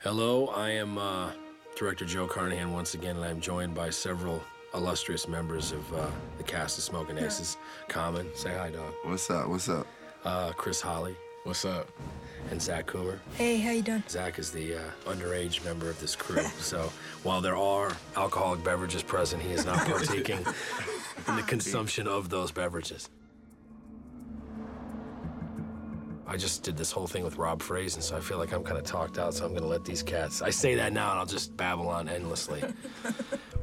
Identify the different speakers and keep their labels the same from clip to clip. Speaker 1: Hello, I am uh, Director Joe Carnahan once again, and I'm joined by several illustrious members of uh, the cast of Smoking Aces. Common, say hi, dog.
Speaker 2: What's up? What's up?
Speaker 1: Uh, Chris Holly
Speaker 3: What's up?
Speaker 1: and Zach Coomer.
Speaker 4: Hey, how you doing?
Speaker 1: Zach is the uh, underage member of this crew, so while there are alcoholic beverages present, he is not partaking in the consumption of those beverages. I just did this whole thing with Rob Frazen, so I feel like I'm kind of talked out, so I'm going to let these cats. I say that now, and I'll just babble on endlessly.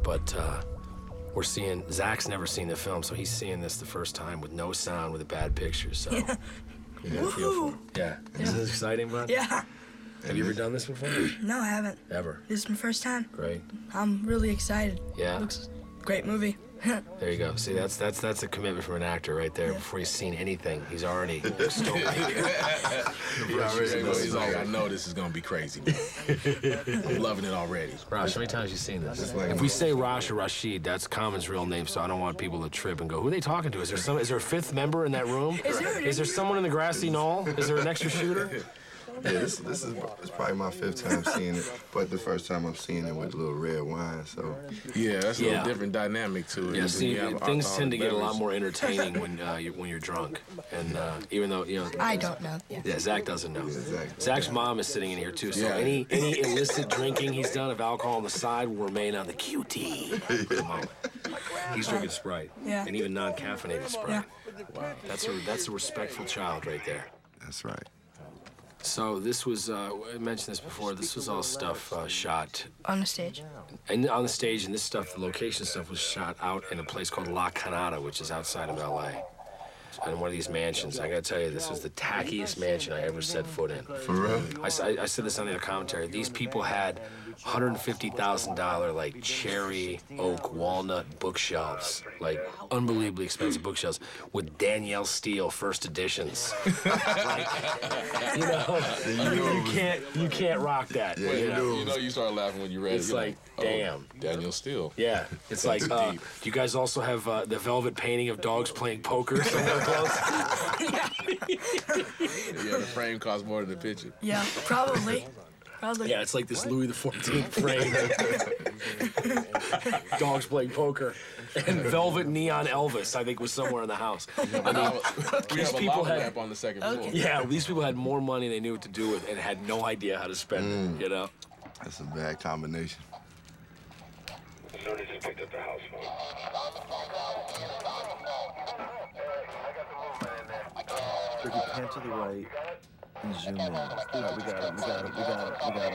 Speaker 1: but uh, we're seeing, Zach's never seen the film, so he's seeing this the first time with no sound, with a bad picture, so. Yeah.
Speaker 4: Woohoo!
Speaker 1: yeah. Isn't this exciting, bud?
Speaker 4: Yeah.
Speaker 1: Have you ever done this before?
Speaker 4: No, I haven't.
Speaker 1: Ever.
Speaker 4: This is my first time.
Speaker 1: Great.
Speaker 4: I'm really excited.
Speaker 1: Yeah.
Speaker 4: Looks great movie.
Speaker 1: There you go. See, that's that's that's a commitment from an actor right there. Before he's seen anything, he's already stoked.
Speaker 3: He's like, I know this is gonna be crazy. man." I'm loving it already.
Speaker 1: Rosh, how many times you seen this?
Speaker 2: like-
Speaker 1: If we say Rosh or Rashid, that's Common's real name, so I don't want people to trip and go, "Who are they talking to? Is there some? Is there a fifth member in that room?
Speaker 4: Is there an
Speaker 1: there someone in the grassy knoll? Is there an extra shooter?"
Speaker 2: Yeah, this, this is it's probably my fifth time seeing it, but the first time I'm seeing it with a little red wine. So
Speaker 3: Yeah, that's a
Speaker 1: Yeah.
Speaker 3: little different dynamic to it.
Speaker 1: Yeah,
Speaker 3: when
Speaker 1: see,
Speaker 3: you have
Speaker 1: things
Speaker 3: alcoholic
Speaker 1: tend to get a lot
Speaker 3: beverage.
Speaker 1: more entertaining when uh, you, when you're drunk, and uh, even though you know.
Speaker 4: I don't know. Yeah.
Speaker 1: Yeah, Zach doesn't know.
Speaker 2: Zach-
Speaker 1: Zach's mom is sitting in here too, so
Speaker 3: Yeah.
Speaker 1: any any illicit drinking he's done of alcohol on the side will remain on the QT. for the moment. He's drinking Sprite,
Speaker 4: Yeah.
Speaker 1: and even non-caffeinated Sprite.
Speaker 4: Yeah.
Speaker 1: That's a that's a respectful child right there.
Speaker 2: that's right.
Speaker 1: So this was uh, I mentioned this before. This was all stuff uh, shot
Speaker 4: On the stage.
Speaker 1: and on the stage and this stuff, the location stuff was shot out in a place called La Canada, which is outside of LA. In one of these mansions, I gotta tell you, this was the tackiest mansion I ever set foot in.
Speaker 2: For real?
Speaker 1: I, s- I- I said this on the other commentary. These people had $150,000 like cherry, oak, walnut bookshelves, like unbelievably expensive bookshelves with Danielle Steele first editions. like, you know, you, you can't you can't rock that.
Speaker 2: Yeah,
Speaker 1: you
Speaker 2: you
Speaker 1: know?
Speaker 3: You know, you start laughing when you read
Speaker 1: It's
Speaker 3: it. You're oh,
Speaker 1: like, damn.
Speaker 3: Daniel Steele.
Speaker 1: Yeah, it's like uh,
Speaker 3: deep.
Speaker 1: you guys also have uh, the velvet painting of dogs playing poker somewhere close.
Speaker 3: Yeah, the frame costs more than the picture.
Speaker 4: Yeah, probably. Probably.
Speaker 1: Yeah, it's like this Louis the Fourteenth frame. dogs playing poker and velvet neon Elvis. I think was somewhere in the house.
Speaker 3: I mean, we have a
Speaker 1: people
Speaker 3: lava
Speaker 1: had-
Speaker 3: lamp on the second floor.
Speaker 1: Yeah, these people had more money they knew what to do with and had no idea how to spend it. You know.
Speaker 2: That's a bad combination.
Speaker 5: Somebody just picked up the house phone.
Speaker 6: Ricky, pan to the right and zoom in. Yeah, we got it, we got it, we got it, we got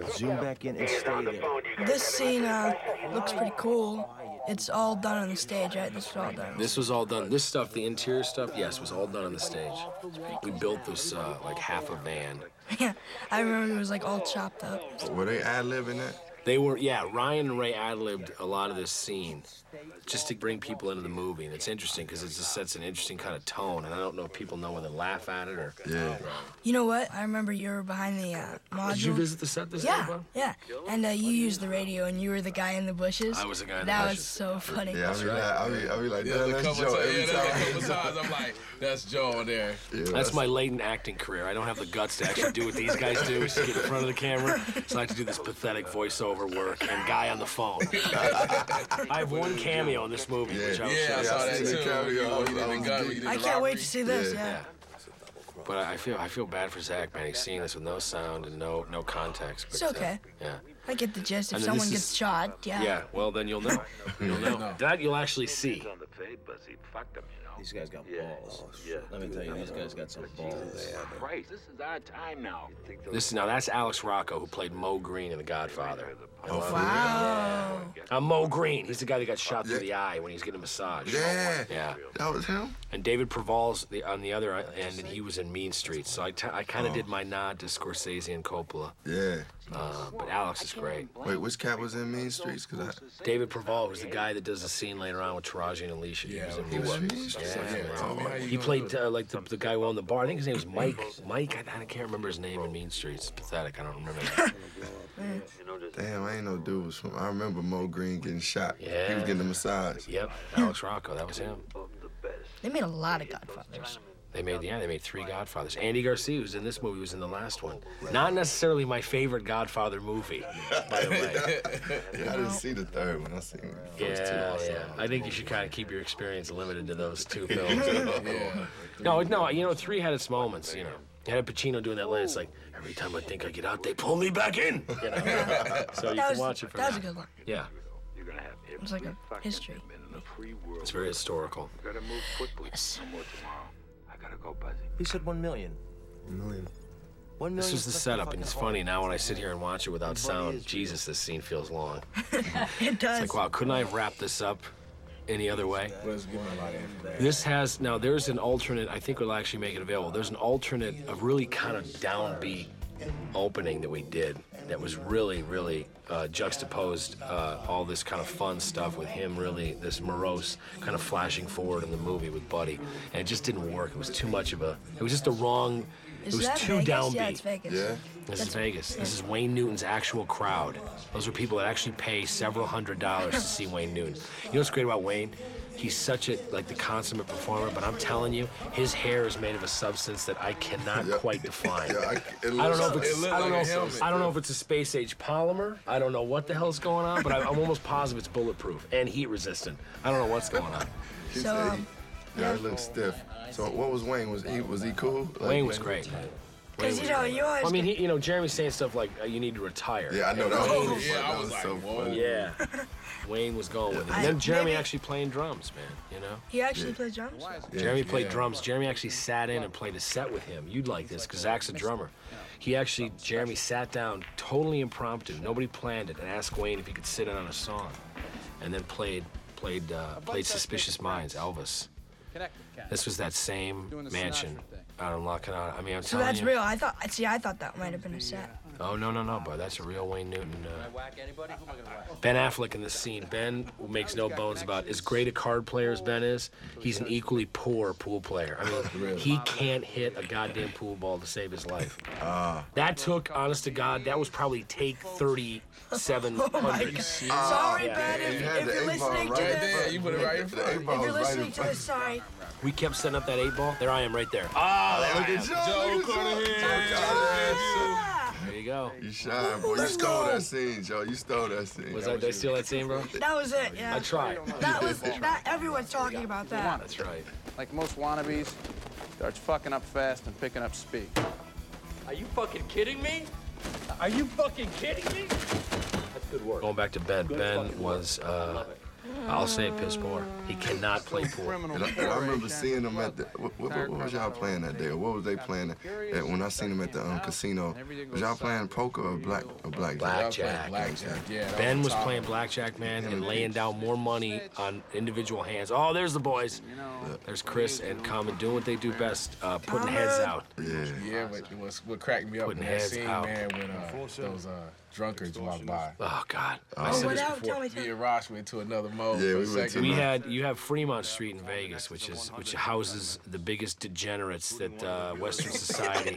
Speaker 6: it. Zoom back in and stay there.
Speaker 4: This scene uh, looks pretty cool. It's all done on the stage, right? This is all done.
Speaker 1: This was all done. This stuff, the interior stuff, yes, was all done on the stage. We built this uh, like half a van.
Speaker 4: Yeah. I remember it was like all chopped up.
Speaker 2: Were they ad libbing that?
Speaker 1: They were, yeah. Ryan and Ray ad libbed a lot of this scene just to bring people into the movie, and it's interesting because it just sets an interesting kind of tone. And I don't know if people know when they laugh at it or.
Speaker 2: Yeah.
Speaker 4: You know what? I remember you were behind the uh, module.
Speaker 1: Did you visit the set this time,
Speaker 4: Yeah,
Speaker 1: Bob?
Speaker 4: yeah. And uh, you used the radio, and you were the guy in the bushes.
Speaker 1: I was the guy in the
Speaker 4: that
Speaker 1: bushes.
Speaker 4: was so funny.
Speaker 2: Yeah, I be, like, I be, I be like,
Speaker 3: There's
Speaker 2: damn,
Speaker 3: a
Speaker 2: that's
Speaker 3: couple
Speaker 2: Joe
Speaker 3: times-
Speaker 2: every
Speaker 3: yeah, there's
Speaker 2: time.
Speaker 3: a couple times I'm like, that's Joe on there.
Speaker 2: Yeah,
Speaker 1: That's my latent acting career. I don't have the guts to actually do what these guys do, which is get in front of the camera. So I have to do this pathetic voiceover work and guy on the phone. I have one cameo in this movie, which I was
Speaker 3: Yeah,
Speaker 2: Yeah,
Speaker 3: I saw
Speaker 2: I
Speaker 3: that
Speaker 2: seen
Speaker 3: too.
Speaker 2: the cameo.
Speaker 3: You know,
Speaker 2: I was-
Speaker 3: you did
Speaker 2: I
Speaker 3: the
Speaker 2: was
Speaker 3: gun,
Speaker 2: deep.
Speaker 3: you did the
Speaker 4: I can't wait
Speaker 3: robbery.
Speaker 4: to see this.
Speaker 2: Yeah.
Speaker 4: Yeah.
Speaker 1: But I feel I feel bad for Zach, man. He's seeing this with no sound and no no context. But,
Speaker 4: It's
Speaker 1: uh,
Speaker 4: okay. Uh.
Speaker 1: yeah.
Speaker 4: I get the gist. If
Speaker 1: And then
Speaker 4: someone
Speaker 1: this
Speaker 4: gets
Speaker 1: is-
Speaker 4: shot, yeah.
Speaker 1: Yeah. Well, then you'll know. You'll know. That you'll actually see.
Speaker 5: On the fade, but see, fuck them, you know.
Speaker 6: These guys got
Speaker 5: Yeah. Oh,
Speaker 6: balls.
Speaker 5: Yeah.
Speaker 6: Let me tell you, these guys got some balls.
Speaker 5: Christ, this is our time now.
Speaker 1: This now that's Alex Rocco who played Mo Green in The Godfather.
Speaker 4: Wow.
Speaker 1: I'm Mo Green. He's the guy that got shot through the eye when he's getting a massage.
Speaker 2: yeah.
Speaker 1: Yeah.
Speaker 2: That was him.
Speaker 1: And David Preval's the, on the other end, and he was in Mean Streets. So I, t- I kind of did my nod to Scorsese and Coppola.
Speaker 2: Yeah.
Speaker 1: Uh, but Alex is great.
Speaker 2: Wait, which cat was in Mean Streets? Cause I,
Speaker 1: David Preval was the guy that does the scene later on with Taraji and Alicia. He was in
Speaker 3: he
Speaker 1: Mean
Speaker 3: was.
Speaker 1: Streets.
Speaker 3: Yeah,
Speaker 1: Yeah.
Speaker 3: tell me how you
Speaker 1: He
Speaker 3: gonna
Speaker 1: played
Speaker 3: do it.
Speaker 1: uh, like the, the guy who owned the bar. I think his name was Mike. Mike, I, I can't remember his name in Mean Streets. It's pathetic. I don't remember. That.
Speaker 2: damn, I ain't no dude was from. I remember Mo Green getting shot. He
Speaker 1: Yeah.
Speaker 2: was getting a massage.
Speaker 1: yep, Alex Rocco. That was him.
Speaker 4: They made a lot of Godfathers.
Speaker 1: They made yeah, they made three Godfathers. Andy Garcia was in this movie, was in the last one. Not necessarily my favorite Godfather movie, by the way.
Speaker 2: Yeah, I didn't see the third one. I seen the first
Speaker 1: Yeah,
Speaker 2: two.
Speaker 1: yeah. I think you should kind of keep your experience limited to those two films. No, no, you know, three had its moments. You know, you had Pacino doing that line. It's like every time I think I get out, they pull me back in. You know? so you can
Speaker 4: That was,
Speaker 1: watch it for
Speaker 4: that was a
Speaker 1: that.
Speaker 4: good one.
Speaker 1: Yeah,
Speaker 5: You're gonna have every
Speaker 4: was like a
Speaker 5: fucking
Speaker 4: history.
Speaker 5: admin in the free world.
Speaker 1: it's very historical.
Speaker 5: gotta move quickly. No more tomorrow. I gotta go, Buzzy.
Speaker 6: He said one million.
Speaker 2: Million.
Speaker 6: One million.
Speaker 1: This was the setup, and it's funny now when I sit here and watch it without sound. Jesus, this scene feels long.
Speaker 4: It does.
Speaker 1: Like, wow, couldn't I have wrapped this up any other way?
Speaker 3: Let's give him a lot of information.
Speaker 1: This has now. There's an alternate. I think we'll actually make it available. There's an alternate, a really kind of downbeat opening that we did. That was really, really uh, juxtaposed uh, all this kind of fun stuff with him. Really, this morose kind of flashing forward in the movie with Buddy, and it just didn't work. It was too much of a. It was just the wrong.
Speaker 4: Is
Speaker 1: it was
Speaker 4: that
Speaker 1: too
Speaker 4: Vegas?
Speaker 1: downbeat.
Speaker 4: Yeah, it's Vegas.
Speaker 2: Yeah.
Speaker 1: This is Vegas. This is Wayne Newton's actual crowd. Those are people that actually pay several hundred dollars to see Wayne Newton. You know what's great about Wayne? He's such a like the consummate performer, but I'm telling you, his hair is made of a substance that I cannot
Speaker 2: Yeah.
Speaker 1: quite define.
Speaker 2: Yeah, I, it
Speaker 1: I don't
Speaker 2: looks-
Speaker 1: know if it's
Speaker 3: It looked
Speaker 1: I don't
Speaker 3: like a
Speaker 1: know
Speaker 3: helmet.
Speaker 1: I don't know if it's a space age polymer. I don't know what the hell's going on, but I, I'm almost positive it's bulletproof and heat resistant. I don't know what's going on.
Speaker 2: He
Speaker 4: So,
Speaker 2: said
Speaker 4: um,
Speaker 2: he- yeah, it looks stiff. So what was Wayne? Was he was he cool? Like,
Speaker 1: Wayne was great.
Speaker 4: Because you know, you always
Speaker 1: I mean, he, you know, Jeremy's saying stuff like uh, you need to retire.
Speaker 2: Yeah, I know that was,
Speaker 3: Oh, Yeah,
Speaker 2: that
Speaker 3: I
Speaker 2: was
Speaker 3: was like,
Speaker 2: so
Speaker 3: whoa.
Speaker 2: funny.
Speaker 1: Yeah. Wayne was going with it.
Speaker 4: I-
Speaker 1: And then Jeremy
Speaker 4: maybe-
Speaker 1: actually playing drums, man. You know?
Speaker 4: he actually plays drums.
Speaker 1: Jeremy played drums. Jeremy actually sat in and played a set with him. You'd like this because Zach's a drummer. He actually, Jeremy sat down totally impromptu. Nobody planned it and asked Wayne if he could sit in on a song. And then played played uh, played Suspicious Minds, Elvis. This was that same mansion out in La Canada. I mean, I'm
Speaker 4: So
Speaker 1: telling
Speaker 4: that's
Speaker 1: you.
Speaker 4: real. I thought. See, I thought that might have been a set.
Speaker 1: Oh no no no, bro! That's a real Wayne Newton. Uh, Ben Affleck in this scene. Ben makes no bones about as great a card player as Ben is. He's an equally poor pool player. I mean, he can't hit a goddamn pool ball to save his life. That took, honest to God, that was probably take thirty-seven hundred.
Speaker 4: sorry,
Speaker 1: yeah.
Speaker 4: Ben,
Speaker 2: You
Speaker 4: if,
Speaker 2: had
Speaker 4: if
Speaker 2: the
Speaker 4: you're
Speaker 2: eight ball
Speaker 4: listening to
Speaker 2: right
Speaker 3: Yeah,
Speaker 4: this,
Speaker 3: you put it right in
Speaker 2: The
Speaker 3: front.
Speaker 2: eight
Speaker 4: if
Speaker 2: ball
Speaker 4: you're
Speaker 2: was right
Speaker 4: listening
Speaker 2: in
Speaker 4: to
Speaker 2: front.
Speaker 4: this, sorry.
Speaker 1: We kept setting up that eight ball. There I am, right there. Ah, there,
Speaker 2: Look at Joe. Look at Joe.
Speaker 1: there you go.
Speaker 2: You shine, boy. You stole that scene, Joe. You stole that scene.
Speaker 1: Was that? Did I steal that scene, bro?
Speaker 4: That was it. Yeah.
Speaker 1: I tried.
Speaker 4: That was that. Everyone's talking about that.
Speaker 1: That's right.
Speaker 7: Like most wannabes, starts fucking up fast and picking up speed.
Speaker 8: Are you fucking kidding me? Are you fucking kidding me?
Speaker 1: Going back to Ben. Ben was, uh, I'll say, it, piss poor. He cannot play pool.
Speaker 7: Criminal
Speaker 2: And I, and I remember
Speaker 7: generation.
Speaker 2: seeing them at the. What, what, what was y'all playing that day? Or what was they playing? That, that when I seen them at the um, casino, was y'all playing poker or black or black?
Speaker 1: Blackjack.
Speaker 3: Blackjack. Yeah, that
Speaker 1: Ben
Speaker 3: the
Speaker 1: was
Speaker 3: top.
Speaker 1: playing blackjack, man, and laying down more money on individual hands. Oh, there's the boys. There's Chris and Common doing what they do best, uh, putting heads out.
Speaker 2: Yeah.
Speaker 3: Yeah, but it was what cracked me up
Speaker 1: Putting
Speaker 3: when that
Speaker 1: heads
Speaker 3: scene,
Speaker 1: out.
Speaker 3: man, when uh, those uh, drunkards walked by.
Speaker 1: Oh God, I
Speaker 4: Oh,
Speaker 1: said
Speaker 4: well,
Speaker 1: this
Speaker 4: that,
Speaker 1: before.
Speaker 4: tell me,
Speaker 3: Me
Speaker 4: tell
Speaker 3: and Rosh went to another mode
Speaker 2: Yeah,
Speaker 3: for
Speaker 2: we
Speaker 3: a
Speaker 2: went to
Speaker 3: second.
Speaker 1: We had you have Fremont Street in Vegas, which is which houses the biggest degenerates that uh, Western society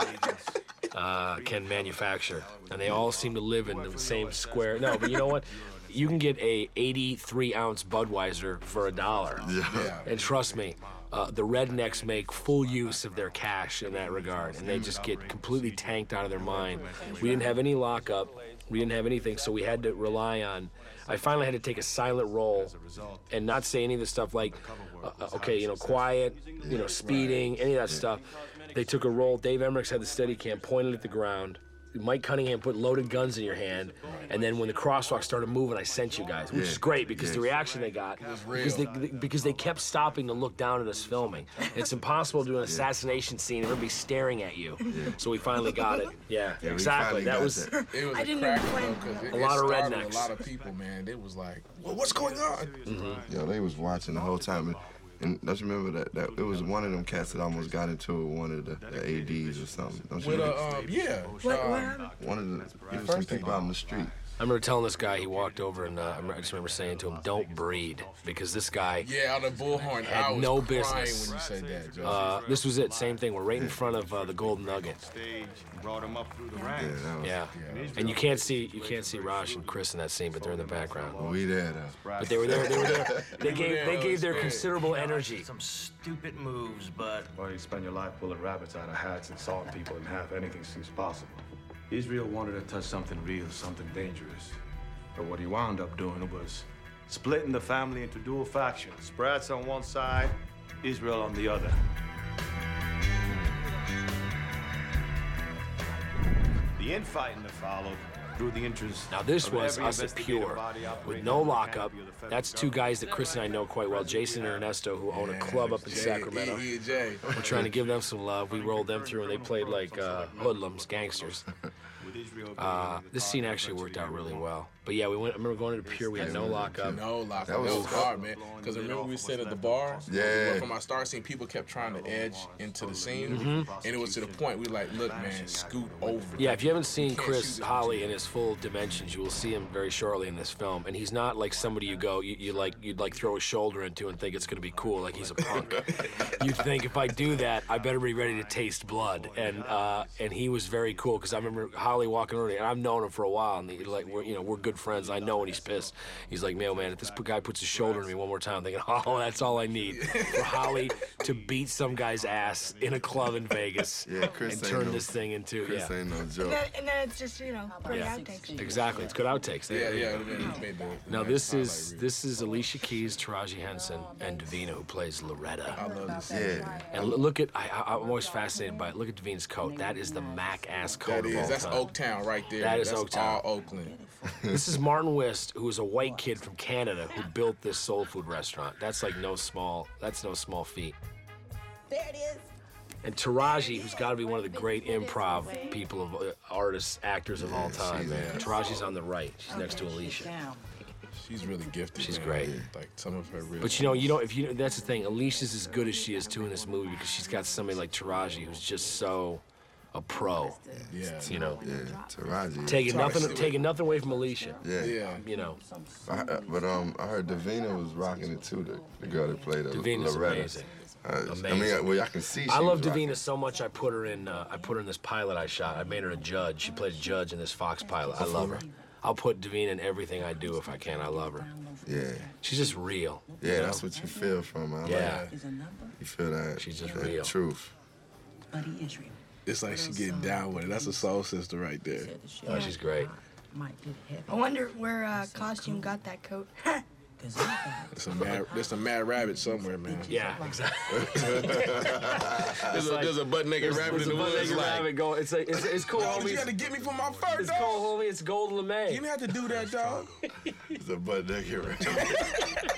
Speaker 1: uh, can manufacture, and they all seem to live in the same square. No, but you know what? You can get a 83 ounce Budweiser for a dollar.
Speaker 3: yeah.
Speaker 1: And trust me, uh, the rednecks make full use of their cash in that regard, and they just get completely tanked out of their mind. We didn't have any lockup, we didn't have anything, so we had to rely on. I finally had to take a silent roll and not say any of the stuff like, uh, uh, okay, you know, quiet, you know, speeding, any of that stuff. They took a roll. Dave Emmerichs had the steady cam pointed at the ground. Mike Cunningham put loaded guns in your hand, and then when the crosswalk started moving, I sent you guys, which is great because the reaction they got, because they, because they kept stopping to look down at us filming. It's impossible to do an assassination scene and everybody staring at you. So we finally got it. Yeah,
Speaker 2: we
Speaker 1: exactly.
Speaker 2: finally
Speaker 1: That
Speaker 2: got
Speaker 1: was
Speaker 2: that.
Speaker 3: It was
Speaker 4: I
Speaker 3: a
Speaker 4: didn't
Speaker 3: crack,
Speaker 4: even plan
Speaker 3: though, 'cause it,
Speaker 1: A lot
Speaker 3: it
Speaker 1: of
Speaker 3: startled
Speaker 1: rednecks.
Speaker 3: A lot of people, man. It was like, well, what's going on?
Speaker 2: Yo, they was watching the whole time. And, and don't you remember that, that it was one of them cats that almost got into it with one of the, the ADs or something? Don't you
Speaker 3: With
Speaker 2: remember?
Speaker 3: a, um, yeah.
Speaker 4: what,
Speaker 3: um,
Speaker 4: what happened?
Speaker 2: one of the it was some people out in the street.
Speaker 1: I remember telling this guy he walked over and uh, I remember- I just remember saying to him, "Don't breed," because this guy.
Speaker 3: Yeah, out of bullhorn.
Speaker 1: Had
Speaker 3: I was
Speaker 1: no
Speaker 3: crying
Speaker 1: business.
Speaker 3: when you said that, Joe.
Speaker 1: Uh, this was it. Same thing. We're right in front of uh, the Gold Nugget.
Speaker 9: Stage brought him up through the
Speaker 2: Yeah,
Speaker 9: ranks.
Speaker 2: that was,
Speaker 1: Yeah. And you can't see you can't see Raj and Chris in that scene, but they're in the background.
Speaker 2: We there though.
Speaker 1: But they were there. They were there. They gave they gave their considerable energy.
Speaker 9: Some stupid moves, but
Speaker 10: Why you spend your life pulling rabbits out of hats, insulting people, and half anything seems possible? Israel wanted to touch something real, something dangerous. But what he wound up doing was splitting the family into dual factions. Brat's on one side, Israel on the other. The infighting that followed drew the interest.
Speaker 1: Now this
Speaker 10: of
Speaker 1: was
Speaker 10: every
Speaker 1: us at
Speaker 10: investigative
Speaker 1: Pure,
Speaker 10: body
Speaker 1: with
Speaker 10: operating
Speaker 1: no
Speaker 10: under the
Speaker 1: lockup.
Speaker 10: canopy of the federal
Speaker 1: That's two
Speaker 10: government.
Speaker 1: guys that Chris and I know quite well, Jason and Ernesto, who own a club up in
Speaker 3: Jay,
Speaker 1: Sacramento.
Speaker 3: E, E, J.
Speaker 1: We're trying to give them some love. We rolled them through, and they played like uh, hoodlums, gangsters.
Speaker 10: With Israel being
Speaker 1: Uh,
Speaker 10: the
Speaker 1: this
Speaker 10: target
Speaker 1: scene
Speaker 10: of
Speaker 1: actually worked out
Speaker 10: Israel.
Speaker 1: really well. But yeah, we went. I remember going to Pure. We had no lockup.
Speaker 3: No,
Speaker 2: That
Speaker 3: like that
Speaker 2: was
Speaker 3: was,
Speaker 2: tough.
Speaker 3: hard, man. Because remember we said at the bar,
Speaker 2: Yeah.
Speaker 3: From our star scene, people kept trying to edge into the scene, and it was to the point we like, look, man, scoot over.
Speaker 1: Yeah, if you haven't seen
Speaker 3: can't
Speaker 1: Chris
Speaker 3: shoot it.
Speaker 1: Holly in his full dimensions, you will see him very shortly in this film. And he's not like somebody you go you, you like you'd like throw a shoulder into and think it's gonna be cool, like he's a punk. you think if I do that, I better be ready to taste blood. And uh, and he was very cool because I remember Holly walking over, to me, and I've known him for a while, and he, like we're you know we're good friends. I know when he's pissed. He's like, man, man, if this guy puts his shoulder in me one more time, I'm thinking, oh, that's all I need for Holly to beat some guy's ass in a club in Vegas
Speaker 2: Yeah, Chris
Speaker 1: and
Speaker 2: ain't
Speaker 1: turn
Speaker 2: no-
Speaker 1: this thing into
Speaker 2: Chris
Speaker 1: yeah.
Speaker 2: ain't no
Speaker 4: And
Speaker 2: joke.
Speaker 4: then, and then it's just, you know, great
Speaker 1: Yeah.
Speaker 4: outtakes.
Speaker 1: Exactly, it's good outtakes. They-
Speaker 3: Yeah,
Speaker 1: they-
Speaker 3: yeah. it would've been- made the- the
Speaker 1: Now
Speaker 3: next
Speaker 1: this
Speaker 3: highlight
Speaker 1: is
Speaker 3: reel.
Speaker 1: this is Alicia Keys, Taraji Henson, and Davina who plays Loretta.
Speaker 3: I love this. scene.
Speaker 2: Yeah.
Speaker 1: And l- look at I, I, I'm always fascinated by it. Look at Davina's coat. That is the Mac ass coat
Speaker 3: That
Speaker 1: of all
Speaker 3: is. That's
Speaker 1: time.
Speaker 3: Oaktown right there.
Speaker 1: That is
Speaker 3: that's
Speaker 1: Oaktown.
Speaker 3: All Oakland.
Speaker 1: This is Martin West, who is a white kid from Canada who built this soul food restaurant. That's like no small. That's no small feat.
Speaker 11: There it is.
Speaker 1: And Taraji, who's got to be one of the great improv people of uh, artists, actors of all time, man. Taraji's on the right. She's next to Alicia.
Speaker 3: She's really gifted.
Speaker 1: She's
Speaker 3: man.
Speaker 1: great.
Speaker 3: Like some of her real.
Speaker 1: But you know, you know, if you that's the thing. Alicia's as good as she is too in this movie because she's got somebody like Taraji who's just so a pro.
Speaker 3: yeah,
Speaker 1: You know,
Speaker 2: Yeah, Taraji.
Speaker 1: taking nothing,
Speaker 3: Stewart.
Speaker 1: taking nothing away from Alicia.
Speaker 2: yeah.
Speaker 3: yeah.
Speaker 1: You know,
Speaker 2: I, I- but um, I heard Davina was rocking it too. The, the girl that played uh,
Speaker 1: Davina's
Speaker 2: Loretta.
Speaker 1: amazing.
Speaker 2: Uh, I
Speaker 1: Amazing.
Speaker 2: mean, I- well, I can see. She
Speaker 1: I love
Speaker 2: was rocking
Speaker 1: Davina so much. I put her in. Uh, I put her in this pilot I shot. I made her a judge. She played a judge in this Fox pilot. I love her. I'll put Davina in everything I do if I can. I love her.
Speaker 2: it. Yeah,
Speaker 1: She's just real. you
Speaker 2: yeah,
Speaker 1: know?
Speaker 2: that's what you feel from. her. I
Speaker 1: Yeah.
Speaker 2: Like, you feel that.
Speaker 1: She's just
Speaker 2: that
Speaker 1: real.
Speaker 2: Truth.
Speaker 11: Buddy Israel.
Speaker 3: It's like she getting down with it. That's a soul sister right there.
Speaker 1: Oh, she's great.
Speaker 11: Might be heavy.
Speaker 4: I wonder where uh, costume got that coat.
Speaker 3: It's a mad. There's a mad rabbit somewhere, man.
Speaker 1: Yeah, exactly.
Speaker 3: There's a, there's a butt naked rabbit in the woods.
Speaker 1: It's
Speaker 3: like,
Speaker 1: rabbit going. It's like it's, it's cool.
Speaker 3: "Dog, you
Speaker 1: homies.
Speaker 3: gotta get me for my fur,
Speaker 1: It's
Speaker 3: dog.
Speaker 1: cool, homie. It's Gold LeMay.
Speaker 3: You didn't have to do that, dog.
Speaker 2: It's a butt naked. right?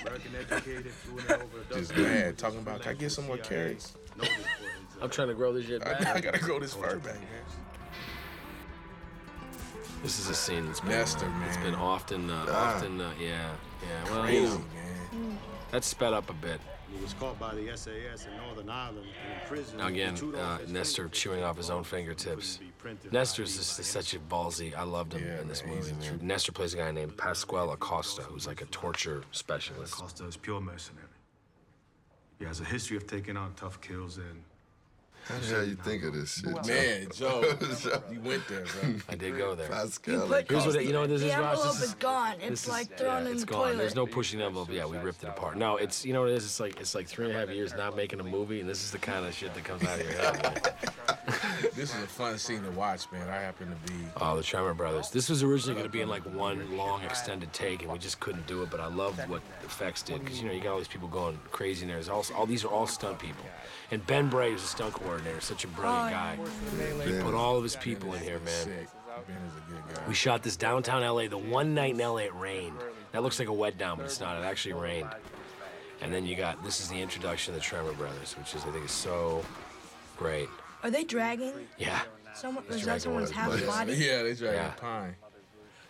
Speaker 10: American educated, fluent and over a
Speaker 3: Just
Speaker 10: dozen
Speaker 3: mad talking about. Can I get some more carrots?
Speaker 10: noted for his
Speaker 1: I'm trying to grow this shit
Speaker 3: I, I
Speaker 1: back.
Speaker 3: gotta grow this fur back, man.
Speaker 1: this is a scene that's been,
Speaker 3: Nester,
Speaker 1: uh, it's
Speaker 3: man.
Speaker 1: been often, uh, often, uh, yeah, yeah. Well,
Speaker 3: Crazy,
Speaker 1: you know,
Speaker 3: man.
Speaker 1: that's sped up a bit.
Speaker 10: He was caught by the SAS in Northern Ireland and imprisoned.
Speaker 1: Now again,
Speaker 10: He chewed
Speaker 1: uh,
Speaker 10: off his
Speaker 1: Nestor
Speaker 10: fingers.
Speaker 1: chewing off his own fingertips.
Speaker 10: Couldn't be printed
Speaker 1: Nestor's
Speaker 10: by
Speaker 1: just
Speaker 10: anybody.
Speaker 1: such a ballsy. I loved him
Speaker 3: Yeah,
Speaker 1: in this
Speaker 3: man, he's
Speaker 1: movie, man. Nestor plays a guy named Pasquale Acosta, who's like a torture specialist.
Speaker 10: Costa is pure mercenary. He has a history of taking on tough kills and
Speaker 2: How the hell you think of this shit?
Speaker 3: Man, Joe, you went there, bro.
Speaker 1: I did go there.
Speaker 2: Pascal.
Speaker 4: put-
Speaker 1: Here's what it- you know. what This
Speaker 4: The
Speaker 1: is Ross.
Speaker 4: envelope
Speaker 1: This
Speaker 4: is
Speaker 1: is
Speaker 4: gone.
Speaker 1: This
Speaker 4: It's
Speaker 1: is-
Speaker 4: like thrown
Speaker 1: yeah,
Speaker 4: in
Speaker 1: it's
Speaker 4: the
Speaker 1: gone. There's
Speaker 4: toilet.
Speaker 1: no pushing the envelope. Yeah, we ripped it apart. No, it's you know what it is. It's like it's like three and a half years not making a movie, and this is the kind of shit that comes out of your head. man.
Speaker 3: This is a fun scene to watch, man. I happen to be.
Speaker 1: Oh, the Tremor Brothers. This was originally going to be in like one long extended take, and we just couldn't do it. But I loved what the effects did because you know you got all these people going crazy, and there's all, all these are all stunt people. And Ben Bray is a stunt coordinator, such a brilliant guy. He put all of his people in here, man.
Speaker 3: Sick. Ben is a good guy.
Speaker 1: We shot this downtown LA. The one night in LA it rained. That looks like a wet down, but it's not. It actually rained. And then you got this is the introduction of the Tremor Brothers, which is I think is so great.
Speaker 4: Are they dragging?
Speaker 1: Yeah.
Speaker 4: Someone, is
Speaker 1: dragging
Speaker 4: that someone's
Speaker 2: one
Speaker 4: half
Speaker 2: of his
Speaker 4: body?
Speaker 3: Yeah, they dragged
Speaker 1: Yeah.
Speaker 3: a pine.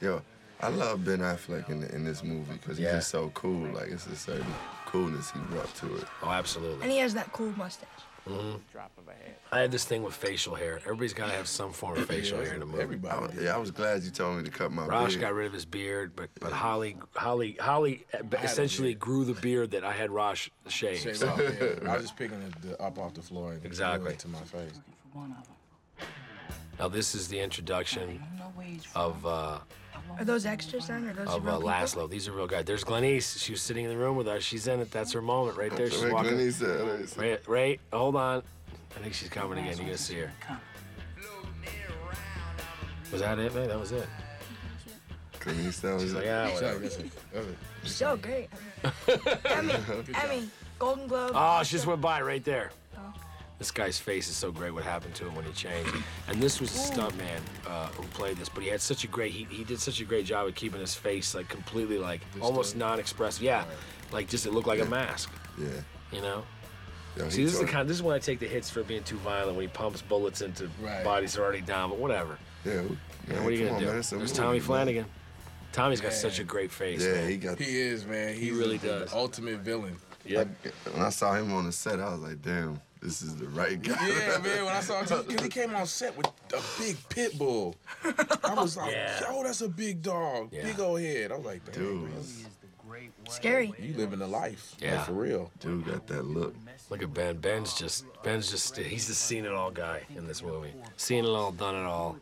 Speaker 2: Yo, I love Ben Affleck in, in this movie because he's
Speaker 1: Yeah.
Speaker 2: just so cool. Like it's a certain coolness he brought to it.
Speaker 1: Oh, absolutely.
Speaker 4: And he has that cool mustache.
Speaker 1: hmm
Speaker 7: Drop of a hat.
Speaker 1: I have this thing with facial hair. Everybody's got to have some form of facial hair in a movie.
Speaker 2: I was, yeah, I was glad you told me to cut my
Speaker 1: Rosh
Speaker 2: beard.
Speaker 1: got rid of his beard, but but Holly Holly Holly uh,
Speaker 3: a
Speaker 1: essentially grew the beard that I had Rosh shave.
Speaker 3: Shave
Speaker 1: so-
Speaker 3: off, yeah. I was just picking the, the up off the floor and
Speaker 1: Exactly.
Speaker 3: exactly to my face.
Speaker 1: Now this is the introduction of uh,
Speaker 4: Are those extras then? Are those
Speaker 1: of uh,
Speaker 4: real people?
Speaker 1: Laszlo. These are real guys. There's Glenice. She was sitting in the room with us. She's in it. That's her moment right there. She's
Speaker 2: Wait,
Speaker 1: walking.
Speaker 2: Glenice, uh, Glenice.
Speaker 1: Right, right. Hold on. I think she's coming again. You're gonna see her. Was that it, man? That was it.
Speaker 2: Glenice, that was
Speaker 1: She's like,
Speaker 2: it.
Speaker 1: "Ah,
Speaker 2: She's
Speaker 1: whatever."
Speaker 2: like, "Listen, listen."
Speaker 4: So great. Emmy, Emmy, Golden Globe.
Speaker 1: Oh, she just went by right there. This guy's face is so great. What happened to him when he changed? And this was a stuntman uh, who played this, but he had such a great he, he did such a great job of keeping his face like completely like almost non-expressive. Yeah, like just it looked like a mask.
Speaker 2: Yeah.
Speaker 1: You know.
Speaker 2: Yo, he
Speaker 1: See, this is the
Speaker 2: told-
Speaker 1: kind. This is when I take the hits for being too violent. When he pumps bullets into
Speaker 3: Right.
Speaker 1: bodies that are already down, but whatever.
Speaker 2: Yeah. we-
Speaker 1: You know,
Speaker 2: man,
Speaker 1: what are
Speaker 2: come
Speaker 1: you gonna
Speaker 2: on,
Speaker 1: do?
Speaker 2: man, it's a
Speaker 1: There's
Speaker 2: movie,
Speaker 1: Tommy
Speaker 2: man.
Speaker 1: Flanagan. Tommy's got
Speaker 3: Man.
Speaker 1: such a great face.
Speaker 2: Yeah,
Speaker 1: man.
Speaker 2: he got.
Speaker 3: He is man. He's
Speaker 1: really
Speaker 3: the,
Speaker 1: does.
Speaker 3: The ultimate villain.
Speaker 1: Yeah.
Speaker 2: When I saw him on the set, I was like, damn, this is the right guy.
Speaker 3: Yeah, man. When I saw him, because he came on set with a big pit bull. I was like,
Speaker 1: Yeah.
Speaker 3: yo, that's a big dog,
Speaker 1: Yeah.
Speaker 3: big old head. I was like, damn,
Speaker 2: Dude.
Speaker 3: man,
Speaker 4: Scary.
Speaker 3: you living the life. Yeah,
Speaker 1: Yeah.
Speaker 3: for real.
Speaker 2: Dude got that look.
Speaker 1: Look at Ben. Ben's just Ben's just he's the seen it all guy in this movie. Seen it all, done it all.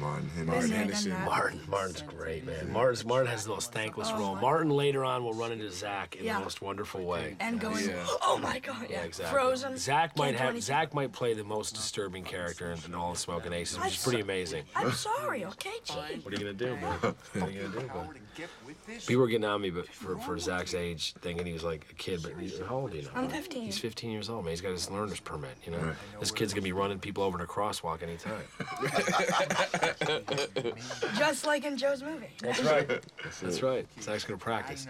Speaker 2: Martin
Speaker 4: Been
Speaker 2: Henderson.
Speaker 4: there, done that.
Speaker 1: Martin Martin's great, man. Martin's Martin has the most thankless role. Martin later on will run into Zach in
Speaker 4: Oh. Yeah.
Speaker 1: the most wonderful way.
Speaker 4: And going,
Speaker 3: Yeah.
Speaker 4: oh my god, yeah,
Speaker 1: Yeah, exactly.
Speaker 4: Frozen.
Speaker 1: Zach might
Speaker 4: Can't do
Speaker 1: have
Speaker 4: anything.
Speaker 1: Zach might play the most disturbing character in, in all of Smoke and Aces, which is pretty amazing.
Speaker 4: I'm sorry, okay, gee.
Speaker 1: What are you gonna do, man? What are you gonna do, man? People were getting on me, but for, for Zach's age, thinking he was like a kid. But he's, how old are you now?
Speaker 4: I'm 15.
Speaker 1: He's 15 years old, man. He's got his learner's permit. You know, this kid's gonna be running people over in a crosswalk anytime.
Speaker 4: Just like in Joe's movie.
Speaker 1: That's right. That's right. Zach's gonna practice.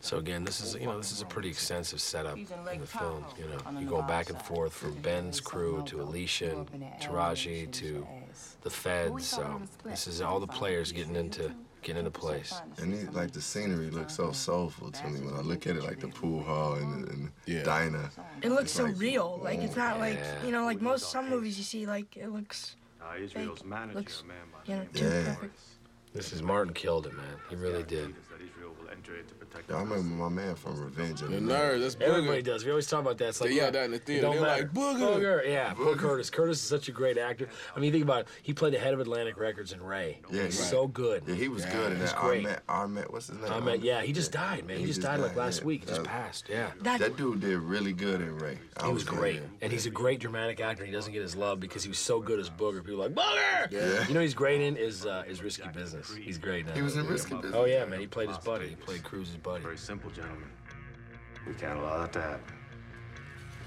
Speaker 1: So again, this is you know this is a pretty extensive setup in the film. You know, you go back and forth from Ben's crew to Alicia, and Taraji to the Feds. So this is all the players getting into getting into place.
Speaker 2: And it, like the scenery looks so soulful to me when I look at it, like the pool hall and the, and the
Speaker 3: Yeah.
Speaker 2: diner.
Speaker 4: It looks so real. Like it's not like
Speaker 1: Yeah.
Speaker 4: you know, like most some movies you see, like it looks,
Speaker 10: Now, Israel's manager,
Speaker 4: looks,
Speaker 10: a man by the
Speaker 4: you know,
Speaker 10: name of
Speaker 4: too
Speaker 2: Yeah.
Speaker 4: perfect.
Speaker 1: This is Martin killed it, man. He really did.
Speaker 10: Leaders that Israel will enter into protect
Speaker 2: Yo, I remember my man from Revenge of
Speaker 3: The
Speaker 2: the
Speaker 3: nerve. That's
Speaker 1: Mm-hmm. Everybody
Speaker 3: booger.
Speaker 1: does. We always talk about that. It's like,
Speaker 3: They yell
Speaker 1: look,
Speaker 3: that in the
Speaker 1: it
Speaker 3: theater.
Speaker 1: don't
Speaker 3: They're
Speaker 1: matter.
Speaker 3: like, "Booger."
Speaker 1: Booger, yeah. Poor Curtis. Curtis is such a great actor. I mean, think about it. He played the head of Atlantic Records in Ray.
Speaker 2: Yeah,
Speaker 1: he's
Speaker 2: right.
Speaker 1: so good.
Speaker 2: Yeah, he was good in
Speaker 1: He's
Speaker 2: that.
Speaker 1: great.
Speaker 2: Armet, Armet, what's his name?
Speaker 1: I mean, yeah, he just died, man. He,
Speaker 2: He
Speaker 1: just
Speaker 2: just
Speaker 1: died like
Speaker 2: died,
Speaker 1: last
Speaker 2: yeah.
Speaker 1: week. He just
Speaker 2: That-
Speaker 1: passed. Yeah.
Speaker 4: That
Speaker 2: That dude did really good in Ray. I
Speaker 1: He was
Speaker 2: in
Speaker 1: great,
Speaker 2: there.
Speaker 1: and he's a great dramatic actor. He doesn't get his love because he was so good as Booger. People are like Booger. You know, he's great in is uh, is Risky Business. He's great. In
Speaker 2: He was
Speaker 1: that.
Speaker 2: in Risky Business.
Speaker 1: Oh yeah, man. He played his buddy. He played Cruz's buddy.
Speaker 10: Very simple, gentlemen. We can't allow that to happen.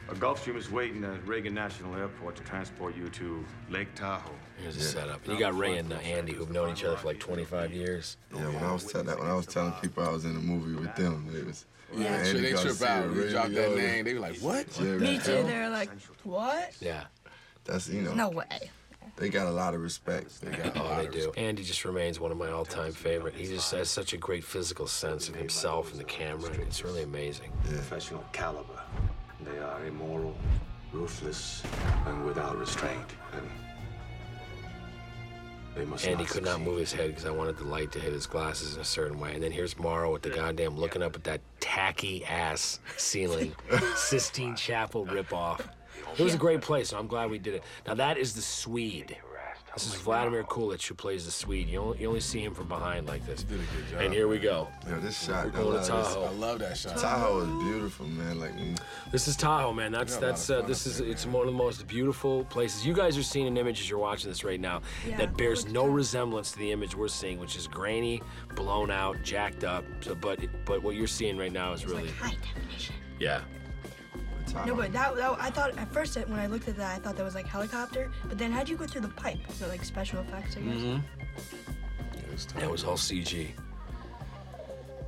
Speaker 10: A Gulfstream is waiting at Reagan National Airport to transport you to Lake Tahoe.
Speaker 1: Here's the setup. You got Ray and uh, Andy, who've known each other for like 25 years.
Speaker 2: Yeah, when I was telling that, when I was telling people I was in a movie with them, it was.
Speaker 3: Yeah, sure,
Speaker 2: Andy
Speaker 3: they trip
Speaker 2: Garcia,
Speaker 3: out. You
Speaker 2: Ray
Speaker 3: drop that
Speaker 2: Liotta,
Speaker 3: name, they be like, "What?"
Speaker 2: Jerry
Speaker 4: Me too.
Speaker 2: Hell.
Speaker 4: They're like, what?
Speaker 1: Yeah.
Speaker 2: That's you know.
Speaker 4: No way.
Speaker 2: They got a lot of respect. They got a
Speaker 1: Oh,
Speaker 2: lot
Speaker 1: they
Speaker 2: of
Speaker 1: do. Andy just remains one of my all-time favorite. He just has such a great physical sense of himself and the camera, and it's really amazing.
Speaker 5: Professional caliber. They are immoral, ruthless, and without restraint. And they must
Speaker 1: Andy
Speaker 5: not
Speaker 1: could not
Speaker 5: succeed.
Speaker 1: move his head because I wanted the light to hit his glasses in a certain way. And then here's Morrow with the goddamn looking up at that tacky ass ceiling, Sistine Chapel ripoff. It was a great play, so I'm glad we did it. Now that is the Swede. This is Vladimir Kulich who plays the Swede. You only, you only see him from behind like this. And here we go.
Speaker 2: Yo, this shot.
Speaker 1: Going to
Speaker 2: though, like, this-
Speaker 1: Tahoe.
Speaker 3: I love that shot.
Speaker 2: Tahoe is beautiful, man. Like, mm,
Speaker 1: This is Tahoe, man. That's
Speaker 3: got a lot
Speaker 1: that's
Speaker 3: of
Speaker 1: uh,
Speaker 3: fun
Speaker 1: this
Speaker 3: up
Speaker 1: is
Speaker 3: there,
Speaker 1: it's one of the most beautiful places. You guys are seeing an image as you're watching this right now
Speaker 4: Yeah,
Speaker 1: that bears
Speaker 4: looks
Speaker 1: no
Speaker 4: good.
Speaker 1: resemblance to the image we're seeing, which is grainy, blown out, jacked up. So, but but what you're seeing right now is
Speaker 4: It's
Speaker 1: really
Speaker 4: like high definition.
Speaker 1: yeah.
Speaker 4: No, but that, that I thought at first when I looked at that I thought that was like helicopter, but then how'd you go through the pipe? Is it like special effects? I guess.
Speaker 1: Mm-hmm. That was all CG.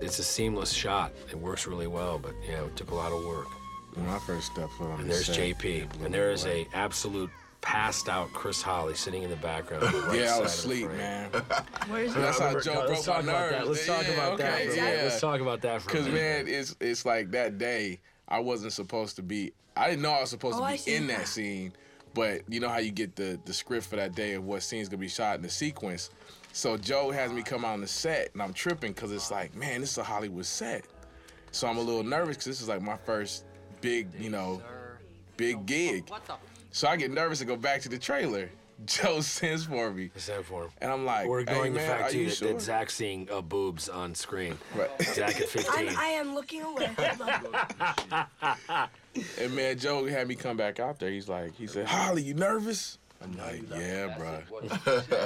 Speaker 1: It's a seamless shot. It works really well, but yeah, it took a lot of work.
Speaker 3: When I first stepped foot on
Speaker 1: And
Speaker 3: the
Speaker 1: there's
Speaker 3: set, it
Speaker 1: JP,
Speaker 3: blew
Speaker 1: and there
Speaker 3: me
Speaker 1: is
Speaker 3: away.
Speaker 1: a absolute passed out Chris Holly sitting in the background. on the right
Speaker 3: Yeah, I
Speaker 1: side
Speaker 3: was
Speaker 1: of the
Speaker 3: asleep,
Speaker 1: frame.
Speaker 3: man.
Speaker 4: Where is it?
Speaker 3: That's how
Speaker 1: Let's
Speaker 3: Joe broke my
Speaker 1: talk about
Speaker 3: nerves.
Speaker 1: that. Let's talk
Speaker 3: Yeah,
Speaker 1: about that.
Speaker 3: okay,
Speaker 1: for a
Speaker 3: yeah.
Speaker 1: minute. Let's talk about that for a
Speaker 3: Cause
Speaker 1: minute.
Speaker 3: man, it's it's like that day I wasn't supposed to be I didn't know I was supposed
Speaker 4: Oh,
Speaker 3: to
Speaker 4: I
Speaker 3: be
Speaker 4: see.
Speaker 3: in that scene, but you know how you get the the script for that day of what scene's gonna be shot in the sequence. So Joe has me come out on the set, and I'm tripping because it's like, man, this is a Hollywood set. So I'm a little nervous because this is like my first big, you know, big gig.
Speaker 8: What the?
Speaker 3: So I get nervous and go back to the trailer. Joe sends for me.
Speaker 1: Send for him.
Speaker 3: And I'm like,
Speaker 1: We're
Speaker 3: hey,
Speaker 1: ignoring
Speaker 3: man,
Speaker 1: the
Speaker 3: are
Speaker 1: fact too
Speaker 3: you
Speaker 1: that,
Speaker 3: sure?
Speaker 1: that Zach's seeing uh, boobs on screen.
Speaker 3: Right.
Speaker 1: Zach at 15.
Speaker 4: I'm, I am looking away.
Speaker 3: And man, Joe had me come back out there. He's like, he said, Holly, you nervous? I'm like, yeah, bro.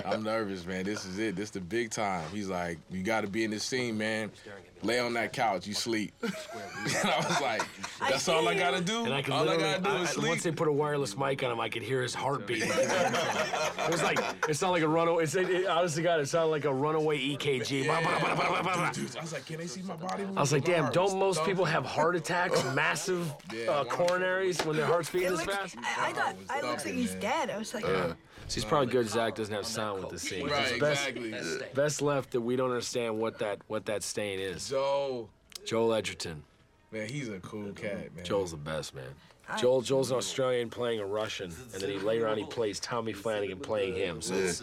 Speaker 3: I'm nervous, man. This is it. This the big time. He's like, you got to be in this scene, man. Lay on that couch, you sleep. and I was like, that's all I gotta do.
Speaker 1: And I could
Speaker 3: all I
Speaker 1: literally-
Speaker 3: gotta do is
Speaker 1: I- I-
Speaker 3: sleep.
Speaker 1: Once they put a wireless mic on him, I could hear his heartbeat. it was like it sounded like a runaway. It, it, honestly, God, it sounded like a runaway E EKG. Bah, bah, bah, bah, bah, bah, bah.
Speaker 3: Dude, dude, I was like, can they see my body?
Speaker 1: I was like, damn, don't most
Speaker 3: Don't-
Speaker 1: people have heart attacks, massive
Speaker 3: Yeah,
Speaker 1: uh,
Speaker 3: one hundred
Speaker 1: coronaries when their heart's beating
Speaker 4: It
Speaker 1: this
Speaker 4: looks-
Speaker 1: fast?
Speaker 4: I, I thought I looked like he's dead. I was like,
Speaker 1: So he's probably good Zach doesn't have sound with the scene.
Speaker 3: Right,
Speaker 1: It's best,
Speaker 3: exactly.
Speaker 1: best left that we don't understand what that what that stain is.
Speaker 3: Joe,
Speaker 1: Joel Edgerton.
Speaker 3: man, he's a cool cat, man.
Speaker 1: Joel's the best, man. Joel Joel's an Australian playing a Russian, and then he later on he plays Tommy Flanagan playing him. So it's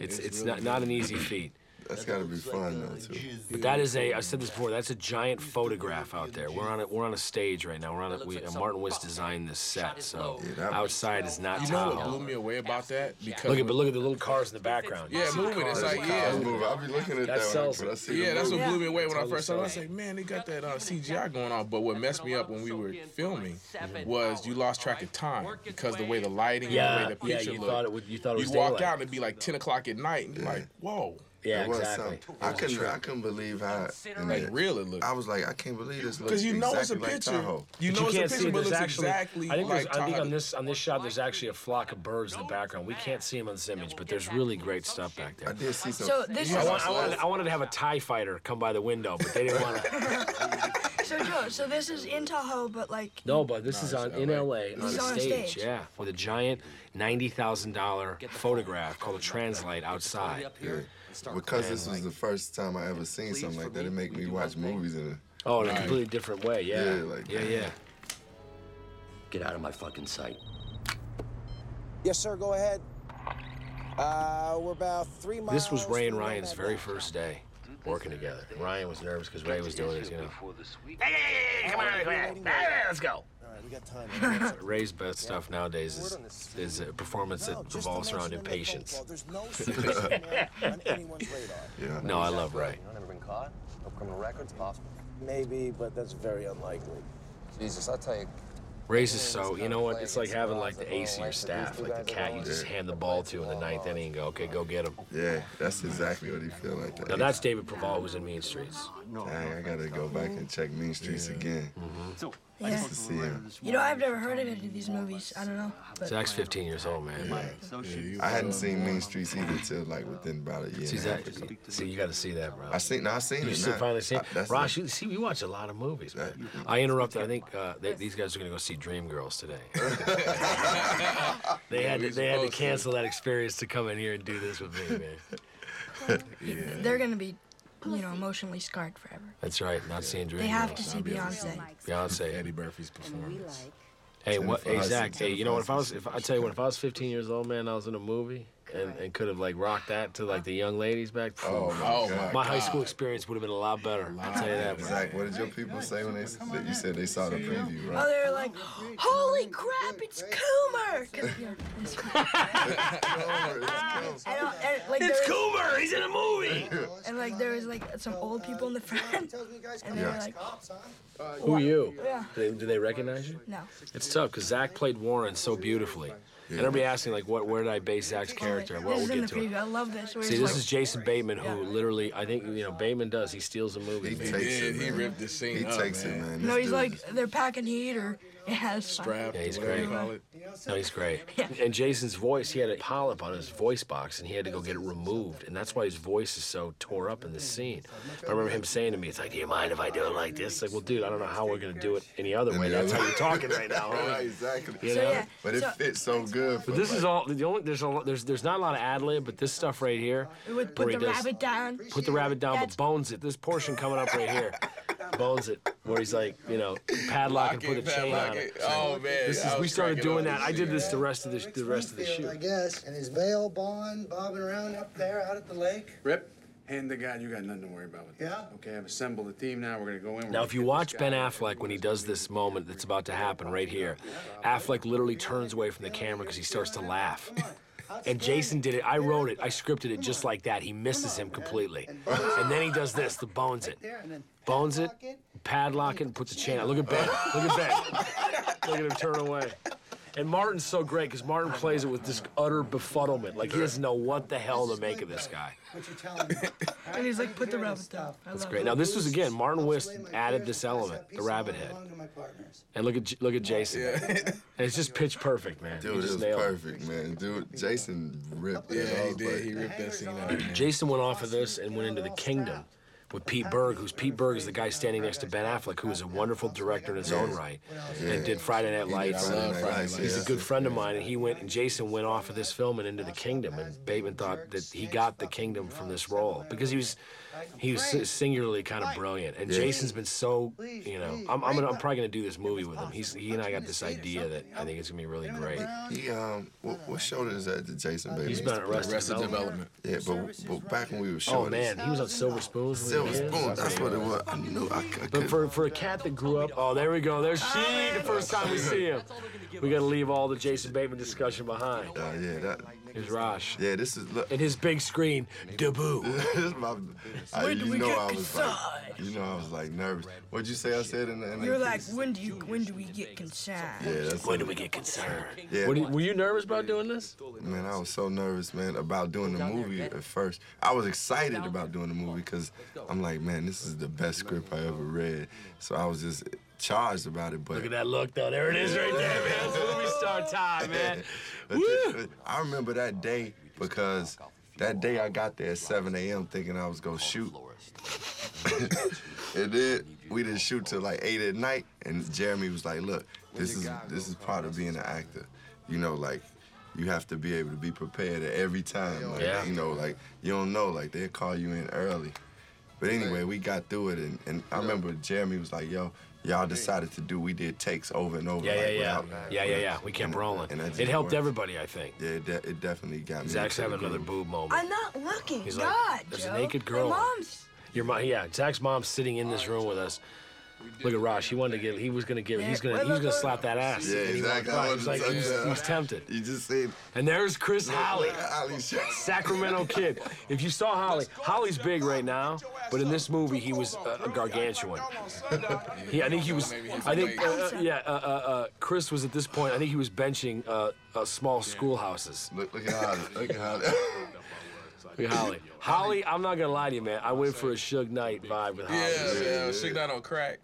Speaker 1: it's, it's not not an easy feat.
Speaker 2: That's gotta be fun though too.
Speaker 1: But that is a I said this before. That's a giant photograph out there. We're on a, we're on a stage right now. We're on a, we, Martin Wiss designed this set, so outside is not
Speaker 3: You know what blew
Speaker 1: Tahoe.
Speaker 3: me away about that? Because
Speaker 1: Look at but look at the little cars in the background.
Speaker 3: Yeah, moving. It's like, yeah.
Speaker 2: I'll be looking at
Speaker 1: That
Speaker 2: that, one,
Speaker 1: sells
Speaker 2: but
Speaker 1: it.
Speaker 2: I see the
Speaker 3: Yeah, that's what
Speaker 2: movie.
Speaker 3: blew me away when I
Speaker 1: Totally
Speaker 3: first saw it. I was
Speaker 1: sold.
Speaker 3: like, man, they got that uh, CGI going on. But what messed me up when we were filming was you lost track of time because the way the lighting
Speaker 1: Yeah,
Speaker 3: and the way
Speaker 1: yeah,
Speaker 3: the picture
Speaker 1: you
Speaker 3: looked.
Speaker 1: thought it would- you thought it was
Speaker 3: You'd walk
Speaker 1: daylight.
Speaker 3: out and it'd be like 10 o'clock at night and you're like, whoa.
Speaker 1: Yeah,
Speaker 2: It was
Speaker 1: exactly.
Speaker 2: something. I couldn't, I couldn't believe how. in
Speaker 3: Like,
Speaker 2: that-
Speaker 3: real it looked.
Speaker 2: I was like, I can't believe this looks
Speaker 3: Because you know
Speaker 2: exactly
Speaker 3: it's a
Speaker 2: like
Speaker 3: picture.
Speaker 2: Tahoe.
Speaker 3: you know
Speaker 1: But you
Speaker 3: it's
Speaker 1: can't
Speaker 3: a picture,
Speaker 1: see
Speaker 3: but it
Speaker 1: there's
Speaker 3: looks
Speaker 1: actually.
Speaker 3: exactly
Speaker 1: I think, there's-
Speaker 3: like
Speaker 1: I think
Speaker 3: Tahoe.
Speaker 1: on this on this shot there's actually a flock of birds in the background. We can't see them on this image, but there's really great stuff back
Speaker 2: I
Speaker 1: there.
Speaker 2: did see some.
Speaker 4: so this
Speaker 1: I,
Speaker 4: is
Speaker 1: want, I, wanted, I wanted to have a Tie Fighter come by the window, but they didn't want to.
Speaker 4: so Joe. So this is in Tahoe, but like
Speaker 1: No, but this is on in LA on a
Speaker 4: This is on a
Speaker 1: stage,
Speaker 4: stage.
Speaker 1: yeah, with a giant ninety thousand dollar photograph called a Translite outside.
Speaker 2: because this was the first time I ever seen something like that. It make me watch movies in a
Speaker 1: Oh, in a completely different way, yeah,
Speaker 2: Yeah, like-
Speaker 1: yeah, yeah.
Speaker 9: Get out of my fucking sight.
Speaker 12: Yes, sir. Go ahead. Uh, we're about three miles.
Speaker 1: This was Ray and
Speaker 12: from
Speaker 1: Ryan's
Speaker 12: that
Speaker 1: very
Speaker 12: block.
Speaker 1: first day working together. And Ryan was nervous because Ray was doing his, you know.
Speaker 12: come on, come on.
Speaker 1: let's go.
Speaker 12: All right, we got time. We got time.
Speaker 1: Ray's best stuff nowadays is, is a performance that
Speaker 12: No, just to
Speaker 1: revolves around
Speaker 12: mention in the phone
Speaker 1: impatience.
Speaker 12: call, There's no serious scenario on anyone's radar.
Speaker 2: Yeah.
Speaker 1: No, I love Ray.
Speaker 9: Never been caught? No criminal records? Possible.
Speaker 12: Maybe, but that's very unlikely.
Speaker 9: Jesus, I tell you,
Speaker 1: Ray's is so, you know what? It's like having like the ace of your staff, like the cat you just hand the ball to in the ninth inning and go, okay, go get him.
Speaker 2: Yeah, that's exactly what he feel like. That.
Speaker 1: Now that's David Preval who's in Mean Streets.
Speaker 2: Dang, I gotta go back and check Mean Streets again.
Speaker 4: yeah.
Speaker 2: Just to see him.
Speaker 4: You know, I've never heard of any of these movies. I don't know. But
Speaker 1: Zach's 15 years old, man.
Speaker 2: I hadn't seen Mean Streets either till like within about a year.
Speaker 1: See,
Speaker 2: and a
Speaker 1: Zach,
Speaker 2: half ago.
Speaker 1: see, you got to see that, bro.
Speaker 2: I seen, no, I seen
Speaker 1: You
Speaker 2: it.
Speaker 1: see,
Speaker 2: now.
Speaker 1: finally see
Speaker 2: I- that's
Speaker 1: it. Ross, you see, we watch a lot of movies, man. I interrupted. I think uh, they, these guys are going to go see Dreamgirls today. they had to, they had to cancel that experience to come in here and do this with me, man.
Speaker 4: they're gonna be, you know, emotionally scarred forever.
Speaker 1: That's right. Not seeing Dreamgirls.
Speaker 4: They have to see Beyonce.
Speaker 1: Beyonce.
Speaker 3: Eddie Murphy's performance.
Speaker 1: Hey, what?
Speaker 2: Jennifer
Speaker 1: Hey,
Speaker 2: Hudson.
Speaker 1: Zach. Hey, you know what? If I was,
Speaker 2: Jennifer
Speaker 1: if I tell you what, if I was 15 years old, man, I was in a movie and, and could have like rocked that to like the young ladies back.
Speaker 2: Oh my,
Speaker 3: Oh,
Speaker 2: God.
Speaker 1: my high school experience would have been a lot better. I'll tell you that. bro.
Speaker 2: Zach, what did your people say when they that you said they saw the preview,
Speaker 4: Oh,
Speaker 2: right?
Speaker 4: they're like, holy crap, it's Coomer! 'Cause, you know, it's- and, uh, and, like, there was-
Speaker 1: Coomer, he's in a movie.
Speaker 4: and like there was like some old people in the front, and they were like,
Speaker 1: Who you?
Speaker 4: Yeah.
Speaker 1: Do they, do they recognize you?
Speaker 4: no.
Speaker 1: It's tough because Zach played Warren so beautifully. And everybody asking like, what? Where did I base Zach's character? Well,
Speaker 4: this
Speaker 1: we'll
Speaker 4: is in
Speaker 1: get
Speaker 4: the
Speaker 1: to it.
Speaker 4: preview. I love this. Where
Speaker 1: See,
Speaker 4: it's
Speaker 1: this
Speaker 4: like,
Speaker 1: is Jason Bateman, who literally, I think, you know, Bateman does. He steals a movie.
Speaker 2: He
Speaker 1: man.
Speaker 2: takes
Speaker 3: Yeah,
Speaker 2: it,
Speaker 3: he
Speaker 2: man.
Speaker 3: ripped this scene
Speaker 2: He
Speaker 3: up,
Speaker 2: takes
Speaker 3: man.
Speaker 2: it, man.
Speaker 4: no,
Speaker 2: This
Speaker 4: he's
Speaker 2: dude
Speaker 4: like
Speaker 2: is-
Speaker 4: they're packing heat or yeah, it's fine.
Speaker 3: Strapped,
Speaker 1: Yeah, he's
Speaker 3: whatever you
Speaker 1: great.
Speaker 3: call it.
Speaker 1: No, he's great. And Jason's voice, he had a polyp on his voice box and he had to go get it removed. And that's why his voice is so tore up in the scene. I remember him saying to me, it's like, do you mind if I do it like this? Like, well, dude, I don't know how we're going to do it any other way.
Speaker 2: Any
Speaker 1: That's how
Speaker 2: other-
Speaker 1: you're talking right now.
Speaker 2: Right,
Speaker 1: Right?
Speaker 2: exactly.
Speaker 1: You
Speaker 4: So
Speaker 1: know?
Speaker 4: yeah,
Speaker 2: But it
Speaker 4: uh, so
Speaker 2: fits so good.
Speaker 1: But this is all the only there's a lot, there's there's not a lot of ad lib, but this stuff right here,
Speaker 4: it would
Speaker 1: where
Speaker 4: put
Speaker 1: he
Speaker 4: the
Speaker 1: does-
Speaker 4: rabbit down.
Speaker 1: put the rabbit down,
Speaker 4: That's-
Speaker 1: but bones it. This portion coming up right here, bones it, where he's like, you know, padlock and
Speaker 3: Lock
Speaker 1: put a
Speaker 3: it,
Speaker 1: chain
Speaker 3: padlock
Speaker 1: on it.
Speaker 3: it. Oh, man,
Speaker 1: this
Speaker 3: I
Speaker 1: is, we
Speaker 3: was
Speaker 1: started
Speaker 3: cracking
Speaker 1: doing
Speaker 3: up
Speaker 1: that. I
Speaker 3: to
Speaker 1: did
Speaker 3: see
Speaker 1: this
Speaker 3: that.
Speaker 1: the rest of the the rest of the
Speaker 13: Field, I
Speaker 1: shoot.
Speaker 13: guess, and his veil bond bobbing around up there out at the lake.
Speaker 7: Rip, hand to God, you got nothing to worry about with this. Yeah. Okay, I've assembled the team now. We're gonna go in. We're
Speaker 1: Now,
Speaker 7: gonna
Speaker 1: if you
Speaker 7: get
Speaker 1: watch
Speaker 7: this guy.
Speaker 1: Ben Affleck when he does this moment that's about to happen right here, Affleck literally turns away from the camera because he starts to laugh. And Jason did it. I wrote it. I scripted it just like that. He misses him completely. And then he does this, the bones it. Bones it, padlock it, and puts a chain on. Look at Ben. Look at Ben. Look at him turn away. And Martin's so great because Martin plays it with this utter befuddlement. Like he doesn't know what the hell to make of this guy.
Speaker 13: What you telling me?
Speaker 4: And he's like, put the rabbit down. I
Speaker 1: That's
Speaker 4: love
Speaker 1: great.
Speaker 4: it.
Speaker 1: Now this was again Martin West added this element, the rabbit head. And look at J- look at Jason. and it's just pitch perfect, man.
Speaker 2: Dude,
Speaker 1: He
Speaker 2: it
Speaker 1: just
Speaker 2: was
Speaker 1: nailed it.
Speaker 2: perfect, man. Dude, Jason ripped it.
Speaker 1: Yeah,
Speaker 2: I
Speaker 1: he
Speaker 2: was
Speaker 1: did.
Speaker 2: like-
Speaker 1: He ripped that scene Jason went off of this and went into the kingdom with Pete Berg, who's Pete Berg is the guy standing next to Ben Affleck, who is a wonderful director in his own right, and did Friday Night
Speaker 2: He did
Speaker 1: Lights. uh,
Speaker 2: Friday Night Lights,
Speaker 1: He's
Speaker 2: yeah.
Speaker 1: a good friend of mine, and he went and Jason went off of this film and into the kingdom, and Bateman thought that he got the kingdom from this role because he was he was si- singularly kind of brilliant, and
Speaker 2: Yeah.
Speaker 1: Jason's been so you know I'm I'm, gonna, I'm probably gonna do this movie with him. He's he and I got this idea that I think it's gonna be really great.
Speaker 2: He um, what, what shoulder is that? The Jason Bateman.
Speaker 1: He's been on Arrested Arrested Development.
Speaker 2: Yeah, but, but back when we were
Speaker 1: Oh
Speaker 2: short.
Speaker 1: man, he was on Silver Spoons. when he
Speaker 2: Silver
Speaker 1: was a kid.
Speaker 2: Spoon. That's what it was. I knew I, c- I
Speaker 1: But
Speaker 2: could.
Speaker 1: for, for a cat that grew up, oh, there we go. There's she, the first time we see him. We got to leave all the Jason Bateman discussion behind.
Speaker 2: Oh yeah, that.
Speaker 1: Here's Rosh.
Speaker 2: Yeah, this is look.
Speaker 1: And his big screen, Deboo.
Speaker 2: this is my. I,
Speaker 4: When do
Speaker 2: you
Speaker 4: we
Speaker 2: know
Speaker 4: get
Speaker 2: I was
Speaker 4: inside?
Speaker 2: like, you know I was like nervous. What'd you say? I said in the. In the
Speaker 4: You're like, when do you? When do we get concerned?
Speaker 2: Yeah, that's
Speaker 1: when do we get concerned?
Speaker 2: Yeah.
Speaker 1: What do you- were you nervous about doing this?
Speaker 2: Man, I was so nervous, man, about doing the movie at first. I was excited about doing the movie because I'm like, man, this is the best script I ever read. So I was just charged about it. But
Speaker 1: Look at that look, though. There it is right there, man. It's movie star time, man.
Speaker 2: But th- I remember that day because that day I got there at 7 a.m. thinking I was gonna shoot. and then we didn't shoot till like 8 at night, and Jeremy was like, look, this is this is part of being an actor. You know, like you have to be able to be prepared at every time. Like,
Speaker 1: Yeah.
Speaker 2: You know, like you don't know, like they'll call you in early. But anyway, we got through it, and, and I remember Jeremy was like, yo, y'all decided to do, we did takes over and over.
Speaker 1: Yeah, yeah,
Speaker 2: like,
Speaker 1: yeah.
Speaker 2: without-
Speaker 1: Yeah, yeah, yeah. We kept rolling.
Speaker 2: and that just
Speaker 1: It helped
Speaker 2: worked.
Speaker 1: everybody, I think.
Speaker 2: Yeah, it, de- it definitely got me.
Speaker 1: Zach's
Speaker 2: into the
Speaker 1: having another
Speaker 2: groove.
Speaker 1: boob moment.
Speaker 4: I'm not looking.
Speaker 1: He's like,
Speaker 4: God,
Speaker 1: there's
Speaker 4: Joe.
Speaker 1: a naked
Speaker 4: My
Speaker 1: girl.
Speaker 4: mom's.
Speaker 1: Your mom, yeah. Zach's mom's sitting in this room with us. Look at Rosh. He wanted to get. He was gonna give. He's gonna. He was gonna slap that ass.
Speaker 2: Yeah,
Speaker 1: and he walked
Speaker 2: exactly.
Speaker 1: by. He
Speaker 2: I
Speaker 1: was
Speaker 2: wanted
Speaker 1: like,
Speaker 2: to
Speaker 1: he was,
Speaker 2: touch
Speaker 1: he
Speaker 2: that.
Speaker 1: was tempted.
Speaker 2: You just said
Speaker 1: And there's Chris
Speaker 2: Look,
Speaker 1: Holly,
Speaker 2: look at Holly Shaq.
Speaker 1: Sacramento kid. If you saw Holly, Holly's big right now, but in this movie he was uh, a gargantuan. He, I think he was. I think, uh, uh, yeah. Uh, uh, uh, Chris was at this point. I think he was benching uh, uh, small schoolhouses.
Speaker 2: Look, look at Holly. Look at Holly.
Speaker 1: Look at Holly. Holly, I'm not gonna lie to you, man. I went for a Suge Knight vibe with Holly.
Speaker 3: Yeah, yeah, shake that on crack.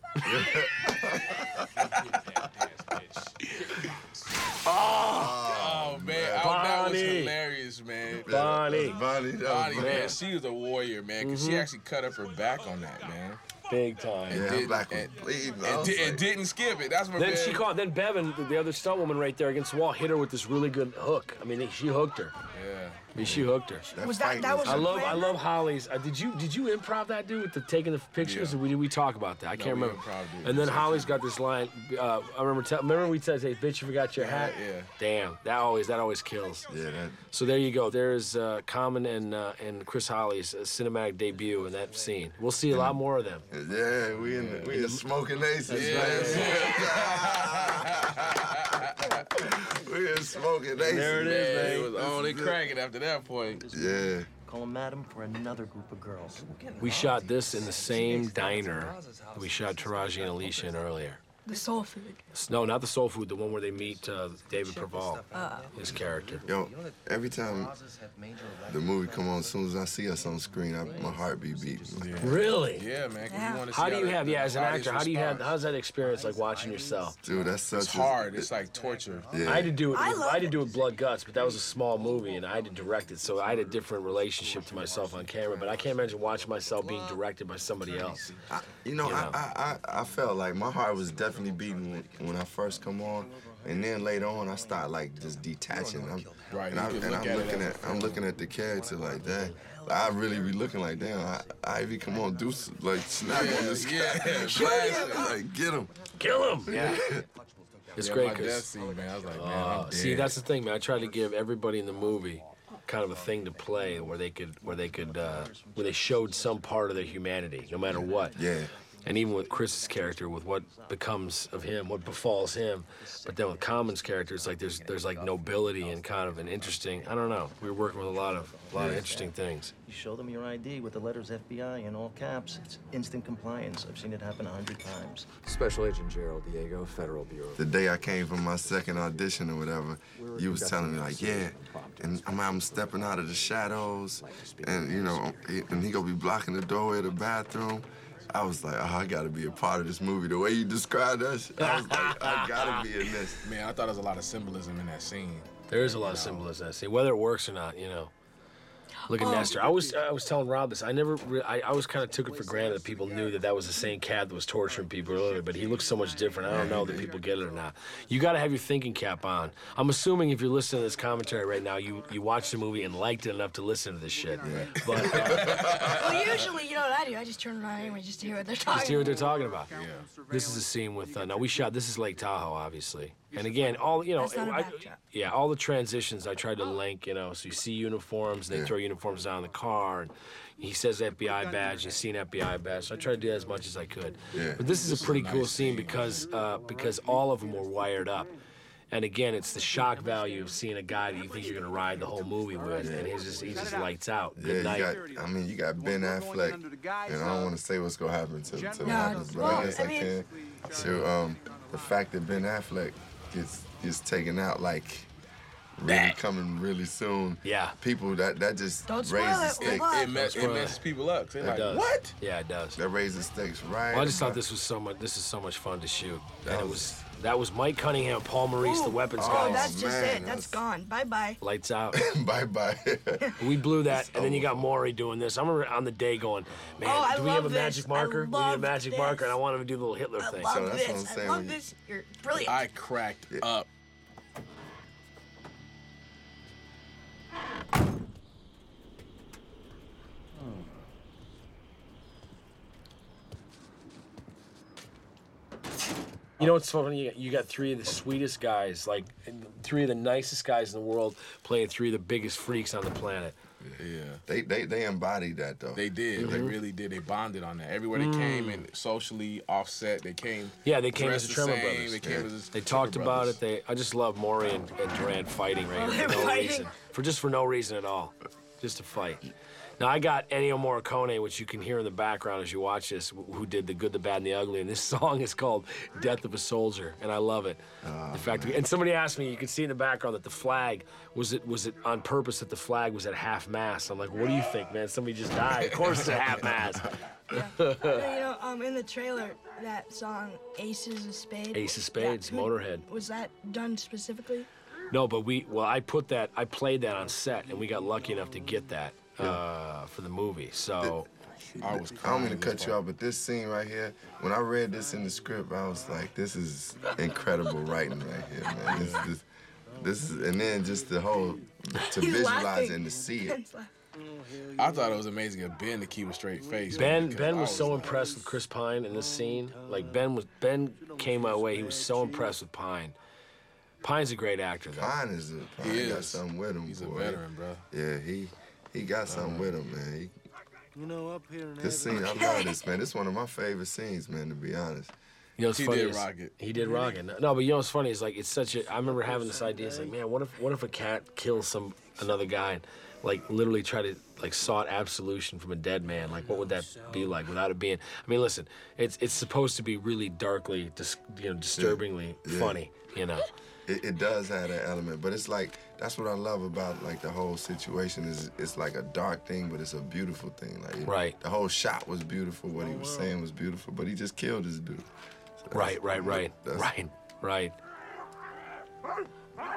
Speaker 3: oh, man, oh, that was
Speaker 1: Bonnie.
Speaker 3: hilarious, man.
Speaker 1: Bonnie.
Speaker 2: Bonnie, that was
Speaker 3: Bonnie, man,
Speaker 2: Bonnie.
Speaker 3: she was a warrior, man, 'cause
Speaker 1: Mm-hmm.
Speaker 3: she actually cut up her back on that, man.
Speaker 1: Big time.
Speaker 3: And
Speaker 2: Yeah,
Speaker 3: didn't-
Speaker 2: black was
Speaker 3: and-
Speaker 2: bleeding. I
Speaker 3: and,
Speaker 2: was
Speaker 3: di- and
Speaker 2: like-
Speaker 3: didn't skip it. That's what
Speaker 1: Then
Speaker 3: man,
Speaker 1: she caught. Then Bevan, the other stunt woman right there against the wall, hit her with this really good hook. I mean, she hooked her.
Speaker 3: Yeah.
Speaker 1: I mean, she hooked her.
Speaker 2: That
Speaker 4: Was that-
Speaker 2: fight
Speaker 4: that was
Speaker 1: I
Speaker 4: a
Speaker 1: love, I
Speaker 4: plan?
Speaker 1: love Holly's. Uh, did you, did you improv that dude with the taking the pictures?
Speaker 3: Yeah.
Speaker 1: Or did we talk about that? I
Speaker 3: No,
Speaker 1: can't
Speaker 3: we
Speaker 1: remember.
Speaker 3: improv'd it.
Speaker 1: And then Holly's got this line. Uh, I remember. Tell, remember we said, "Hey, bitch, you forgot your hat."
Speaker 3: yeah.
Speaker 1: Damn, that always, that always kills.
Speaker 2: Yeah, that.
Speaker 1: So there you go. There is uh, Common and uh, and Chris Holly's uh, cinematic debut in that scene. We'll see a lot more of them.
Speaker 2: Yeah, we in the, we in smoking aces, man. we in smoking aces.
Speaker 1: There it is,
Speaker 3: Man,
Speaker 1: man.
Speaker 3: it was on and cracking after that point.
Speaker 2: Yeah.
Speaker 6: Call him madam for another group of girls.
Speaker 1: We shot this in the same diner that we shot Taraji and Alicia in earlier.
Speaker 4: The soul food.
Speaker 1: No, not the soul food. The one where they meet uh, David Preval, his character.
Speaker 2: Yo, every time the movie come on, as soon as I see us on screen, I, my heartbeat beats.
Speaker 1: Really?
Speaker 3: Yeah, man. 'cause
Speaker 4: Yeah.
Speaker 3: You wanna see
Speaker 1: How do you
Speaker 3: the-
Speaker 1: have? Yeah,
Speaker 3: the
Speaker 1: as an
Speaker 3: audience
Speaker 1: actor, how do you have?
Speaker 3: responds.
Speaker 1: How's that experience like watching yourself?
Speaker 2: Dude, that's such
Speaker 3: It's hard. It's like torture.
Speaker 2: Yeah.
Speaker 1: I had to do it.
Speaker 4: I
Speaker 1: With, I
Speaker 4: love
Speaker 1: had to do it with blood guts, but that was a small movie, and I had to direct it, so I had a different relationship to myself on camera. But I can't imagine watching myself being directed by somebody else.
Speaker 2: I- you know,
Speaker 1: You know.
Speaker 2: I, I, I, I felt like my heart was definitely beating when, when I first come on, And then later on, I start like just detaching. I'm,
Speaker 3: Right,
Speaker 2: and
Speaker 3: you
Speaker 2: I'm,
Speaker 3: can
Speaker 2: and
Speaker 3: look
Speaker 2: I'm
Speaker 3: at it
Speaker 2: looking
Speaker 3: as a
Speaker 2: at I'm looking at the character like that. Like, I really be looking like damn. I, Ivy, come on, do s- like snap on this guy.
Speaker 3: Yeah, yeah,
Speaker 2: Shoot him.
Speaker 3: blast
Speaker 2: Like get him.
Speaker 1: Kill him. Yeah. It's
Speaker 3: Yeah,
Speaker 1: great
Speaker 3: my death
Speaker 1: because
Speaker 3: scene, man. I was like, man, I'm dead.
Speaker 1: see, that's the thing, man. I tried to give everybody in the movie kind of a thing to play where they could, where they could, uh, where they showed some part of their humanity, no matter what.
Speaker 2: Yeah.
Speaker 1: And even with Chris's character, with what becomes of him, what befalls him, but then with Common's character, it's like there's there's like nobility and kind of an interesting. I don't know. We were working with a lot of a lot of interesting things.
Speaker 14: You show them your ID with the letters FBI in all caps. It's instant compliance. I've seen it happen a hundred times.
Speaker 15: Special Agent Gerald Diego, Federal Bureau.
Speaker 2: The day I came for my second audition or whatever, you was telling me like, yeah, and I'm, I'm stepping out of the shadows, and you know, and he gonna be blocking the doorway to the bathroom. I was like, oh, I gotta be a part of this movie. The way you described that, shit, I was like, I gotta be in this.
Speaker 3: Man, I thought there was a lot of symbolism in that scene.
Speaker 1: There is a lot of symbolism in that scene, whether it works or not, you know. Look at
Speaker 3: Oh.
Speaker 1: Nestor. I was I was telling Rob this. I never re- I, I always kind of took it for granted that people knew that that was the same cat that was torturing people earlier, but he looks so much different. I don't know that people get it or not. You got to have your thinking cap on. I'm assuming if you're listening to this commentary right now, you you watched the movie and liked it enough to listen to this shit. But uh,
Speaker 4: well, usually, you know what I do? I just turn around anyway just to hear what they're talking
Speaker 1: just hear what they're talking about. This is a scene with uh, now we shot. This is Lake Tahoe, obviously, and again, all you know.
Speaker 4: That's not a Oh.
Speaker 1: I-
Speaker 4: backdrop.
Speaker 1: yeah, all the transitions I tried to link. You know, so you see uniforms, they
Speaker 2: Yeah.
Speaker 1: throw uniforms down in the car, and he says FBI badge, you see an FBI badge. So I tried to do that as much as I could.
Speaker 2: Yeah.
Speaker 1: But this is a pretty
Speaker 2: nice
Speaker 1: cool scene because uh, because all of them were wired up. And again, it's the shock value of seeing a guy that you think you're gonna ride the whole movie with, and he's just he just lights out.
Speaker 2: Yeah,
Speaker 1: Good
Speaker 2: you
Speaker 1: night.
Speaker 2: got. I mean, you got Ben Affleck, and I don't want to say what's gonna happen to to
Speaker 4: No,
Speaker 2: him, but
Speaker 4: well,
Speaker 2: I guess
Speaker 4: I
Speaker 2: I
Speaker 4: mean-
Speaker 2: can. So, um, the fact that Ben Affleck gets gets taken out like really coming really soon.
Speaker 1: Yeah.
Speaker 2: People that that just
Speaker 3: Don't spoil
Speaker 2: raises
Speaker 3: it,
Speaker 2: stakes.
Speaker 3: what? It- it mess- it messes people up. They're like, "What?"
Speaker 1: Yeah, it does.
Speaker 2: That raises stakes, right?
Speaker 1: Well, I just thought
Speaker 2: about-
Speaker 1: this was so much. This is so much fun to shoot. and it was that was Mike Cunningham, Paul Maurice, the weapons
Speaker 4: Oh,
Speaker 1: guys.
Speaker 4: that's just it. That's gone. Bye bye.
Speaker 1: Lights out.
Speaker 2: bye bye.
Speaker 1: we blew that, and then you got Maury doing this. I remember on the day going, man,
Speaker 4: Oh, I
Speaker 1: do we have a
Speaker 4: love
Speaker 1: magic
Speaker 4: this. I
Speaker 1: marker? We need a
Speaker 4: love
Speaker 1: magic
Speaker 4: this.
Speaker 1: marker, and I want him to do the little Hitler
Speaker 4: I
Speaker 1: thing.
Speaker 4: love this. I love this. You're brilliant.
Speaker 3: I cracked up.
Speaker 1: You know what's so funny? You got- You got three of the sweetest guys, like and three of the nicest guys in the world, playing three of the biggest freaks on the planet.
Speaker 3: Yeah. Mm-hmm.
Speaker 2: They they they embodied that though.
Speaker 3: They did. They
Speaker 1: Mhm.
Speaker 3: really did. They bonded on that. Everywhere they came and socially offset, they came.
Speaker 1: Mm. Yeah, they came as
Speaker 3: dressed
Speaker 1: the Tremor
Speaker 3: same,
Speaker 1: Brothers.
Speaker 3: They came as the
Speaker 1: They talked
Speaker 3: Tremor
Speaker 1: about
Speaker 3: Brothers.
Speaker 1: it. They, I just love Maury and, and Durant fighting right here for
Speaker 3: They're
Speaker 1: no
Speaker 3: fighting.
Speaker 1: reason, for just for no reason at all, just to fight. Now I got Ennio Morricone, which you can hear in the background as you watch this, wh- who did the Good, the Bad, and the Ugly, and this song is called "Death of a Soldier," and I love it. the fact, that- and somebody asked me, you can see in the background that the flag was it was it on purpose that the flag was at half mast. I'm like, what do you think, man? Somebody just died. Of course, it's at half mast.
Speaker 4: No, you know, um, in the trailer, that song "Aces of Spades."
Speaker 1: Ace of
Speaker 4: that-
Speaker 1: Spades,
Speaker 4: who-
Speaker 1: Motorhead.
Speaker 4: Was that done specifically?
Speaker 1: No, but we well, I put that, I played that on set, and we got lucky enough to get that uh, for the movie. So
Speaker 2: I don't mean to cut you off, but this scene right here, when I read this in the script, I was like, this is incredible writing right here, man. This, this, this is, and then just the whole, to
Speaker 3: He's
Speaker 2: visualize
Speaker 3: laughing.
Speaker 2: it and to see it.
Speaker 3: I thought it was amazing of Ben to keep a straight face.
Speaker 1: Ben
Speaker 3: because
Speaker 1: Ben
Speaker 3: I
Speaker 1: was so impressed with Chris Pine in this scene. Like Ben was Ben came my way. He was so impressed with Pine. Pine's a great actor though.
Speaker 2: Pine is a Pine
Speaker 1: He
Speaker 2: got
Speaker 1: is.
Speaker 2: something with him. He's
Speaker 1: a
Speaker 2: boy.
Speaker 1: veteran,
Speaker 3: bro.
Speaker 2: Yeah, he he got something with him, man. He,
Speaker 6: You know, up here in
Speaker 2: this scene, I love this, man. This is one of my favorite scenes, man. To be honest.
Speaker 1: You know, it's funny is- He did rock it. No, but you know what's funny is like it's such a. I remember having this idea. It's like, man, what if what if a cat kills some another guy and like literally try to like sought absolution from a dead man? Like, what would that be like without it being? I mean, listen, it's it's supposed to be really darkly, dis, you know, disturbingly
Speaker 2: Yeah.
Speaker 1: funny. You know.
Speaker 2: It, it does have that element, but it's like that's what I love about like the whole situation is it's like a dark thing, but it's a beautiful thing. Like it-
Speaker 1: Right.
Speaker 2: the whole shot was beautiful. What he
Speaker 3: Oh,
Speaker 2: was saying was beautiful, but he just killed his dude.
Speaker 1: Right, right, right,
Speaker 2: right,
Speaker 1: right.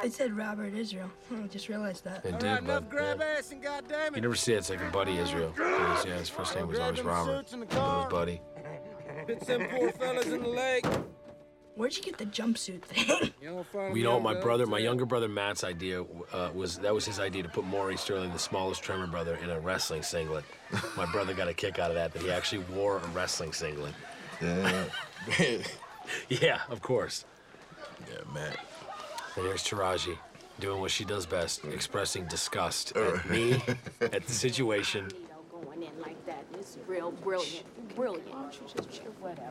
Speaker 4: It said Robert Israel. I just realized that.
Speaker 1: It All right, did, enough but, grab yeah.
Speaker 4: ass and goddamn
Speaker 1: You never see that second buddy Israel. It was- yeah, his first name was always Robert. But it was Buddy.
Speaker 16: Hit some poor fellas in the leg.
Speaker 4: Where'd you get the jumpsuit thing?
Speaker 1: You know, my brother, my younger brother Matt's idea uh, was that was his idea to put Maury Sterling, the smallest trimmer brother, in a wrestling singlet. My brother got a kick out of that that he actually wore a wrestling singlet.
Speaker 2: Yeah.
Speaker 1: yeah, of course.
Speaker 3: Yeah, Matt.
Speaker 1: And here's Taraji doing what she does best, expressing disgust
Speaker 3: Oh.
Speaker 1: at me, at the situation.
Speaker 16: Going in like that. It's real brilliant. Brilliant. Whatever.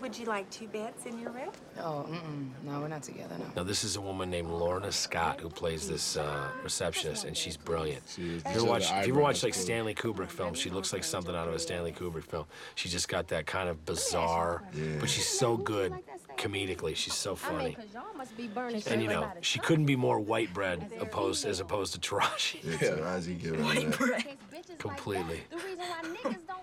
Speaker 17: Would you like two beds in your room?
Speaker 18: Oh, mm-mm. no, we're not together, no.
Speaker 1: Now, this is a woman named Lorna Scott who plays this uh, receptionist, and she's brilliant.
Speaker 3: is.
Speaker 1: If
Speaker 3: These
Speaker 1: you
Speaker 3: are
Speaker 1: watch,
Speaker 3: the
Speaker 1: if you ever watch
Speaker 3: eyebrows,
Speaker 1: like
Speaker 3: cool.
Speaker 1: Stanley Kubrick films, she looks like something out of a Stanley Kubrick film. She just got that kind of bizarre, but she's so good comedically. She's so
Speaker 16: I mean,
Speaker 1: funny.
Speaker 16: 'cause y'all must be burning
Speaker 1: And you know,
Speaker 16: everybody's
Speaker 1: she couldn't be more white bread opposed as opposed to Taraji.
Speaker 2: Yeah, Taraji give her White that. bread.
Speaker 1: Completely.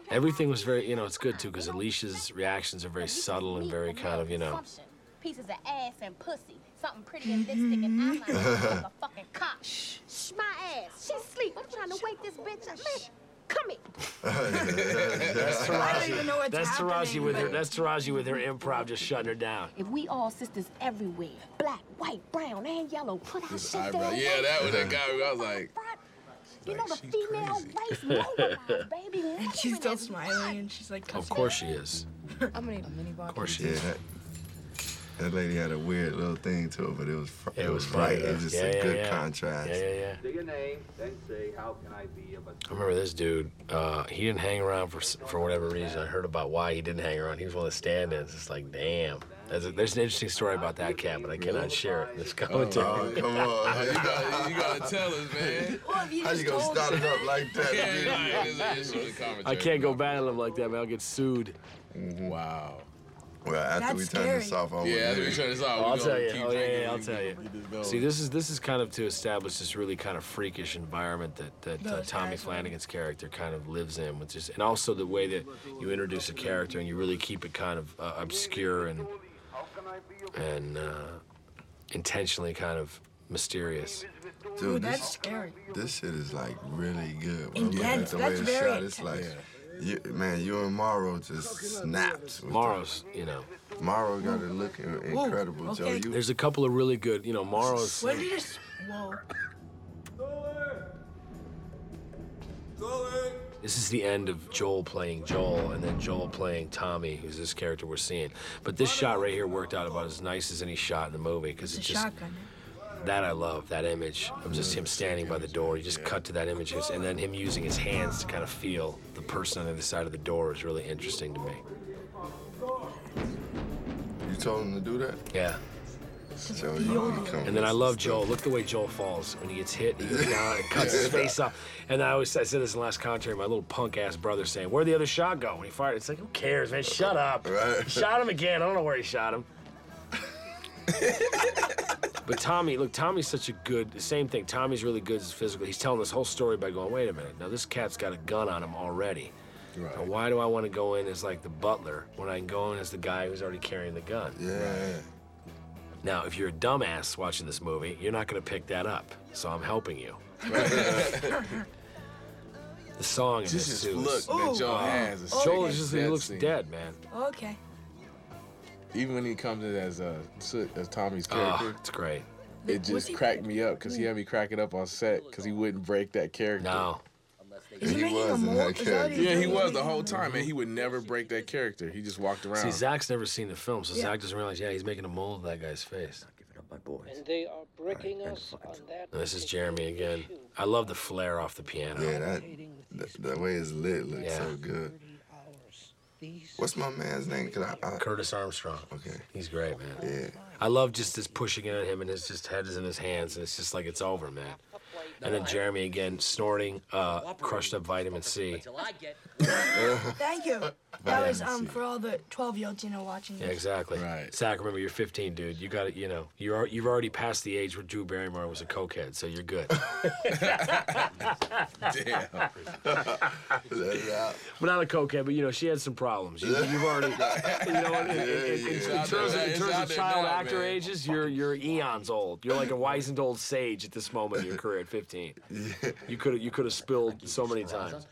Speaker 1: Everything was very, you know, it's good too because Alicia's reactions are very subtle and very kind of, you know.
Speaker 16: assumption. Pieces of ass and pussy. Something pretty and lipstick and eyeliner. a fucking cock. Shh, shh, my ass. She's asleep. I'm trying to wake this bitch up. Man, come here.
Speaker 1: That's Taraji.
Speaker 16: I don't even know what's
Speaker 1: that's Taraji
Speaker 16: happening,
Speaker 1: with her.
Speaker 16: but-
Speaker 1: That's Taraji with her improv, just shutting her down.
Speaker 16: If we all sisters everywhere, black, white, brown, and yellow, put our
Speaker 3: This
Speaker 16: shit
Speaker 3: eyebrow.
Speaker 16: down.
Speaker 3: Yeah, that was that guy. I was like,
Speaker 16: You know the female race mobilized, baby.
Speaker 4: and she's still smiling and she's like,
Speaker 1: Of course she is.
Speaker 18: I'm gonna need a mini bar.
Speaker 1: Of course she
Speaker 2: Yeah,
Speaker 1: is.
Speaker 2: that, that lady had a weird little thing to it, but it was fr- it was right. It was just
Speaker 1: Yeah,
Speaker 2: a
Speaker 1: yeah,
Speaker 2: good
Speaker 1: yeah.
Speaker 2: contrast.
Speaker 1: Yeah, yeah, yeah.
Speaker 19: Say your name, then say, how can I be of
Speaker 1: I remember this dude. Uh, he didn't hang around for s- for whatever reason. I heard about why he didn't hang around. He was one of the stand-ins. It's like, damn. That's a, there's an interesting story about that cat, but I cannot share it in this commentary.
Speaker 2: Oh, come on.
Speaker 3: you gotta, you gotta tell us, man.
Speaker 2: How you gonna start it up like that?
Speaker 3: Yeah,
Speaker 2: dude?
Speaker 3: yeah, yeah, it's- it's commentary.
Speaker 1: I can't go battle him like that, man. I'll get sued.
Speaker 3: Wow.
Speaker 2: Well, after we
Speaker 1: That's
Speaker 2: turn this
Speaker 1: scary.
Speaker 2: off, I
Speaker 3: Yeah, after we
Speaker 2: want
Speaker 3: turn this off,
Speaker 1: I'll
Speaker 3: we gonna
Speaker 1: tell you.
Speaker 3: keep
Speaker 1: Oh, yeah,
Speaker 3: drinking.
Speaker 1: yeah, I'll
Speaker 3: We
Speaker 1: tell
Speaker 3: gonna
Speaker 1: you.
Speaker 3: keep this going.
Speaker 1: See, this is this is kind of to establish this really kind of freakish environment that that uh,
Speaker 3: Those
Speaker 1: Tommy
Speaker 3: guys were-
Speaker 1: Flanagan's character kind of lives in, which is, and also the way that you introduce a character and you really keep it kind of uh, obscure and and uh, intentionally kind of mysterious.
Speaker 2: Dude, Ooh, that's this-
Speaker 4: scary.
Speaker 2: This shit is like really good. When I look
Speaker 4: Intense.
Speaker 2: at the
Speaker 4: That's
Speaker 2: way it's
Speaker 4: very
Speaker 2: shot, it's like, you, man, you and Morrow just snapped.
Speaker 1: Morrow's, you know.
Speaker 2: Morrow got it looking incredible, Joe. You
Speaker 1: There's a couple of really good, you know, Morrow's.
Speaker 4: When did you just. Whoa.
Speaker 1: This is the end of Joel playing Joel, and then Joel playing Tommy, who's this character we're seeing. But this shot right here worked out about as nice as any shot in the movie because
Speaker 4: It's
Speaker 1: it
Speaker 4: a
Speaker 1: just
Speaker 4: shotgun.
Speaker 1: that I love that image of just him standing by the door. You just cut to that image, and then him using his hands to kind of feel the person on the other side of the door is really interesting to me.
Speaker 2: you told him to do that?
Speaker 1: Yeah.
Speaker 2: Joe, you need to come.
Speaker 1: And then I love Joel. Look the way Joel falls when he gets hit. He goes down and cuts his face up. And I always I said this in the last commentary. My little punk ass brother saying, "Where'd the other shot go?" When he fired, it's like, who cares, man? Shut up.
Speaker 2: Right.
Speaker 1: Shot him again. I don't know where he shot him. but Tommy, look, Tommy's such a good. Same thing. Tommy's really good physically. He's telling this whole story by going, "Wait a minute. Now this cat's got a gun on him already." Now, why do I want to go in as like the butler when I can go in as the guy who's already carrying the gun?
Speaker 2: Yeah.
Speaker 1: Now, if you're a dumbass watching this movie, you're not going to pick that up. So I'm helping you. the song in
Speaker 3: Just
Speaker 1: this
Speaker 3: his
Speaker 1: too.
Speaker 3: look Oh, that Ooh. Joel has is
Speaker 1: Joel
Speaker 3: sick.
Speaker 1: is Oh. just he
Speaker 3: That
Speaker 1: looks
Speaker 3: scene.
Speaker 1: dead, man.
Speaker 4: Okay.
Speaker 3: Even when he comes in as uh, Soot, as Tommy's
Speaker 1: Oh,
Speaker 3: character,
Speaker 1: it's great.
Speaker 3: It
Speaker 4: Was
Speaker 3: just
Speaker 4: he-
Speaker 3: cracked me up because he had me crack it up on set because he wouldn't break that character.
Speaker 1: No.
Speaker 4: Is he making a mold?
Speaker 3: in that
Speaker 4: Is that what
Speaker 3: character.
Speaker 4: he's
Speaker 3: Yeah, he
Speaker 4: doing?
Speaker 3: was the whole time, and he would never break that character. He just walked around.
Speaker 1: See, Zach's never seen the film, so
Speaker 3: Yeah.
Speaker 1: Zach doesn't realize. Yeah, he's making a mold of that guy's face.
Speaker 20: And they are breaking us on that.
Speaker 1: And this is Jeremy again. I love the flare off the piano.
Speaker 2: Yeah, that, that, that way it's lit looks
Speaker 1: Yeah.
Speaker 2: so good. What's my man's name? 'Cause I, I,
Speaker 1: Curtis Armstrong.
Speaker 2: Okay.
Speaker 1: He's great, man.
Speaker 2: Yeah.
Speaker 1: I love just this pushing in on him, and his just head is in his hands, and it's just like it's over, man. And then Jeremy again snorting uh, crushed up vitamin C.
Speaker 4: Thank you. That was um for all the 12 year olds, you know, watching
Speaker 1: Yeah,
Speaker 4: this.
Speaker 1: exactly. Right. Zach, remember you're 15, dude. You got to, you know, you're al- you've already passed the age where Drew Barrymore was a cokehead, so you're good. But not a cokehead, but you know she had some problems. You, have already, you know, in, in- in- in- in
Speaker 3: Yeah, yeah.
Speaker 1: terms of, in
Speaker 3: It's
Speaker 1: terms
Speaker 3: out
Speaker 1: of
Speaker 3: there
Speaker 1: child
Speaker 3: now,
Speaker 1: actor
Speaker 3: man.
Speaker 1: ages, you're you're eons old. You're like a wizened old sage at this moment in your career at 15. 15. You could you could have spilled so many times.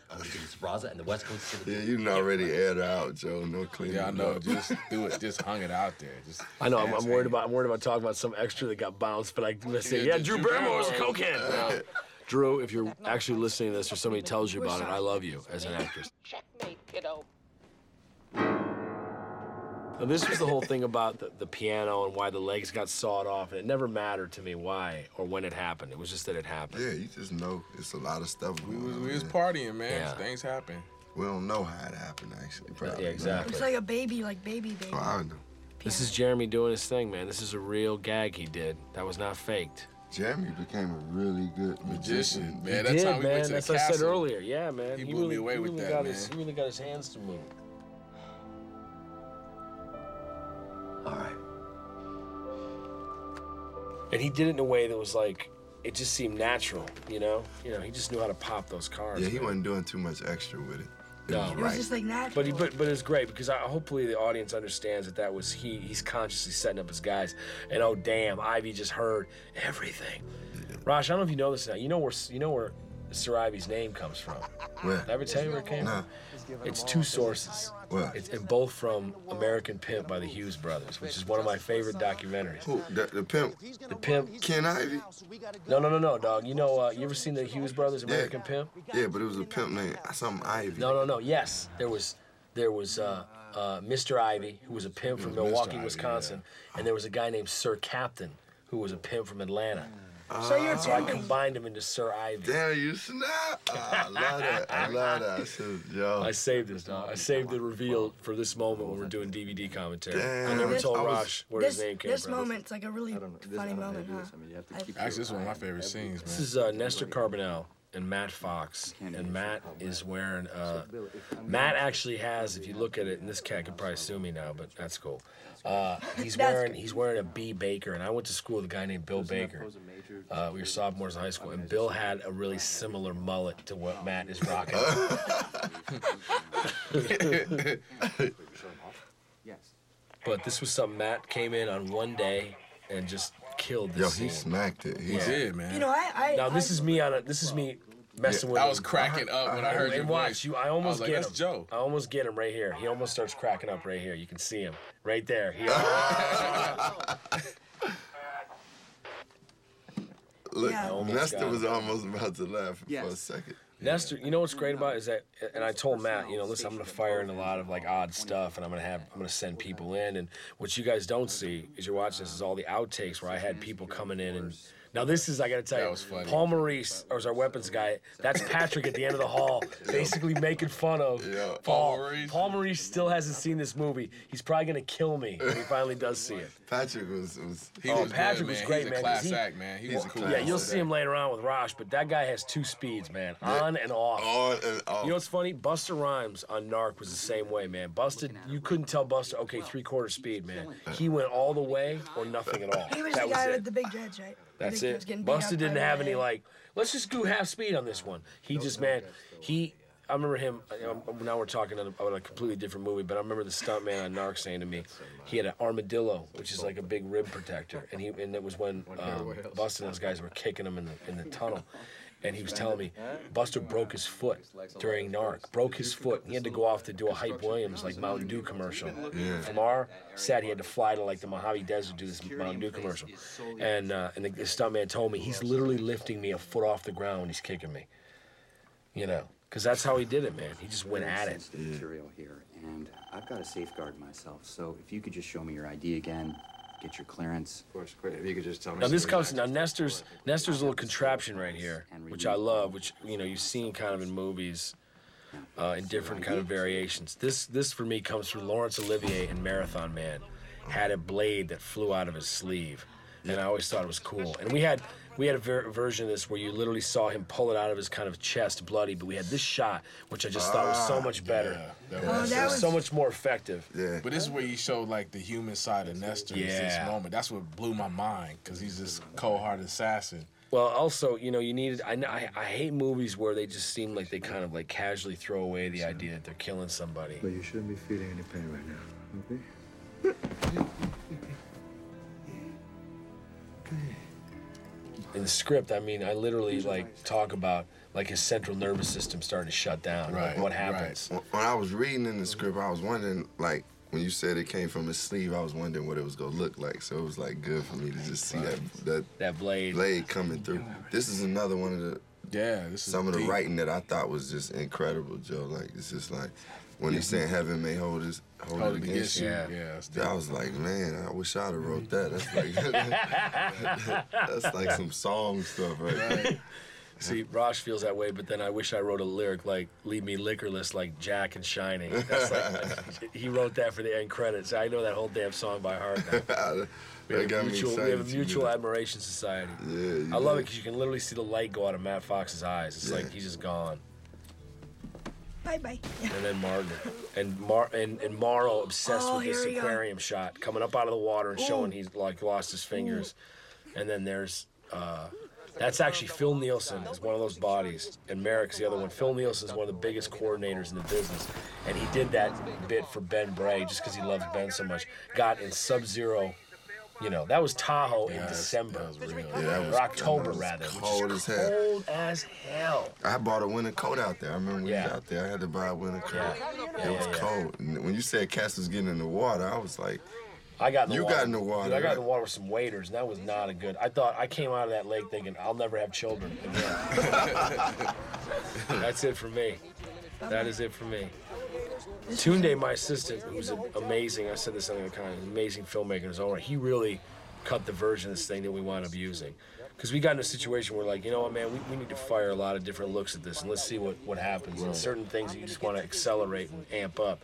Speaker 2: Raza and the West Coast. Yeah, you done already aired out, Joe. No cleaning.
Speaker 3: Yeah, I know.
Speaker 2: up.
Speaker 3: Just do it. Just hung it out there. Just
Speaker 1: I know. I'm, I'm worried about I'm worried about talking about some extra that got bounced, but I say, yeah, Drew Barrymore was a cokehead. No. Drew, if you're actually listening to this or somebody tells you about it, I love you as an actress.
Speaker 8: Checkmate, kiddo.
Speaker 1: And this was the whole thing about the, the piano and why the legs got sawed off, and it never mattered to me why or when it happened. It was just that it happened.
Speaker 2: Yeah, you just know it's a lot of stuff. We
Speaker 3: was, we was partying, man.
Speaker 1: Yeah.
Speaker 3: Things happen.
Speaker 2: We don't know how it happened, actually. Probably.
Speaker 1: yeah,
Speaker 2: not.
Speaker 1: exactly.
Speaker 4: It's like a baby, like baby, baby.
Speaker 2: Oh, I know.
Speaker 1: This is Jeremy doing his thing, man. This is a real gag he did. That was not faked.
Speaker 2: Jeremy became a really good magician.
Speaker 3: Magician, man. That's how we went to the
Speaker 1: That's what I said
Speaker 3: castle.
Speaker 1: earlier. Yeah, man.
Speaker 3: He blew me away
Speaker 1: he
Speaker 3: with
Speaker 1: really
Speaker 3: that,
Speaker 1: got
Speaker 3: man.
Speaker 1: His, he really got his hands to move. All right. And he did it in a way that was like, it just seemed natural, you know. You know, he just knew how to pop those cards.
Speaker 2: Yeah, he
Speaker 1: man.
Speaker 2: wasn't doing too much extra with it. It
Speaker 1: No.
Speaker 2: was
Speaker 1: It
Speaker 4: It was
Speaker 2: right.
Speaker 4: just like natural.
Speaker 1: But he, but, but it's great because I, hopefully the audience understands that that was he. He's consciously setting up his guys, and oh damn, Ivy just heard everything. Raj, I don't know if you know this now. You know where you know where Sir Ivy's name comes from.
Speaker 2: Where?
Speaker 1: Did I ever tell you where it came
Speaker 2: Nah.
Speaker 1: from? It's two sources.
Speaker 2: What?
Speaker 1: It's and both from American Pimp by the Hughes brothers, which is one of my favorite documentaries.
Speaker 2: Who? The, the pimp.
Speaker 1: The pimp.
Speaker 2: Ken Ivy?
Speaker 1: No, no, no, no, dog. You know, uh, you ever seen the Hughes brothers, American Pimp?
Speaker 2: Yeah, but it was a pimp named something Ivy.
Speaker 1: No, no, no. Yes, there was there was uh, uh, Mr. Ivy, who was a pimp from
Speaker 2: It was Mr.
Speaker 1: Milwaukee,
Speaker 2: Ivy,
Speaker 1: Wisconsin, and there was a guy named Sir Captain, who was a pimp from Atlanta.
Speaker 2: So you're
Speaker 1: so I
Speaker 2: telling me-
Speaker 1: combined them into Sir Ivy.
Speaker 2: Mm. Damn, you snap. Ah, I love that. I love that shit, yo.
Speaker 1: I saved this, dog. I saved the reveal for this moment when we're doing DVD commentary. I
Speaker 2: Damn,
Speaker 1: never
Speaker 2: this-
Speaker 1: told
Speaker 2: I was-
Speaker 1: Rosh where
Speaker 4: this,
Speaker 1: his name came
Speaker 4: this
Speaker 1: from.
Speaker 4: moment's like a really funny moment, huh? I-
Speaker 3: Actually, this is one of my favorite scenes,
Speaker 1: This
Speaker 3: man.
Speaker 1: is uh, Nestor Carbonell and Matt Fox, and Matt is wearing. Uh, Matt actually has, if you look at it, and this cat could probably sue me now, but that's cool. Uh, he's
Speaker 10: That's
Speaker 1: wearing he's wearing a B Baker, and I went to school with a guy named Bill Baker. Uh, we were sophomores in high school, and Bill had a really similar mullet to what Matt is rocking. but this was something Matt came in on one day and just killed this.
Speaker 2: Yo,
Speaker 1: scene.
Speaker 2: he smacked it. He
Speaker 1: Yeah.
Speaker 2: did,
Speaker 3: man.
Speaker 4: You know, I, I,
Speaker 1: now this
Speaker 4: I-
Speaker 1: is me on a, this is me messing
Speaker 3: Yeah,
Speaker 1: with
Speaker 3: I
Speaker 1: him.
Speaker 3: was cracking up when I heard
Speaker 1: and
Speaker 3: your
Speaker 1: watch,
Speaker 3: voice.
Speaker 1: You, I almost
Speaker 3: I was like,
Speaker 1: get
Speaker 3: "That's
Speaker 1: him. Joe. I almost get him right here. He almost starts cracking up right here. You can see him right there. He-
Speaker 2: Look,
Speaker 1: Yeah. I almost
Speaker 2: Nestor
Speaker 1: got
Speaker 2: was
Speaker 1: it.
Speaker 2: almost about to laugh for a second.
Speaker 1: Nestor, you know what's great about it is that, and I told Matt, you know, listen, I'm gonna fire in a lot of like odd stuff, and I'm gonna have, I'm gonna send people in, and what you guys don't see as you're watching this is all the outtakes where I had people coming in and. Now this is I gotta tell you, Paul Maurice, or is our weapons guy? That's Patrick at the end of the hall, basically making fun of Paul. Maurice. Paul Maurice still hasn't seen this movie. He's probably gonna kill me when he finally does see it.
Speaker 2: Patrick was was.
Speaker 1: He Oh, was good, Patrick man. was great,
Speaker 3: He's a
Speaker 1: man, 'cause
Speaker 3: class
Speaker 1: he-
Speaker 3: act, man. He
Speaker 2: He's
Speaker 3: was
Speaker 2: a
Speaker 3: cool.
Speaker 1: Yeah, you'll see him later on with Rosh, but that guy has two speeds, man. On and off.
Speaker 2: On and off.
Speaker 1: You know what's funny? Buster Rhymes on Narc was the same way, man. Buster, you couldn't tell Buster, okay, three quarter speed, man. He went all the way or nothing at all.
Speaker 4: he was
Speaker 1: that
Speaker 4: the
Speaker 1: was
Speaker 4: guy
Speaker 1: it.
Speaker 4: with the big dreads, right?
Speaker 1: That's
Speaker 4: He was
Speaker 1: it.
Speaker 4: getting beat
Speaker 1: Buster
Speaker 4: up
Speaker 1: didn't
Speaker 4: by
Speaker 1: have
Speaker 4: the-
Speaker 1: any like, let's just do half speed on this one. He just man, he. I remember him. um, Now we're talking about a completely different movie, but I remember the stuntman on Narc saying to me, he had an armadillo, which is like a big rib protector, and he and it was when um, Buster and those guys were kicking him in the in the tunnel. And he was telling me, Buster broke his foot during Narc. Broke his foot. He had to go off to do a Hype Williams like Mountain Dew commercial.
Speaker 2: Yeah.
Speaker 1: From our set, he had to fly to like the Mojave Desert to do this Mountain Dew commercial. And uh, and the, the stuntman told me he's literally lifting me a foot off the ground. when He's kicking me. You know, because that's how he did it, man. He just went
Speaker 21: very
Speaker 1: at it.
Speaker 21: sensitive material here, and I've got to safeguard myself. So if you could just show me your ID again, get your clearance. Of course, if you could just tell
Speaker 1: Now this comes now Nestor's Nestor's little contraption right here, which I love, which you know you've seen kind of in movies, uh, in different kind of variations. This this for me comes from Laurence Olivier in Marathon Man, had a blade that flew out of his sleeve, and I always thought it was cool. And we had we had a ver- version of this where you literally saw him pull it out of his kind of chest, bloody. But we had this shot, which I just thought was so
Speaker 3: Ah,
Speaker 1: much better,
Speaker 3: that
Speaker 1: It
Speaker 3: was-
Speaker 1: was so much more effective.
Speaker 2: Yeah.
Speaker 3: But this is where you show like the human side of Nestor. is This
Speaker 1: Yeah.
Speaker 3: moment. That's what blew my mind because he's this cold-hearted assassin.
Speaker 1: Well, also, you know, you needed. I, kn- I I hate movies where they just seem like they kind of like casually throw away the idea that they're killing somebody.
Speaker 15: But you shouldn't be feeling any pain right now, okay?
Speaker 1: in the script, I mean, I literally like talk about like his central nervous system starting to shut down. Like, what happens?
Speaker 2: When- When I was reading in the script, I was wondering, like, when you said it came from his sleeve, I was wondering what it was gonna look like. So it was like good for me to just see that that,
Speaker 1: that blade
Speaker 2: coming through. This is another one of the
Speaker 3: yeah, this
Speaker 2: is some of the
Speaker 3: deep.
Speaker 2: writing that I thought was just incredible, Joe. Like it's just like when he's saying heaven may hold us hold, it against you.
Speaker 3: Yeah, that's
Speaker 2: I was like, man, I wish I'd have wrote that. That's like that's like some song stuff right there.
Speaker 1: See, Rosh feels that way, but then I wish I wrote a lyric like "Leave me liquorless like Jack and Shining." That's like he wrote that for the end credits. I know that whole damn song by heart. Now. We
Speaker 2: That
Speaker 1: have,
Speaker 2: got
Speaker 1: a
Speaker 2: me
Speaker 1: mutual, we
Speaker 2: excited
Speaker 1: have a
Speaker 2: to
Speaker 1: mutual
Speaker 2: do that.
Speaker 1: admiration society.
Speaker 2: Yeah, you
Speaker 1: I love
Speaker 2: do.
Speaker 1: it because you can literally see the light go out of Matt Fox's eyes. It's like he's just gone.
Speaker 4: Bye bye.
Speaker 1: And then Martin and Mar and, and Morrow obsessed
Speaker 4: Oh,
Speaker 1: with this
Speaker 4: here we go.
Speaker 1: aquarium shot coming up out of the water and showing
Speaker 4: Ooh.
Speaker 1: he's like lost his fingers. And then there's uh, that's actually Phil Nielsen is one of those bodies, and Merrick's the other one. Phil Nielsen is one of the biggest coordinators in the business, and he did that bit for Ben Bray just because he loves Ben so much. Got in Sub-Zero, you know that was Tahoe in December
Speaker 2: Yeah, that
Speaker 1: or
Speaker 2: was-
Speaker 1: October
Speaker 2: that was
Speaker 1: rather,
Speaker 2: cold
Speaker 1: which
Speaker 2: as
Speaker 1: is
Speaker 2: hell.
Speaker 1: cold as hell.
Speaker 2: I bought a winter coat out there. I remember when you was out there, I had to buy a winter coat.
Speaker 1: Yeah,
Speaker 2: it was
Speaker 1: yeah, yeah.
Speaker 2: cold. And when you said Cass was getting in the water, I was like,
Speaker 1: I got in the
Speaker 2: you
Speaker 1: water.
Speaker 2: got in the water.
Speaker 1: Dude, I got in the water with some waiters, and that was not a good. I thought I came out of that lake thinking I'll never have children again. That's it for me. That is it for me. Tunde, my assistant, who's a- amazing. I said this on the other kind, amazing filmmaker in his own right. He really cut the version of this thing that we wound up using. Because we got in a situation where, like, you know what, man, we, we need to fire a lot of different looks at this and let's see what, what happens. And
Speaker 3: Right.
Speaker 1: certain things you just want to accelerate and amp up.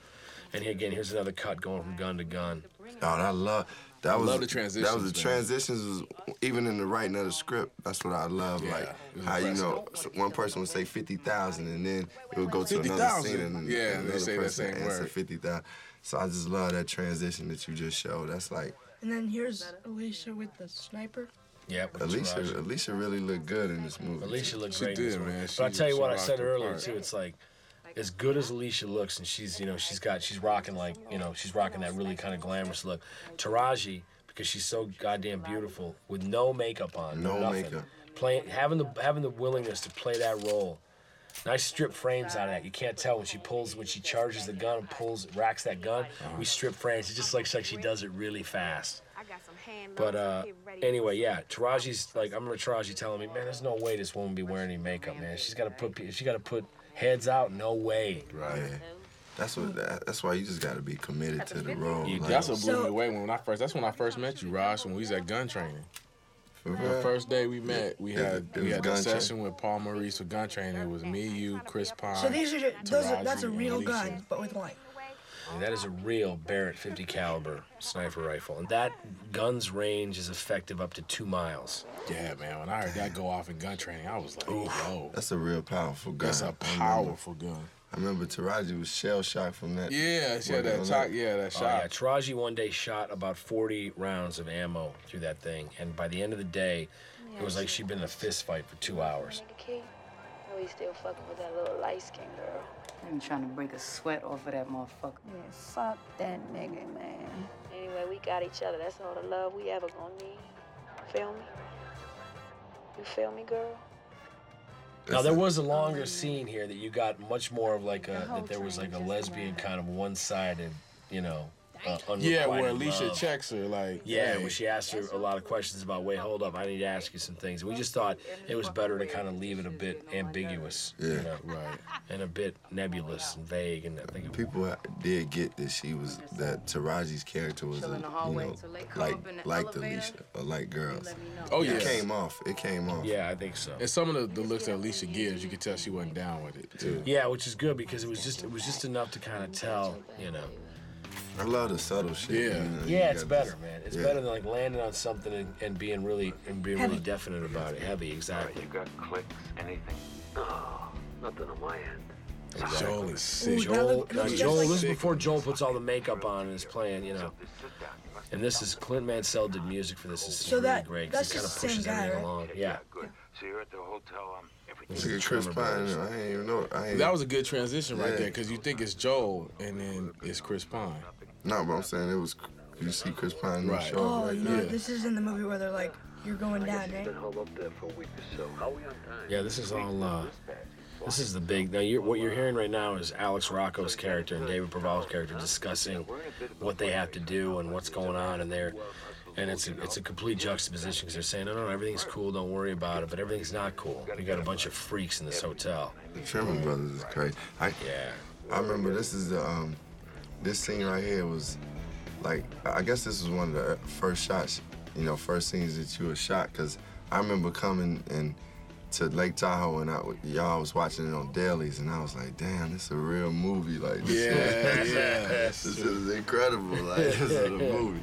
Speaker 1: And again, here's another cut going from gun to gun.
Speaker 2: God, I love that
Speaker 1: I
Speaker 2: was
Speaker 1: love the
Speaker 2: That was
Speaker 1: transitions,
Speaker 2: the
Speaker 1: man.
Speaker 2: transitions, was, even in the writing of the script. That's what I love. like how you know s- one person would say fifty thousand, and then it would go to another
Speaker 3: 50,000?
Speaker 2: scene, and
Speaker 3: Yeah,
Speaker 2: and
Speaker 3: they
Speaker 2: another
Speaker 3: say that
Speaker 2: person
Speaker 3: same
Speaker 2: answer
Speaker 3: word.
Speaker 2: fifty thousand. So I just love that transition that you just showed. That's like
Speaker 4: And then here's Alicia with the sniper.
Speaker 1: Yeah,
Speaker 2: Alicia. Alicia really looked good in this movie.
Speaker 1: Alicia looked great. in this movie. But I tell you what, I said earlier too. It's like as good as Alicia looks, and she's you know she's got she's rocking like you know she's rocking that really kind of glamorous look. Taraji because she's so goddamn beautiful with no makeup on,
Speaker 2: No
Speaker 1: nothing.
Speaker 2: makeup.
Speaker 1: Playing having the having the willingness to play that role. Nice strip frames out of that. You can't tell when she pulls when she charges the gun and pulls racks that gun.
Speaker 2: Uh-huh.
Speaker 1: We strip frames. It just looks like she does it really fast.
Speaker 16: I got some hand
Speaker 1: But uh, anyway, yeah, Taraji's like I remember Taraji telling me, man, there's no way this woman be wearing any makeup, man. She's got to put pe- she got to put heads out. No way.
Speaker 2: Right. That's what. That, that's why you just got to be committed to the role. like-
Speaker 3: That's what blew me away when I first. That's when I first met you, Raj. When we was at gun training. The
Speaker 2: real?
Speaker 3: first day we met, we
Speaker 2: It-
Speaker 3: had
Speaker 2: it
Speaker 3: we
Speaker 2: was
Speaker 3: had a
Speaker 2: gun
Speaker 3: session with Paul Maurice with gun training. It was me, you, Chris Pine.
Speaker 4: So these are ju- those are, that's a
Speaker 3: Taraji,
Speaker 4: real
Speaker 3: and Alicia.
Speaker 4: gun, but with light.
Speaker 1: And that is a real Barrett 50 caliber sniper rifle, and that gun's range is effective up to two miles.
Speaker 3: Yeah, man. When I heard that go off in gun training, I was like, yo,
Speaker 2: That's a real powerful gun.
Speaker 3: That's a
Speaker 2: I remember-
Speaker 3: powerful gun.
Speaker 2: I remember Taraji was shell shocked from that.
Speaker 3: Yeah, she had
Speaker 2: when-
Speaker 3: that
Speaker 2: on
Speaker 3: talk- yeah, that
Speaker 1: Oh, yeah, Taraji one day shot about 40 rounds of ammo through that thing, and by the end of the day, it was like she'd been in a fist fight for two hours.
Speaker 11: Oh, he's still fucking with that little light skinned girl.
Speaker 18: I'm trying to break a sweat off of that motherfucker.
Speaker 11: Yeah, fuck that nigga, man. Anyway, we got each other. That's all the love we ever gonna need. Feel me? You feel me, girl?
Speaker 1: Now there was a longer scene here that you got much more of like a that there was like a lesbian kind of one-sided, you know, uh,
Speaker 3: Yeah, where
Speaker 1: unrequited
Speaker 3: Alicia
Speaker 1: love.
Speaker 3: checks her like.
Speaker 1: Yeah,
Speaker 3: hey.
Speaker 1: when she asked her a lot of questions about, wait, hold up, I need to ask you some things. We just thought it was better to kind of leave it a bit ambiguous, you know, right, and a bit nebulous and vague. And I think it
Speaker 2: People ha- did get that she was that Taraji's character was a,
Speaker 18: Chill
Speaker 2: you
Speaker 18: in the hallway
Speaker 2: know,
Speaker 18: till they come
Speaker 2: like
Speaker 18: up in the
Speaker 2: like
Speaker 18: elevator.
Speaker 2: Alicia or like girls.
Speaker 3: Oh,
Speaker 2: it
Speaker 3: yeah.
Speaker 2: came off. It came off.
Speaker 1: Yeah, I think so.
Speaker 3: And some of the, the looks that Alicia gives, you could tell she wasn't down with it too.
Speaker 1: yeah, which is good because it was just it was just enough to kind of tell, you know.
Speaker 2: I love the subtle shit.
Speaker 3: Yeah.
Speaker 2: you know, you
Speaker 1: Yeah, it's
Speaker 2: got
Speaker 1: better,
Speaker 2: this-
Speaker 1: man. It's
Speaker 2: yeah.
Speaker 1: better than like landing on something and, and being really and being really definite about it. Heavy, exactly.
Speaker 19: Clicks, anything? No, Oh, nothing on my end.
Speaker 3: Joel is sick.
Speaker 1: Joel, uh,
Speaker 19: that looks
Speaker 1: Joel
Speaker 19: just
Speaker 1: this is
Speaker 19: like-
Speaker 1: before Joel puts all the makeup on and is playing, you know. And this is Clint Mansell did music for this. This is
Speaker 4: So
Speaker 1: really
Speaker 4: that-
Speaker 1: great
Speaker 4: that's
Speaker 1: because it kind of
Speaker 4: just the
Speaker 1: pushes
Speaker 4: same guy,
Speaker 1: everything
Speaker 4: right?
Speaker 1: along. Yeah.
Speaker 19: So you're at the hotel. Um, everything.
Speaker 2: Look at Chris Pine. I ain't even know. I ain't,
Speaker 3: That was a good transition right
Speaker 2: Yeah.
Speaker 3: there because you think it's Joel and then it's Chris Pine.
Speaker 2: no, but I'm saying it was. You see Chris Pine in the
Speaker 3: Right.
Speaker 2: show.
Speaker 4: Oh,
Speaker 2: right
Speaker 4: you know,
Speaker 2: there.
Speaker 4: this is in the movie where they're like, you're going down, right?
Speaker 1: Yeah, this is all. Uh, this is the big. Now, you're, what you're hearing right now is Alex Rocco's character and David Proval's character discussing what they have to do and what's going on, and they're, and it's a, it's a complete juxtaposition because they're saying, no, no, everything's cool, don't worry about it, but everything's not cool. We got a bunch of freaks in this hotel.
Speaker 2: The Sherman Brothers is crazy. I, yeah. I remember this is the um, this scene right here was like I guess this was one of the first shots, you know, first scenes that you were shot because I remember coming and to Lake Tahoe and I w- y'all was watching it on dailies and I was like, damn, this is a real movie. Like this
Speaker 3: Yeah,
Speaker 2: is,
Speaker 3: yeah.
Speaker 2: this is incredible. Like this is a movie.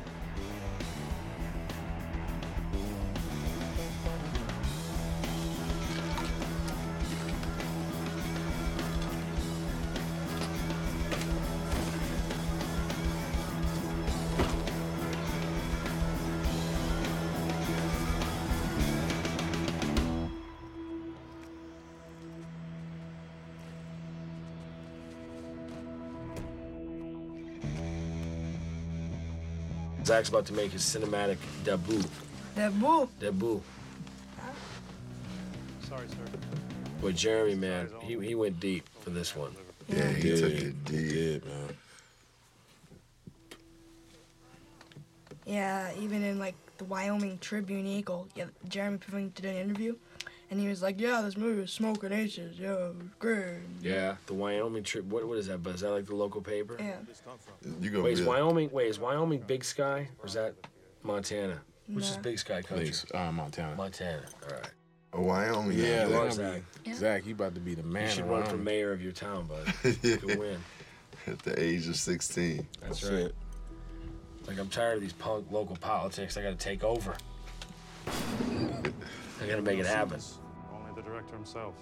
Speaker 1: Zach's about to make his cinematic debut.
Speaker 4: That bull.
Speaker 1: Debut.
Speaker 5: Sorry, sir.
Speaker 1: But Jeremy, man, he, he went deep for this one.
Speaker 2: Yeah, he
Speaker 3: did,
Speaker 2: took it
Speaker 3: deep. Did, man.
Speaker 4: Yeah, even in like the Wyoming Tribune Eagle, yeah, Jeremy Piven did an interview, and he was like, "Yeah, this movie was smoking aces. Yeah, it was great."
Speaker 1: Yeah, the Wyoming trip. What what is that? But is that like the local paper?
Speaker 4: Yeah.
Speaker 2: You
Speaker 1: Wait, is
Speaker 2: real-
Speaker 1: Wyoming? Wait, is Wyoming Big Sky or is that Montana? Which is
Speaker 4: No.
Speaker 1: Big Sky country?
Speaker 3: uh, Montana.
Speaker 1: Montana. All right.
Speaker 2: Wyoming.
Speaker 3: Yeah,
Speaker 1: Good luck,
Speaker 3: they're gonna be-
Speaker 1: Zach.
Speaker 3: Zach, you about to be the man.
Speaker 1: you should
Speaker 3: in
Speaker 1: run for
Speaker 3: Wyoming.
Speaker 1: mayor of your town, bud. You could win.
Speaker 2: At the age of 16.
Speaker 1: That's right. Like I'm tired of these punk local politics. I got to take over. I got to make it happen.
Speaker 5: Only the director himself.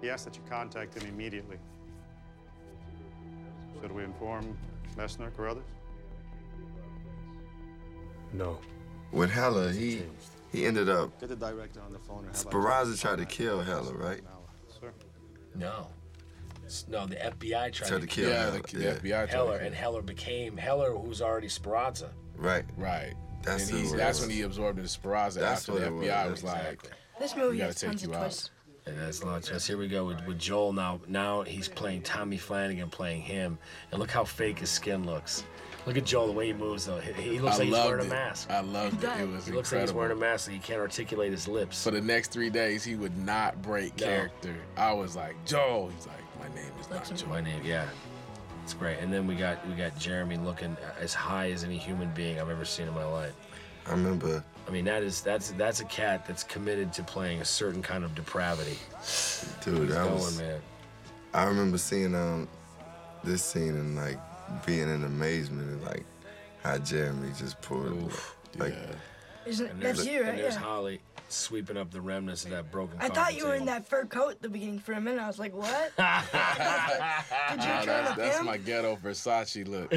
Speaker 5: He asked that you contact him immediately. Should we inform Messner or others?
Speaker 10: No.
Speaker 2: With Hella, he he ended up.
Speaker 22: Get the director on the phone. Or have
Speaker 2: Sparaza tried to kill Hella, right?
Speaker 1: No. S- No, the FBI tried
Speaker 2: Tried
Speaker 1: to,
Speaker 2: to kill Yeah, Heller,
Speaker 3: the- the yeah. FBI tried to
Speaker 1: Heller,
Speaker 3: kill
Speaker 1: and Heller became Heller, who's already Sparazza.
Speaker 2: Right.
Speaker 3: Right.
Speaker 2: That's
Speaker 3: and
Speaker 2: who
Speaker 3: he's,
Speaker 2: it
Speaker 3: that's
Speaker 2: was.
Speaker 3: when he absorbed into Sparaza
Speaker 2: That's
Speaker 3: after
Speaker 2: what
Speaker 3: the
Speaker 2: it was.
Speaker 3: FBI was,
Speaker 1: Exactly.
Speaker 3: like,
Speaker 4: This
Speaker 3: "We
Speaker 4: movie
Speaker 3: gotta
Speaker 4: has tons of
Speaker 3: take you out."
Speaker 4: twists.
Speaker 1: And that's a lot of twists. Here we go with, with Joel now. Now he's playing Tommy Flanagan, playing him, and look how fake his skin looks. Look at Joel the way he moves though. He, he looks
Speaker 3: I
Speaker 1: like he's
Speaker 3: loved
Speaker 1: wearing
Speaker 3: it.
Speaker 1: a mask.
Speaker 3: I loved it. It was
Speaker 1: He looks like he's
Speaker 3: incredible.
Speaker 1: wearing a mask, so he can't articulate his lips.
Speaker 3: For the next three days, he would not break
Speaker 1: No.
Speaker 3: character. I was like, Joel. He's like, my name is not Joel.
Speaker 1: My name, yeah. It's great. And then we got we got Jeremy looking as high as any human being I've ever seen in my life.
Speaker 2: I remember.
Speaker 1: I mean that is that's that's a cat that's committed to playing a certain kind of depravity.
Speaker 2: Dude,
Speaker 1: He's
Speaker 2: that
Speaker 1: going,
Speaker 2: was.
Speaker 1: man.
Speaker 2: I remember seeing um this scene and like being in amazement and like how Jeremy just pulled like
Speaker 4: Isn't
Speaker 1: And
Speaker 4: that's
Speaker 1: there's-
Speaker 4: you,
Speaker 1: And
Speaker 4: right?
Speaker 1: there's
Speaker 4: Yeah.
Speaker 1: Holly sweeping up the remnants of that broken.
Speaker 4: I thought you were in
Speaker 1: conversation.
Speaker 4: that fur coat at the beginning for a minute. I was like, "What?" Did you
Speaker 3: Ah,
Speaker 4: turn
Speaker 3: that's,
Speaker 4: up
Speaker 3: that's
Speaker 4: him?
Speaker 3: my ghetto Versace look.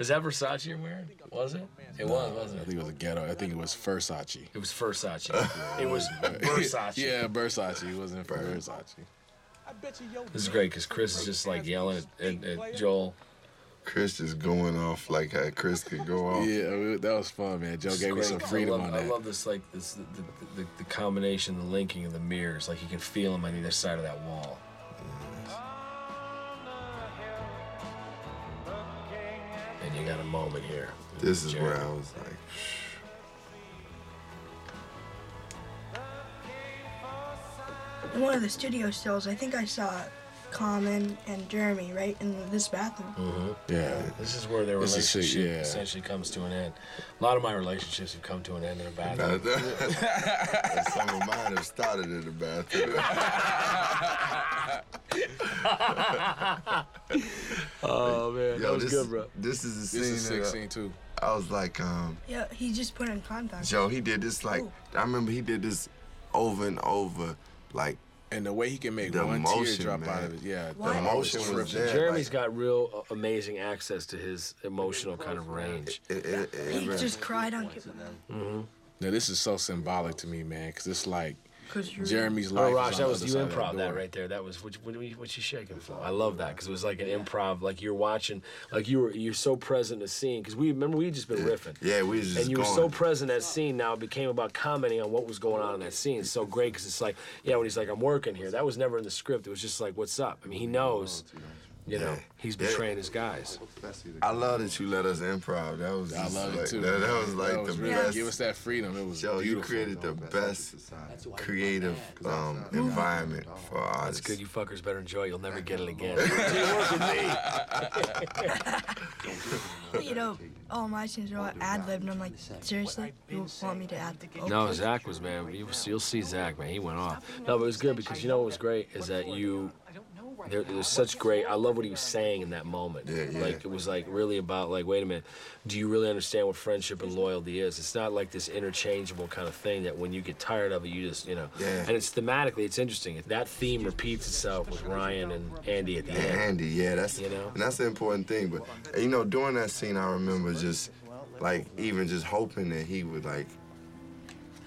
Speaker 1: Is that Versace you're wearing? Was it? It was, wasn't
Speaker 3: I think it was a ghetto. I think it was Versace.
Speaker 1: It was Versace. it was Versace.
Speaker 3: yeah, Versace. It wasn't Versace.
Speaker 1: This is great because Chris is just like yelling at, at, at Joel.
Speaker 2: Chris just going off like how Chris could go off.
Speaker 3: Yeah, we- that was fun, man. Joe
Speaker 1: This is
Speaker 3: gave me
Speaker 1: great
Speaker 3: some
Speaker 1: 'cause
Speaker 3: freedom
Speaker 1: I love,
Speaker 3: on
Speaker 1: I
Speaker 3: that.
Speaker 1: love this like this the, the, the, the combination, the linking of the mirrors. Like you can feel them on either side of that wall. And you got a moment here.
Speaker 2: This is where
Speaker 1: Jeremy.
Speaker 2: I was like,
Speaker 4: In one of the studio stills, I think I saw Common and Jeremy right in this bathroom.
Speaker 3: Mm.
Speaker 1: hmm
Speaker 3: Yeah.
Speaker 1: This is where their
Speaker 3: This is shit,
Speaker 1: relationship
Speaker 3: yeah.
Speaker 1: essentially comes to an end. A lot of my relationships have come to an end in a bathroom.
Speaker 2: and some of mine have started in the bathroom.
Speaker 1: oh man,
Speaker 2: Yo, this, This is the scene.
Speaker 3: This is
Speaker 2: that, uh,
Speaker 3: 16 too.
Speaker 2: I was like, um,
Speaker 4: Yeah, he just put in contact.
Speaker 2: Joe, he did this like I remember he did this over and over, like.
Speaker 3: And the way he can make
Speaker 2: the
Speaker 3: one tear
Speaker 2: emotion,
Speaker 3: drop out
Speaker 2: man.
Speaker 3: of it, yeah.
Speaker 2: The emotion was there.
Speaker 1: Jeremy's
Speaker 2: like,
Speaker 1: got real uh, amazing access to his emotional kind of range.
Speaker 2: it- it- it-
Speaker 4: He just cried on.
Speaker 3: Now this is so symbolic to me, man, because it's like
Speaker 4: 'Cause you're-
Speaker 3: Jeremy's
Speaker 1: Oh,
Speaker 3: life.
Speaker 1: Raj,
Speaker 3: is
Speaker 1: that
Speaker 3: on the
Speaker 1: was
Speaker 3: other
Speaker 1: you
Speaker 3: side of
Speaker 1: improv
Speaker 3: door.
Speaker 1: that right there. That was what, what, what you- what you shaking for. I love that because it was like an improv. Like you're watching, like you were you're so present in the scene because we remember we just been riffing.
Speaker 2: Yeah, we was just
Speaker 1: and you were so
Speaker 2: going.
Speaker 1: present in that scene. Now it became about commenting on what was going on in that scene. It's so great because it's like yeah, when he's like I'm working here. That was never in the script. It was just like what's up. I mean he knows, you know, he's
Speaker 2: Yeah.
Speaker 1: betraying his guys.
Speaker 2: I love that you let us improv. That was
Speaker 3: I
Speaker 2: just
Speaker 3: love
Speaker 2: like,
Speaker 3: it too.
Speaker 2: That, that
Speaker 3: man.
Speaker 2: was like
Speaker 3: That was
Speaker 2: the
Speaker 3: really-
Speaker 2: best.
Speaker 3: Give us that freedom. It was
Speaker 2: Yo, you
Speaker 3: beautiful.
Speaker 2: created the best creative um, environment for
Speaker 1: That's
Speaker 2: artists.
Speaker 1: good. You fuckers better enjoy. it. You'll never get it again.
Speaker 4: you know, all my scenes are all ad libbed, and I'm like, seriously, you want me to ad lib?
Speaker 1: No, Zach was man. You, will see Zach, man. He went off. No, but it was good because you know what was great is that you. There, there's such great. I love what he was saying in that moment. Like it was like really about like, wait a minute, do you really understand what friendship and loyalty is? It's not like this interchangeable kind of thing that when you get tired of it, you just you know.
Speaker 2: Yeah.
Speaker 1: And it's thematically, it's interesting. That theme repeats itself with Ryan and Andy at the
Speaker 2: Yeah,
Speaker 1: end.
Speaker 2: Andy, yeah, that's
Speaker 1: You know?
Speaker 2: and that's the important thing. But and, you know, during that scene, I remember just like even just hoping that he would like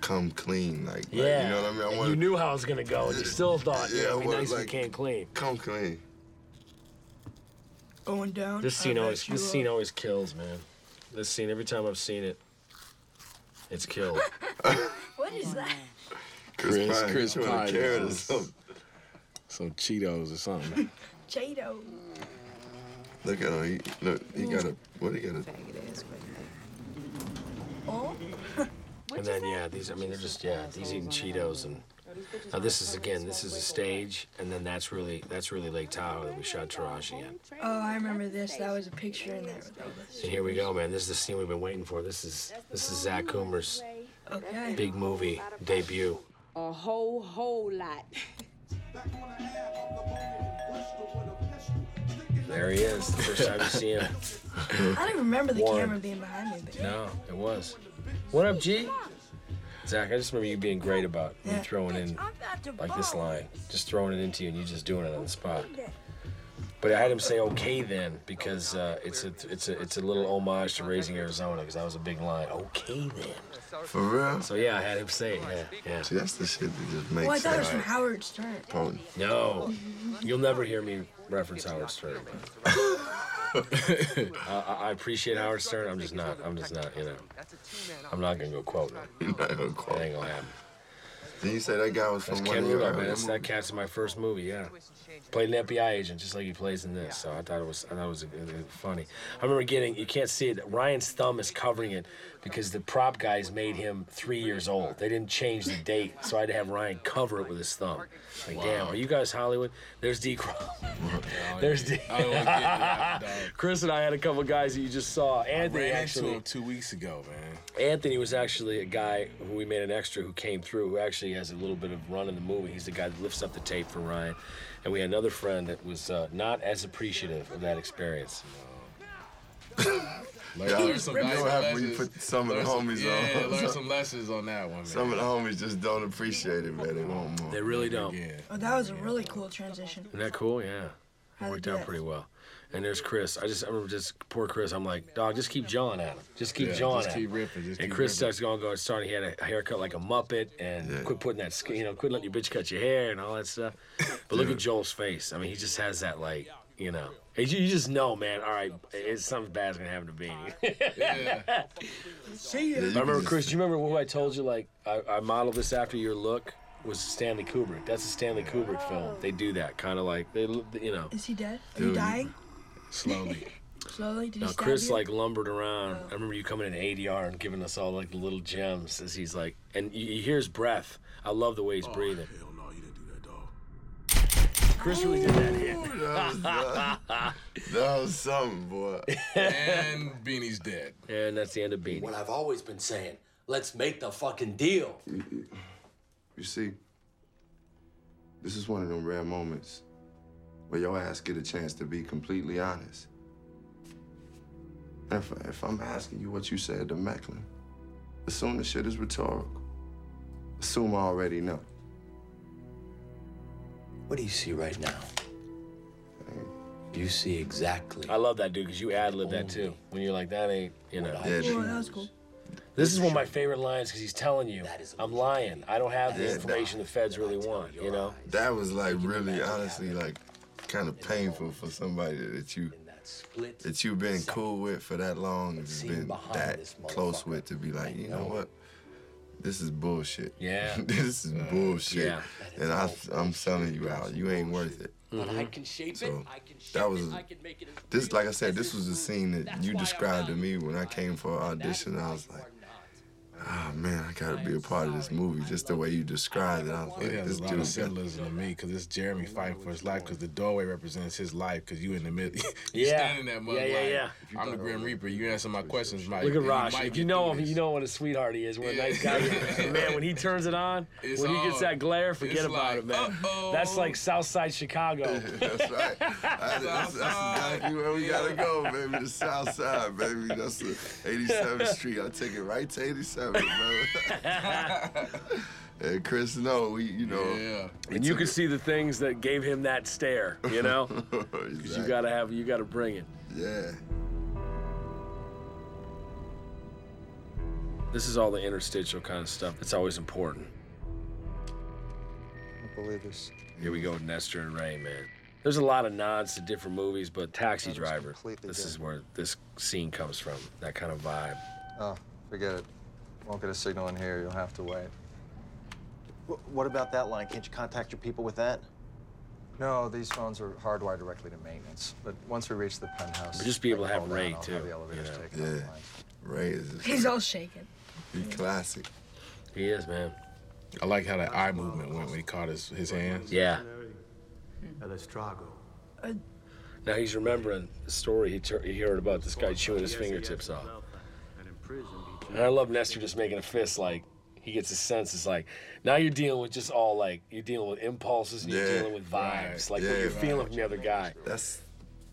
Speaker 2: come clean, like, like,
Speaker 1: Yeah.
Speaker 2: you know what I mean. I
Speaker 1: And
Speaker 2: wanted-
Speaker 1: you knew how it was gonna go, and you still thought, yeah,
Speaker 2: Yeah, I
Speaker 1: it'd be
Speaker 2: wanted,
Speaker 1: nice if
Speaker 2: like,
Speaker 1: you came clean.
Speaker 2: Come clean.
Speaker 4: Going down.
Speaker 1: This
Speaker 4: I
Speaker 1: scene
Speaker 4: bet
Speaker 1: always
Speaker 4: you
Speaker 1: this
Speaker 4: are.
Speaker 1: scene always kills, man. This scene every time I've seen it, it's killed.
Speaker 4: What is that?
Speaker 3: Chris,
Speaker 2: Pine,
Speaker 3: Chris
Speaker 2: you wanna
Speaker 3: Pine,
Speaker 2: carrot or
Speaker 3: some- some Cheetos or something.
Speaker 4: Jado.
Speaker 2: Look at him. He, look, he got a what? He got a.
Speaker 4: Oh?
Speaker 1: and then yeah, these I mean they're just yeah, these eating Cheetos and now this is again this is a stage and then that's really that's really Lake Tahoe that we shot Taraji in.
Speaker 4: Oh, I remember this. That was a picture in there with all this.
Speaker 1: And here we go, man. This is the scene we've been waiting for. This is this is Zach Coomer's
Speaker 4: Okay.
Speaker 1: big movie debut.
Speaker 9: A whole, whole lot.
Speaker 1: There he is, the first time you see him.
Speaker 4: I don't remember the
Speaker 1: Warren.
Speaker 4: camera being behind me, but
Speaker 1: No, it was. What up, G? Zach, I just remember you being great about you throwing in like
Speaker 4: Oh.
Speaker 1: this line, just throwing it into you, and you just doing it on the spot. But I had him say "okay" then because uh, it's a it's a it's a little homage to Raising Arizona because that was a big line. Okay then.
Speaker 2: For real?
Speaker 1: So yeah, I had him say it. Yeah, yeah.
Speaker 2: See, that's the shit that just
Speaker 4: well, Oh, I
Speaker 2: makes
Speaker 4: thought it was from
Speaker 2: sense.
Speaker 4: Howard Stern.
Speaker 2: Potent.
Speaker 1: No, you'll never hear me reference Howard Stern. I, I- I appreciate Howard Stern. I'm just not. I'm just not. You know. I'm not gonna go quote him. That ain't gonna happen.
Speaker 2: Did you say that guy was
Speaker 1: That's
Speaker 2: from
Speaker 1: Ken
Speaker 2: one year?
Speaker 1: Rudolph, man. That's that cat's in my first movie. Yeah, played an FBI agent just like he plays in this. So I thought it was, I thought it was uh, uh, funny. I remember getting, you can't see it. Ryan's thumb is covering it because the prop guys made him three years old. They didn't change the date, so I had to have Ryan cover it with his thumb. Like, damn, are you guys Hollywood? There's D. Cross.
Speaker 2: Oh,
Speaker 1: There's D.
Speaker 3: I don't get that, dog.
Speaker 1: Chris and I had a couple guys that you just saw. Anthony
Speaker 3: I ran
Speaker 1: actually.
Speaker 3: into him two weeks ago, man.
Speaker 1: Anthony was actually a guy who we made an extra who came through, who actually has a little bit of run in the movie. He's the guy that lifts up the tape for Ryan. And we had another friend that was uh, not as appreciative of that experience.
Speaker 3: Learn,
Speaker 2: Yeah,
Speaker 3: learn some
Speaker 2: you know
Speaker 3: valuable
Speaker 2: what happened when you
Speaker 3: lessons.
Speaker 2: put some of the
Speaker 3: Learn some-
Speaker 2: homies
Speaker 3: yeah,
Speaker 2: on.
Speaker 3: learn some lessons on that one, man.
Speaker 2: Some of the homies just don't appreciate it, man. They want more.
Speaker 1: They really don't.
Speaker 4: Oh, that was a really cool transition.
Speaker 1: Isn't that cool? Yeah. It worked out pretty well. And there's Chris. I just I remember just poor Chris. I'm like, dog, just keep jawing at him. Just keep
Speaker 3: Yeah,
Speaker 1: jawing
Speaker 3: just
Speaker 1: at
Speaker 3: keep
Speaker 1: him.
Speaker 3: ripping, just
Speaker 1: and
Speaker 3: keep
Speaker 1: Chris
Speaker 3: ripping.
Speaker 1: starts going, going, starting. He had a haircut like a muppet, and quit putting that, sk- you know, quit letting your bitch cut your hair and all that stuff. But look at Joel's face. I mean, he just has that like, you know, and you, you just know, man. All right, it's something bad's gonna happen to Beanie.
Speaker 4: See
Speaker 1: I
Speaker 4: ya.
Speaker 1: remember, Chris, do you remember who I told you, like, I, I modeled this after your look? Was Stanley Kubrick. That's a Stanley Kubrick film. They do that, kind of like, they, l- you know.
Speaker 4: Is he dead? Are
Speaker 1: Dude.
Speaker 4: you dying?
Speaker 1: Slowly.
Speaker 4: Slowly? Did he
Speaker 1: Now,
Speaker 4: stab
Speaker 1: Chris,
Speaker 4: you?
Speaker 1: like, lumbered around. I remember you coming in ADR and giving us all, like, the little gems as he's, like, and you, you hear his breath. I love the way
Speaker 3: Oh.
Speaker 1: he's breathing. Hell no, you didn't do that, dog. Chris really did that hit.
Speaker 2: uh, That was something, boy.
Speaker 3: and Beanie's dead.
Speaker 1: And that's the end of Beanie.
Speaker 12: What I've always been saying, let's make the fucking deal.
Speaker 2: You see, this is one of them rare moments where your ass get a chance to be completely honest. If, if I'm asking you what you said to Macklin, assume the shit is rhetorical. Assume I already know.
Speaker 12: What do you see right now? You see exactly
Speaker 3: Oh.
Speaker 1: I love that, dude, because you ad lib that, too. When you're like, that ain't, you know.
Speaker 12: what I Yeah, dude.
Speaker 4: Well, Oh, that was cool.
Speaker 1: This is one of my favorite lines because he's telling you, I'm lying. I don't have the
Speaker 2: Yeah,
Speaker 1: information the feds really want, you know?
Speaker 2: That was like really, honestly, like kind of painful for somebody that you that you've been cool with for that long, you've been that close with to be like, you know what? This is bullshit.
Speaker 1: Yeah.
Speaker 2: this is
Speaker 1: Mm.
Speaker 2: bullshit.
Speaker 1: Yeah.
Speaker 2: And I, I'm selling you out. You ain't worth it.
Speaker 8: But I can shape
Speaker 2: So
Speaker 8: it. I can shape
Speaker 2: that was
Speaker 8: it. I can make it as
Speaker 2: this. Like I said, this was the scene that you described to me when I came for an audition. I was like, oh man, I gotta be a part of this movie. Just the way you described it, I was like,
Speaker 3: It has
Speaker 2: this
Speaker 3: a lot of
Speaker 2: dude. got-
Speaker 3: symbolism to me because it's Jeremy fighting for his life because the doorway represents his life because you in the middle. you
Speaker 1: Yeah.
Speaker 3: standing that mother.
Speaker 1: Yeah, yeah,
Speaker 3: like,
Speaker 1: yeah.
Speaker 3: I'm the Grim Reaper. You answer my questions, Mike.
Speaker 1: Look at
Speaker 3: and you
Speaker 1: Rosh.
Speaker 3: might
Speaker 1: If
Speaker 3: get
Speaker 1: you know
Speaker 3: through
Speaker 1: him, you know what a sweetheart he is. What a nice guy. he is. Man, when he turns it on,
Speaker 3: It's
Speaker 1: when he gets
Speaker 3: on.
Speaker 1: that glare, forget
Speaker 3: It's
Speaker 1: about
Speaker 3: like,
Speaker 1: it, man. That's like Southside Chicago.
Speaker 2: That's right. That's, that's, that's exactly where we gotta go, baby. The South Side, baby. That's the 87th Street. I take it right to 87th, brother. and Chris, no, we, you know,
Speaker 3: Yeah.
Speaker 1: And you can see the things that gave him that stare, you know? 'Cause You gotta have, you gotta bring it.
Speaker 2: yeah.
Speaker 1: This is all the interstitial kind of stuff that's always important.
Speaker 6: I don't believe this.
Speaker 1: Here we go with Nestor and Ray, man. There's a lot of nods to different movies, but Taxi Driver, this is where this scene comes from, that kind of vibe.
Speaker 15: Oh, forget it. Won't get a signal in here. You'll have to wait.
Speaker 6: Wh- What about that line? Can't you contact your people with that?
Speaker 15: No, these phones are hardwired directly to maintenance. But once we reach the penthouse,
Speaker 1: But just be able
Speaker 15: I
Speaker 1: to
Speaker 15: can
Speaker 1: have
Speaker 15: call
Speaker 1: Ray,
Speaker 15: down. I'll
Speaker 1: too,
Speaker 15: Have the elevators
Speaker 1: you know.
Speaker 15: taken
Speaker 2: Yeah. Ray is
Speaker 4: He's all shaking.
Speaker 2: he classic.
Speaker 1: He is, man.
Speaker 3: I like how that eye movement went when he caught his, his hands.
Speaker 1: Yeah.
Speaker 17: Hmm.
Speaker 10: El Estrago.
Speaker 1: Now he's remembering the story he, tur he heard about this guy chewing his fingertips off. And I love Nestor just making a fist like he gets a sense. It's like now you're dealing with just all like you're dealing with impulses and you're
Speaker 2: Yeah.
Speaker 1: dealing with vibes, like
Speaker 2: Yeah,
Speaker 1: what you're
Speaker 2: right.
Speaker 1: feeling from the other guy.
Speaker 2: That's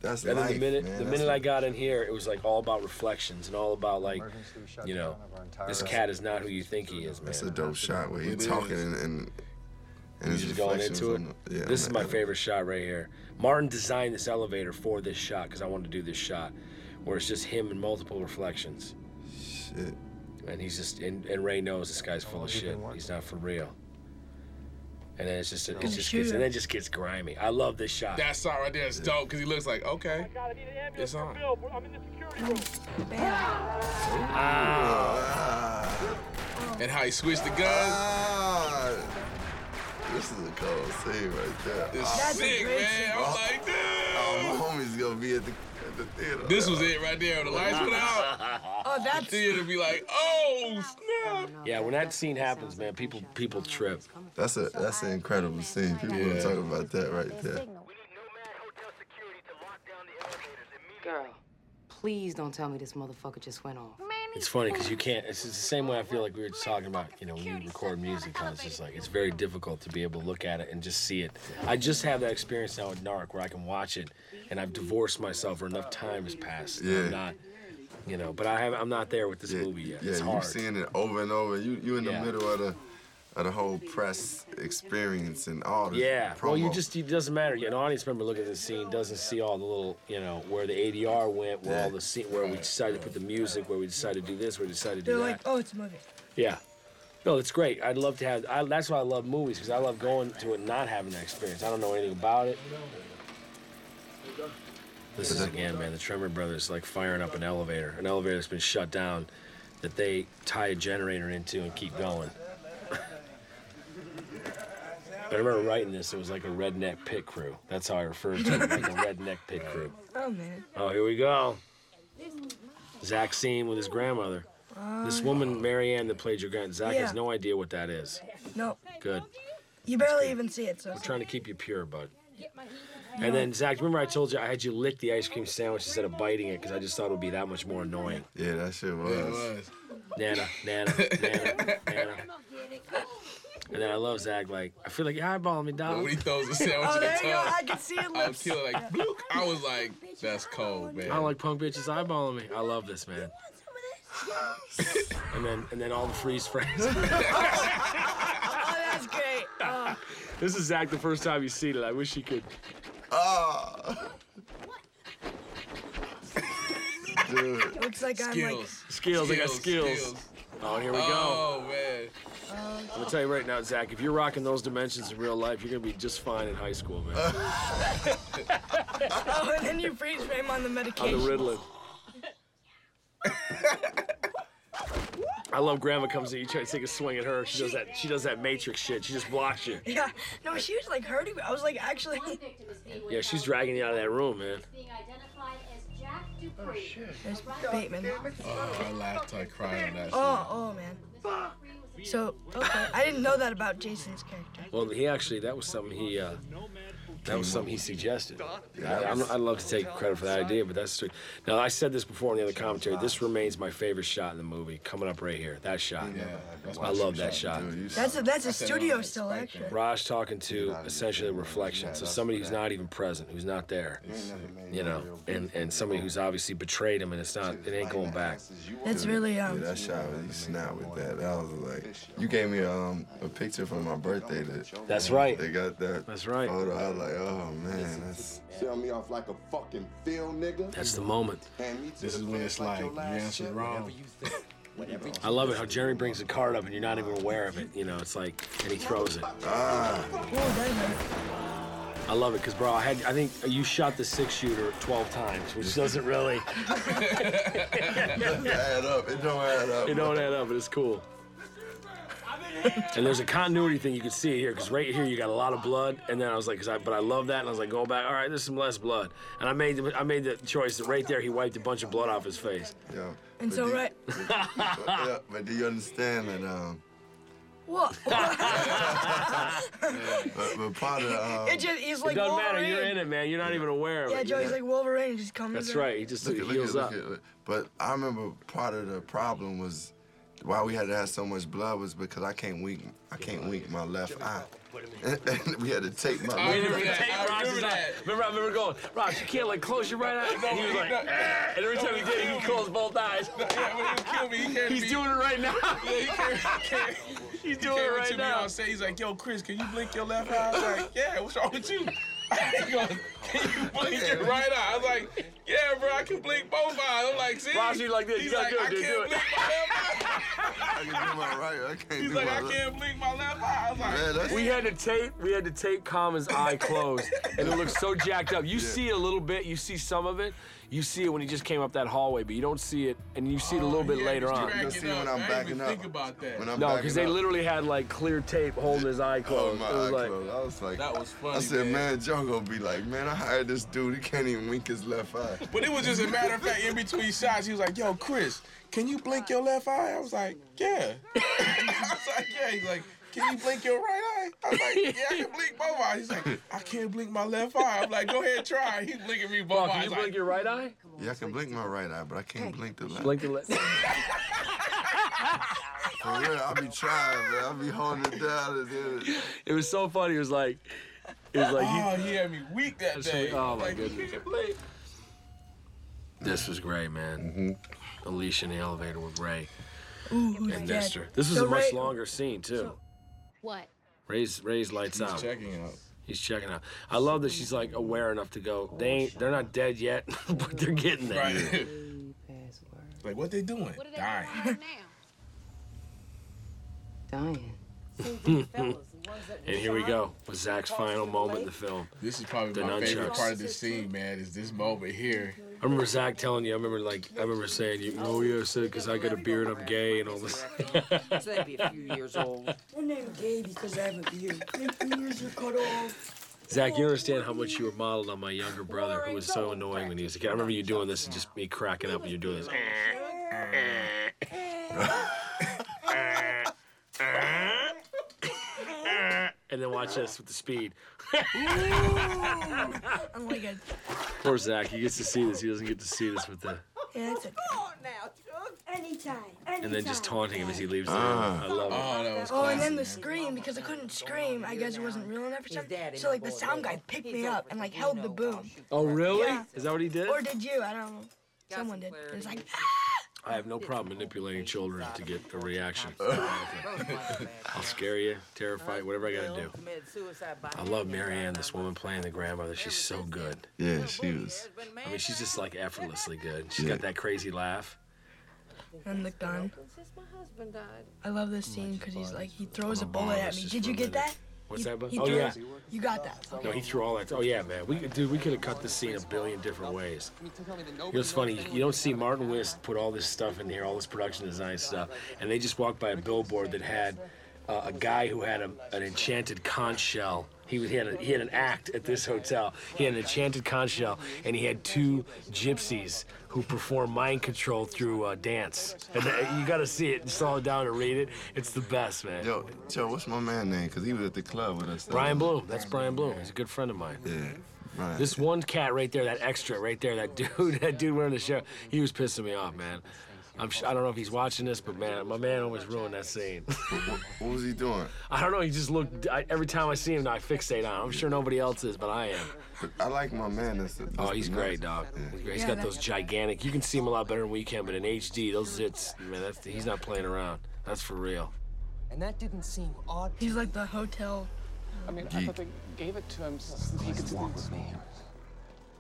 Speaker 2: that's
Speaker 1: And then
Speaker 2: life,
Speaker 1: the minute
Speaker 2: man.
Speaker 1: the
Speaker 2: That's
Speaker 1: minute I got in here, it was like all about reflections and all about like, you know, this cat is not who you think he is, man.
Speaker 2: That's a dope shot where he
Speaker 1: It
Speaker 2: talking
Speaker 1: is.
Speaker 2: and and, and
Speaker 1: He's
Speaker 2: his
Speaker 1: just going
Speaker 2: reflections
Speaker 1: into it.
Speaker 2: on the- yeah,
Speaker 1: this is
Speaker 2: on
Speaker 1: my
Speaker 2: the-
Speaker 1: favorite shot right here. Martin designed this elevator for this shot because I wanted to do this shot where it's just him and multiple reflections.
Speaker 2: Shit.
Speaker 1: And he's just and, and Ray knows this guy's full of shit. He's not for real. And then it's just it,
Speaker 3: Oh,
Speaker 1: just
Speaker 3: shoot.
Speaker 1: gets and then it just gets grimy. I love this shot.
Speaker 3: That shot right there is dope because he looks like, okay, it's on.
Speaker 4: Oh,
Speaker 2: Ah.
Speaker 3: And how he switched the guns.
Speaker 2: This is a cold scene right there.
Speaker 3: It's That's a sick, great man. scene. I'm like, dude.
Speaker 2: Oh, my homie's gonna be at the, at the theater.
Speaker 3: This was it right there. The lights went out.
Speaker 4: Oh, that's.
Speaker 3: The theater be like, oh snap.
Speaker 1: Yeah, when that scene happens, man, people people trip.
Speaker 2: That's a that's an incredible scene. People
Speaker 1: Yeah.
Speaker 2: don't talk about that right there.
Speaker 18: Girl, please don't tell me this motherfucker just went off.
Speaker 1: It's funny because you can't. It's, it's the same way I feel like we were just talking about. You know, when you record music, how it's just like it's very difficult to be able to look at it and just see it. I just have that experience now with Narc where I can watch it, and I've divorced myself, or enough time has passed. and
Speaker 2: Yeah.
Speaker 1: I'm not, you know, but I have. I'm not there with this movie yet.
Speaker 2: Yeah,
Speaker 1: Oh, it's
Speaker 2: you
Speaker 1: hard.
Speaker 2: seeing it over and over. You you in the
Speaker 1: Yeah.
Speaker 2: middle of the of the whole press experience and all the
Speaker 1: Yeah. Well, you
Speaker 2: promo.
Speaker 1: just it doesn't matter. An audience member looking at this scene doesn't see all the little, you know, where the ADR went, where all the scene, where we decided to put the music, where we decided to do this, where we decided to
Speaker 4: They're
Speaker 1: do
Speaker 4: like,
Speaker 1: that.
Speaker 4: oh, it's a movie.
Speaker 1: Yeah. No, it's great. I'd love to have. I, that's why I love movies because I love going to it and not having that experience. I don't know anything about it. This is again, man. The Tremor Brothers like firing up an elevator, an elevator that's been shut down, that they tie a generator into and keep going. I remember writing this. It was like a redneck pit crew. That's how I referred to it, like a redneck pit crew.
Speaker 4: Oh man.
Speaker 1: Oh, here we go. Zach scene with his grandmother. This woman, Marianne, that played your grand Zach
Speaker 4: Yeah.
Speaker 1: has no idea what that is.
Speaker 4: No,
Speaker 1: Good.
Speaker 4: you barely even see it. So.
Speaker 1: We're trying to keep you pure, bud. And then Zach, remember I told you I had you lick the ice cream sandwich instead of biting it because I just thought it would be that much more annoying.
Speaker 2: Yeah, that shit was.
Speaker 1: Nana, Nana, Nana, Nana. And then I love Zach. Like I feel like you're eyeballing me, dog.
Speaker 3: When he throws the sandwich
Speaker 4: Oh,
Speaker 3: in the
Speaker 4: there you go.
Speaker 3: tub.
Speaker 4: I can see it
Speaker 3: I
Speaker 4: lips.
Speaker 3: was killing like, bloop. I was like, that's cold, man.
Speaker 1: I don't like punk bitches eyeballing me. I love this man. and then and then all the freeze frames.
Speaker 4: Oh, that's great. Oh.
Speaker 1: this is Zach the first time he's seen it. I wish he could.
Speaker 2: Oh. Dude.
Speaker 4: It looks like I'm like.
Speaker 1: Skills, I got skills. Oh, here we go.
Speaker 3: Oh, man.
Speaker 1: I'm gonna tell you right now, Zach. If you're rocking those dimensions in real life, you're gonna be just fine in high school, man.
Speaker 4: oh, and then you freeze frame on the
Speaker 1: On
Speaker 4: medication.
Speaker 1: the Ritalin. I love Grandma comes in. You try to take a swing at her. She does that. She does that Matrix shit. She just blocks you.
Speaker 4: Yeah, no, she was like hurting me. I was like, actually.
Speaker 1: Yeah, she's dragging you out of that room, man.
Speaker 4: Oh, shit. There's Bateman.
Speaker 3: Oh, I laughed till I cried on that.
Speaker 4: Oh, oh man. So, okay, I didn't know that about Jason's character.
Speaker 1: Well, he actually that was something he uh, that was something he suggested. I, I'm, I'd love to take credit for that idea, but that's true. Now I said this before in the other commentary. This remains my favorite shot in the movie. Coming up right here, that shot. I love that shot.
Speaker 4: That's a that's a studio still actually.
Speaker 1: Raj talking to essentially reflection. So somebody who's not even present, who's not there, you know, and and somebody who's obviously betrayed him, and it's not, it ain't going back.
Speaker 4: That's really um.
Speaker 2: Yeah, that shot when you snapped with that. That was like you gave me um a picture for my birthday. That
Speaker 1: That's right.
Speaker 2: They got that. That's
Speaker 1: right.
Speaker 2: Photo. I was like, oh man, that's
Speaker 7: Sell me off like a fucking film, nigga.
Speaker 1: That's the moment.
Speaker 3: This is when it's like, you answered wrong.
Speaker 1: I love it how Jerry brings the card up and you're not even aware of it. You know, it's like, and he throws it. Ah. I love it because, bro, I had, I think you shot the six shooter 12 times, which doesn't really,
Speaker 2: it doesn't add up. It don't add up.
Speaker 1: it don't add up, but it's cool. And there's a continuity thing you can see here because right here you got a lot of blood, and then I was like, 'cause I, but I love that, and I was like, go back, all right, there's some less blood, and I made the, I made the choice that right there he wiped a bunch of blood off his face.
Speaker 2: Yeah.
Speaker 4: And
Speaker 2: But
Speaker 4: so
Speaker 2: do-
Speaker 4: right.
Speaker 2: yeah, but do you understand that um
Speaker 4: What?
Speaker 2: but, but part of um,
Speaker 4: It just he's like
Speaker 1: it doesn't
Speaker 4: Wolverine.
Speaker 1: matter, you're in it, man. You're not even aware of
Speaker 4: Yeah,
Speaker 1: it.
Speaker 4: Joey's like Wolverine. He just comes.
Speaker 1: That's
Speaker 4: in.
Speaker 1: right. He just
Speaker 2: Look at- look at-
Speaker 1: heals
Speaker 2: look
Speaker 1: up.
Speaker 2: at- look- But I remember part of the problem was why we had to have so much blood was because I can't wink I can't wink my left eye. we had to tape my
Speaker 1: I remember
Speaker 2: left
Speaker 1: that.
Speaker 2: eye.
Speaker 1: I remember that. Remember, I remember going, Ross, you can't like close your right eye. And he was like, "Ah," and every time he did, it, he closed both eyes. He's doing it right now. He's doing
Speaker 3: He
Speaker 1: it
Speaker 3: came
Speaker 1: right
Speaker 3: to me
Speaker 1: now.
Speaker 3: on set, He's like, yo, Chris, can you blink your left eye? I was like, yeah, what's wrong with you? I ain't gonna, can you blink your right eye? I was like, yeah, bro, I can blink both eyes. I'm like, see?
Speaker 1: Ross, you like this, you
Speaker 3: He's
Speaker 1: gotta
Speaker 3: like,
Speaker 1: do it,
Speaker 3: I
Speaker 1: dude,
Speaker 3: can't
Speaker 1: do it."
Speaker 3: blink
Speaker 2: I can do
Speaker 3: my left eye.
Speaker 2: my right. I can't
Speaker 3: He's
Speaker 2: do
Speaker 3: like,
Speaker 2: my
Speaker 3: I
Speaker 2: left.
Speaker 3: can't blink my left eye. I was like,
Speaker 1: We had to tape. We had to tape Common's eye closed, and it looked so jacked up. You see it a little bit. You see some of it. You see it when he just came up that hallway, but you don't see it, and you see it a little bit
Speaker 3: yeah,
Speaker 1: later
Speaker 3: he's
Speaker 1: on.
Speaker 3: cracking
Speaker 2: You'll see when I'm
Speaker 3: up. I ain't
Speaker 2: backing
Speaker 3: even
Speaker 2: up.
Speaker 3: Think about that.
Speaker 2: When I'm
Speaker 1: No,
Speaker 2: backing
Speaker 1: because they
Speaker 2: up.
Speaker 1: literally had like clear tape holding his eye
Speaker 2: Oh,
Speaker 1: closed.
Speaker 2: my
Speaker 1: it was
Speaker 2: eye
Speaker 1: like,
Speaker 2: closed. I was like,
Speaker 3: That was funny.
Speaker 2: I said,
Speaker 3: man.
Speaker 2: man, Joe gonna be like, man, I hired this dude. He can't even wink his left eye.
Speaker 3: But it was just a matter of fact, in between shots, he was like, yo, Chris, can you blink your left eye? I was like, yeah. I was like, yeah. He's like, can you blink your right eye? I was like, yeah, I can blink both eyes. He's like, I can't blink my left eye. I'm like, go ahead, try. He's blinking me both
Speaker 1: Fuck, can
Speaker 3: eyes.
Speaker 1: you
Speaker 3: like,
Speaker 1: blink your right eye?
Speaker 2: Yeah, I can blink my right eye, but I can't blink the left.
Speaker 1: Blink the left.
Speaker 2: For real, I be trying, man. I be holding it down. And then,
Speaker 1: It was so funny. It was like, it was like, he-
Speaker 3: oh, he had me weak that day.
Speaker 1: Oh, my
Speaker 3: like, you
Speaker 1: goodness.
Speaker 3: can't blink.
Speaker 1: this was great, man. Alicia in the elevator with Ray
Speaker 4: Ooh, who's
Speaker 1: and
Speaker 4: dead?
Speaker 1: Nestor. This was
Speaker 4: So
Speaker 1: a much
Speaker 4: Ray-
Speaker 1: longer scene too.
Speaker 16: What?
Speaker 1: Ray's Ray's lights out.
Speaker 3: Checking out.
Speaker 1: He's checking out. I love that she's like aware enough to go. They ain't. They're not dead yet, but they're getting there.
Speaker 3: Right. like, what they doing? Dying.
Speaker 18: Dying.
Speaker 1: And here we go with Zach's final moment in the film.
Speaker 3: This is probably
Speaker 1: The
Speaker 3: my favorite
Speaker 1: nunchucks.
Speaker 3: part of this scene, man, is this moment here.
Speaker 1: I remember Zach telling you. I remember like I remember saying you. Oh yeah, I said because I got a beard, I'm gay, and all this.
Speaker 13: So they'd be a few years old.
Speaker 20: We're named gay because I have a beard. My fingers are cut off.
Speaker 1: Zach, you understand how much you were modeled on my younger brother, who was so annoying when he was a kid. I remember you doing this and just me cracking up when you're doing this. And then watch this with the speed.
Speaker 4: Oh I'm like, a,
Speaker 1: Poor Zach, he gets to see this. He doesn't get to see this with the.
Speaker 4: yeah, that's it.
Speaker 20: Anytime.
Speaker 1: And then just taunting him as he leaves the room.
Speaker 2: Ah.
Speaker 1: I love it.
Speaker 4: Oh,
Speaker 3: Oh, that was
Speaker 4: and
Speaker 3: classic.
Speaker 4: then the scream because I couldn't scream. I guess it wasn't real enough or something. So like the sound guy picked me up and like held the boom.
Speaker 1: Oh, really?
Speaker 4: Yeah.
Speaker 1: Is that what he did?
Speaker 4: Or did you? I don't know. Someone did. It was like,
Speaker 1: I have no problem manipulating children to get a reaction. I'll scare you, terrify you, whatever I gotta do. I love Marianne, this woman playing the grandmother. She's so good.
Speaker 2: yeah, she was.
Speaker 1: I mean, she's just like effortlessly good. She's got that crazy laugh.
Speaker 4: and the gun.
Speaker 14: Since my husband died.
Speaker 4: I love this scene because he's like, he throws a bullet at me. Did you get that?
Speaker 1: What's that, bud?
Speaker 4: He
Speaker 1: Oh,
Speaker 4: threw-
Speaker 1: yeah.
Speaker 4: You got that.
Speaker 1: No, he threw all that. Oh yeah, man. We dude, we could have cut this scene a billion different ways. You know, it's funny. You don't see Martin West put all this stuff in here, all this production design stuff, and they just walked by a billboard that had uh, a guy who had a, an enchanted conch shell. He, was- he had a, he had an act at this hotel. He had an enchanted conch shell, and he had two gypsies who perform mind control through uh, dance. And that- you got to see it, slow it down, and read it. It's the best, man.
Speaker 2: Yo, Joe, what's my man name? Cause he was at the club with us.
Speaker 1: Brian Bloom. That's Brian Bloom. He's a good friend of mine.
Speaker 2: Yeah. Right.
Speaker 1: This one cat right there, that extra right there, that dude, that dude wearing the shirt, he was pissing me off, man. I'm sh- I don't know if he's watching this, but man, my man always ruined that scene.
Speaker 2: what was he doing?
Speaker 1: I don't know. He just looked. I, every time I see him, I fixate on. him. I'm sure nobody else is, but I am.
Speaker 2: I like my man. That's, that's
Speaker 1: oh, he's
Speaker 2: the
Speaker 1: great,
Speaker 2: next-
Speaker 1: dog. He's great. He's
Speaker 4: Yeah,
Speaker 1: got
Speaker 4: that-
Speaker 1: those gigantic. You can see him a lot better than we can, but in HD, those zits, man, that's he's not playing around. That's for real.
Speaker 13: And that didn't seem odd.
Speaker 4: He's like the hotel.
Speaker 13: I mean,
Speaker 1: I thought
Speaker 13: they gave it to him.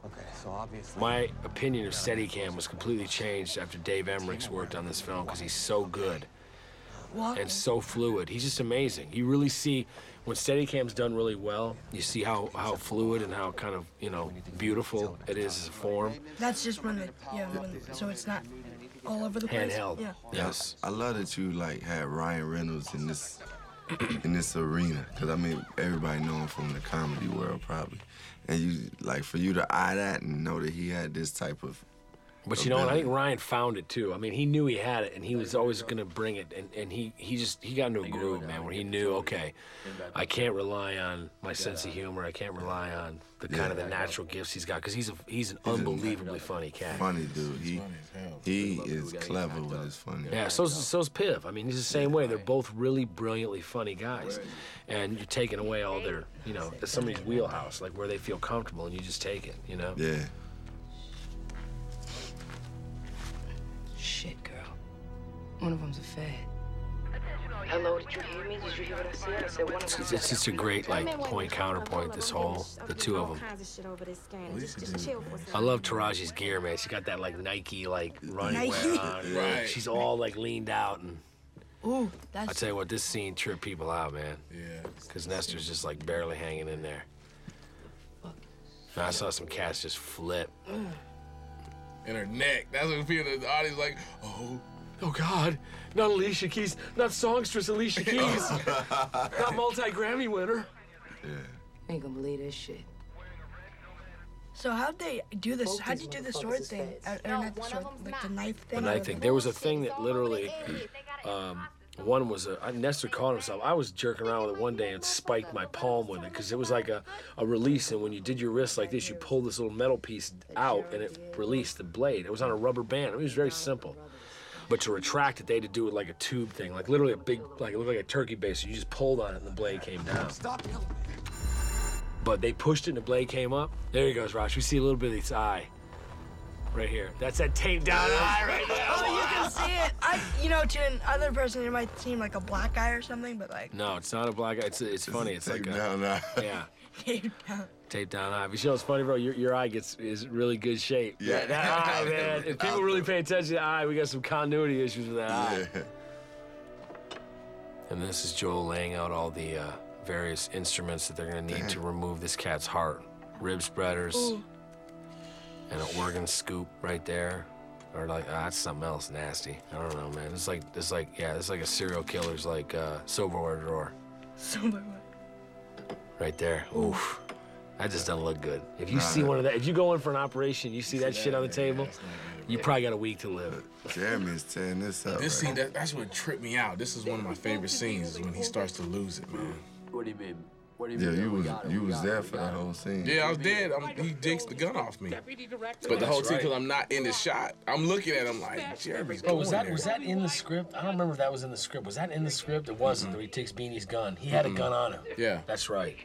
Speaker 15: Okay, so obviously.
Speaker 1: My opinion of Steadicam was completely changed after Dave Emmerich's worked on this film because he's so good. and so fluid. He's just amazing. You really see when Steadicam's done really well, you see how, how fluid and how kind of, you know, beautiful it is as a form.
Speaker 4: That's just when the, yeah, when, so it's not all over the place. Yeah.
Speaker 1: Yes.
Speaker 2: I love that you like had Ryan Reynolds in this in this arena, cause I mean everybody know him from the comedy world probably, and you like for you to eye that and know that he had this type of.
Speaker 1: But you know what? I
Speaker 2: ability.
Speaker 1: think Ryan found it too. I mean, he knew he had it, and he was always going to bring it. And, and he, he just he got into a groove, man, where he knew, okay, I can't rely on my sense of humor. I can't rely on the kind of the natural gifts he's got because he's a, he's an unbelievably funny cat.
Speaker 2: Funny dude. He he is clever with his funny.
Speaker 1: Yeah, so's so's Piv. I mean, he's the same way. They're both really brilliantly funny guys, and you're taking away all their, you know, it's somebody's wheelhouse, like where they feel comfortable, and you just take it, you know.
Speaker 2: Yeah.
Speaker 18: Shit, girl. One of them's a fed.
Speaker 14: Hello, did you hear me? Did you hear what I said? I said one of
Speaker 1: It's, it's just a great like point counterpoint. This whole the two of them.
Speaker 14: kinds of shit over this game. Just, just chill for a
Speaker 1: I love Taraji's gear, man. She got that like Nike like running
Speaker 4: Nike.
Speaker 1: wear on.
Speaker 4: Right.
Speaker 1: She's all like leaned out, and
Speaker 4: Ooh,
Speaker 1: I
Speaker 4: that's.
Speaker 1: tell you what, this scene tripped people out, man. Yeah. Cause Nestor's just like barely hanging in there. And I saw some cats just flip.
Speaker 3: in her neck. That's what people in the audience like. Oh,
Speaker 1: Oh God! Not Alicia Keys, not songstress Alicia Keys, not multi-Grammy winner.
Speaker 18: Ain't gonna believe this shit.
Speaker 4: So how'd they do this?
Speaker 18: Both
Speaker 4: How'd
Speaker 18: these
Speaker 4: you do the sword thing? Uh, or not the sword, like the knife thing.
Speaker 1: And I think there was a thing that literally, um, one was a I- Nestor caught himself. I was jerking around with it one day and spiked my palm with it because it was like a, a release. And when you did your wrist like this, you pulled this little metal piece out and it released the blade. It was on a rubber band. It was very simple. But to retract it, they had to do it like a tube thing, like literally a big, like it looked like a turkey baster. You just pulled on it and the blade came down. But they pushed it and the blade came up. There he goes, Rosh. We see a little bit of his eye. Right here. That's that taped down eye right there.
Speaker 4: Oh, you can see it. I, you know, to another person, it might seem like a black eye or something, but like
Speaker 1: No, it's not a black eye. It's it's funny. It's like a yeah,
Speaker 4: taped down.
Speaker 1: taped down eye. But you know what's funny, bro? Your, your eye gets is really good shape.
Speaker 2: Yeah.
Speaker 1: that, that eye, man. If people really pay attention to the eye, we got some continuity issues with that eye. And this is Joel laying out all the uh, various instruments that they're gonna need to remove this cat's heart, rib spreaders,
Speaker 4: Ooh.
Speaker 1: and an organ scoop right there. Or like ah, that's something else nasty. I don't know, man. It's like it's like yeah, it's like a serial killer's like uh, silverware drawer.
Speaker 4: Somewhere.
Speaker 1: Right there. Oof. That just doesn't look good. If you
Speaker 2: Nah.
Speaker 1: see one of that, if you go in for an operation, you see that shit on the table, you probably got a week to live.
Speaker 2: Jeremy's tearing this up.
Speaker 3: this
Speaker 2: right
Speaker 3: scene. That, that's what tripped me out. This is one of my favorite scenes is when he starts to lose it, man.
Speaker 19: What do you mean? What do you
Speaker 2: Yeah,
Speaker 19: mean?
Speaker 2: you
Speaker 19: We
Speaker 2: was
Speaker 19: got it,
Speaker 2: you
Speaker 19: we
Speaker 2: was
Speaker 19: got
Speaker 2: there
Speaker 19: it, we
Speaker 2: for
Speaker 19: got
Speaker 2: that
Speaker 19: it.
Speaker 2: whole scene.
Speaker 3: Yeah, I was dead. I'm, he digs the gun off me. But the
Speaker 1: That's
Speaker 3: whole thing,
Speaker 1: right.
Speaker 3: because I'm not in the shot, I'm looking at him like, Jeremy's
Speaker 1: Oh, was
Speaker 3: going
Speaker 1: that
Speaker 3: there.
Speaker 1: was that in the script? I don't remember if that was in the script. Was that in the script? It wasn't. Where he takes Beanie's gun. He had a
Speaker 3: Mm-mm.
Speaker 1: gun on him.
Speaker 3: Yeah.
Speaker 1: That's right.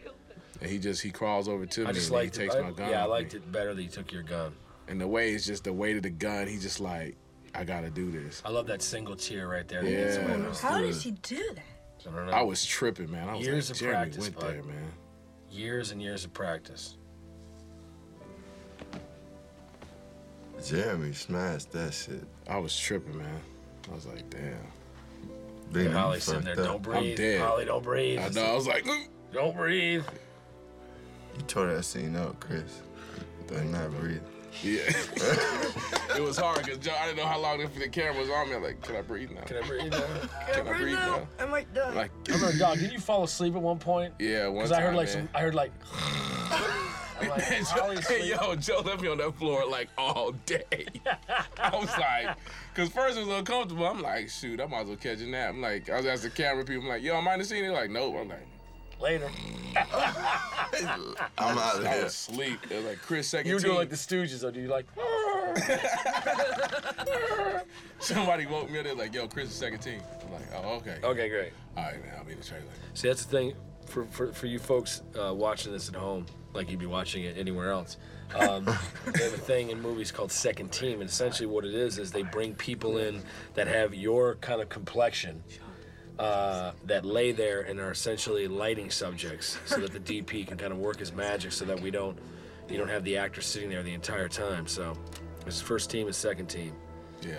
Speaker 3: And he just he crawls over to me.
Speaker 1: I just
Speaker 3: and he
Speaker 1: liked it.
Speaker 3: takes
Speaker 1: I-
Speaker 3: my gun.
Speaker 1: yeah, I
Speaker 3: off
Speaker 1: liked
Speaker 3: me.
Speaker 1: it better that you took your gun.
Speaker 3: And the way it's just the weight of the gun. He's just like, I gotta do this.
Speaker 1: I love that single tear right there.
Speaker 3: Yeah.
Speaker 4: How does he do that?
Speaker 1: I don't know.
Speaker 3: I was tripping, man. I was
Speaker 1: years
Speaker 3: like,
Speaker 1: of
Speaker 3: Jeremy
Speaker 1: practice,
Speaker 3: went
Speaker 1: bud.
Speaker 3: there, man.
Speaker 1: Years and years of practice.
Speaker 2: Jeremy smashed that shit.
Speaker 3: I was tripping, man. I was like, damn.
Speaker 1: They Holly's sitting there, don't
Speaker 3: I'm
Speaker 1: breathe.
Speaker 3: dead.
Speaker 1: Holly, don't breathe.
Speaker 3: I know. I was like,
Speaker 1: don't breathe.
Speaker 2: You tore that scene up, Chris. They're not breathing.
Speaker 3: Yeah. it was hard because I didn't know how long the the camera was on me. I'm like, can I breathe now? Can I breathe now? can I breathe now?
Speaker 4: I might die.
Speaker 3: Like,
Speaker 17: I remember, dog, didn't you fall asleep at one point?
Speaker 3: yeah, one
Speaker 17: Because
Speaker 3: time.
Speaker 17: I heard like
Speaker 3: man.
Speaker 17: some, I heard like,
Speaker 3: Man, Joe, hey, yo, Joe left me on that floor like all day. I was like, because first it was uncomfortable. I'm like, shoot, I might as well catch a nap. I'm like, I was asking camera people, I'm like, yo, am I in the scene? They're like, nope. I'm like,
Speaker 17: later.
Speaker 2: I'm out of
Speaker 3: I was
Speaker 2: here.
Speaker 3: asleep. It was like Chris second.
Speaker 17: You were doing like the Stooges, though, dude. You're Like,
Speaker 3: Somebody woke me up. They're like, yo, Chris is second team. I'm like, oh, okay.
Speaker 1: Okay, great.
Speaker 3: All right, man, I'll be in the trailer.
Speaker 1: See, that's the thing for, for, for you folks uh, watching this at home, like you'd be watching it anywhere else. Um, they have a thing in movies called second team, and essentially what it is is they bring people in that have your kind of complexion uh, that lay there and are essentially lighting subjects, so that the DP can kind of work his magic, so that we don't you don't have the actor sitting there the entire time. So it's first team and second team.
Speaker 3: Yeah.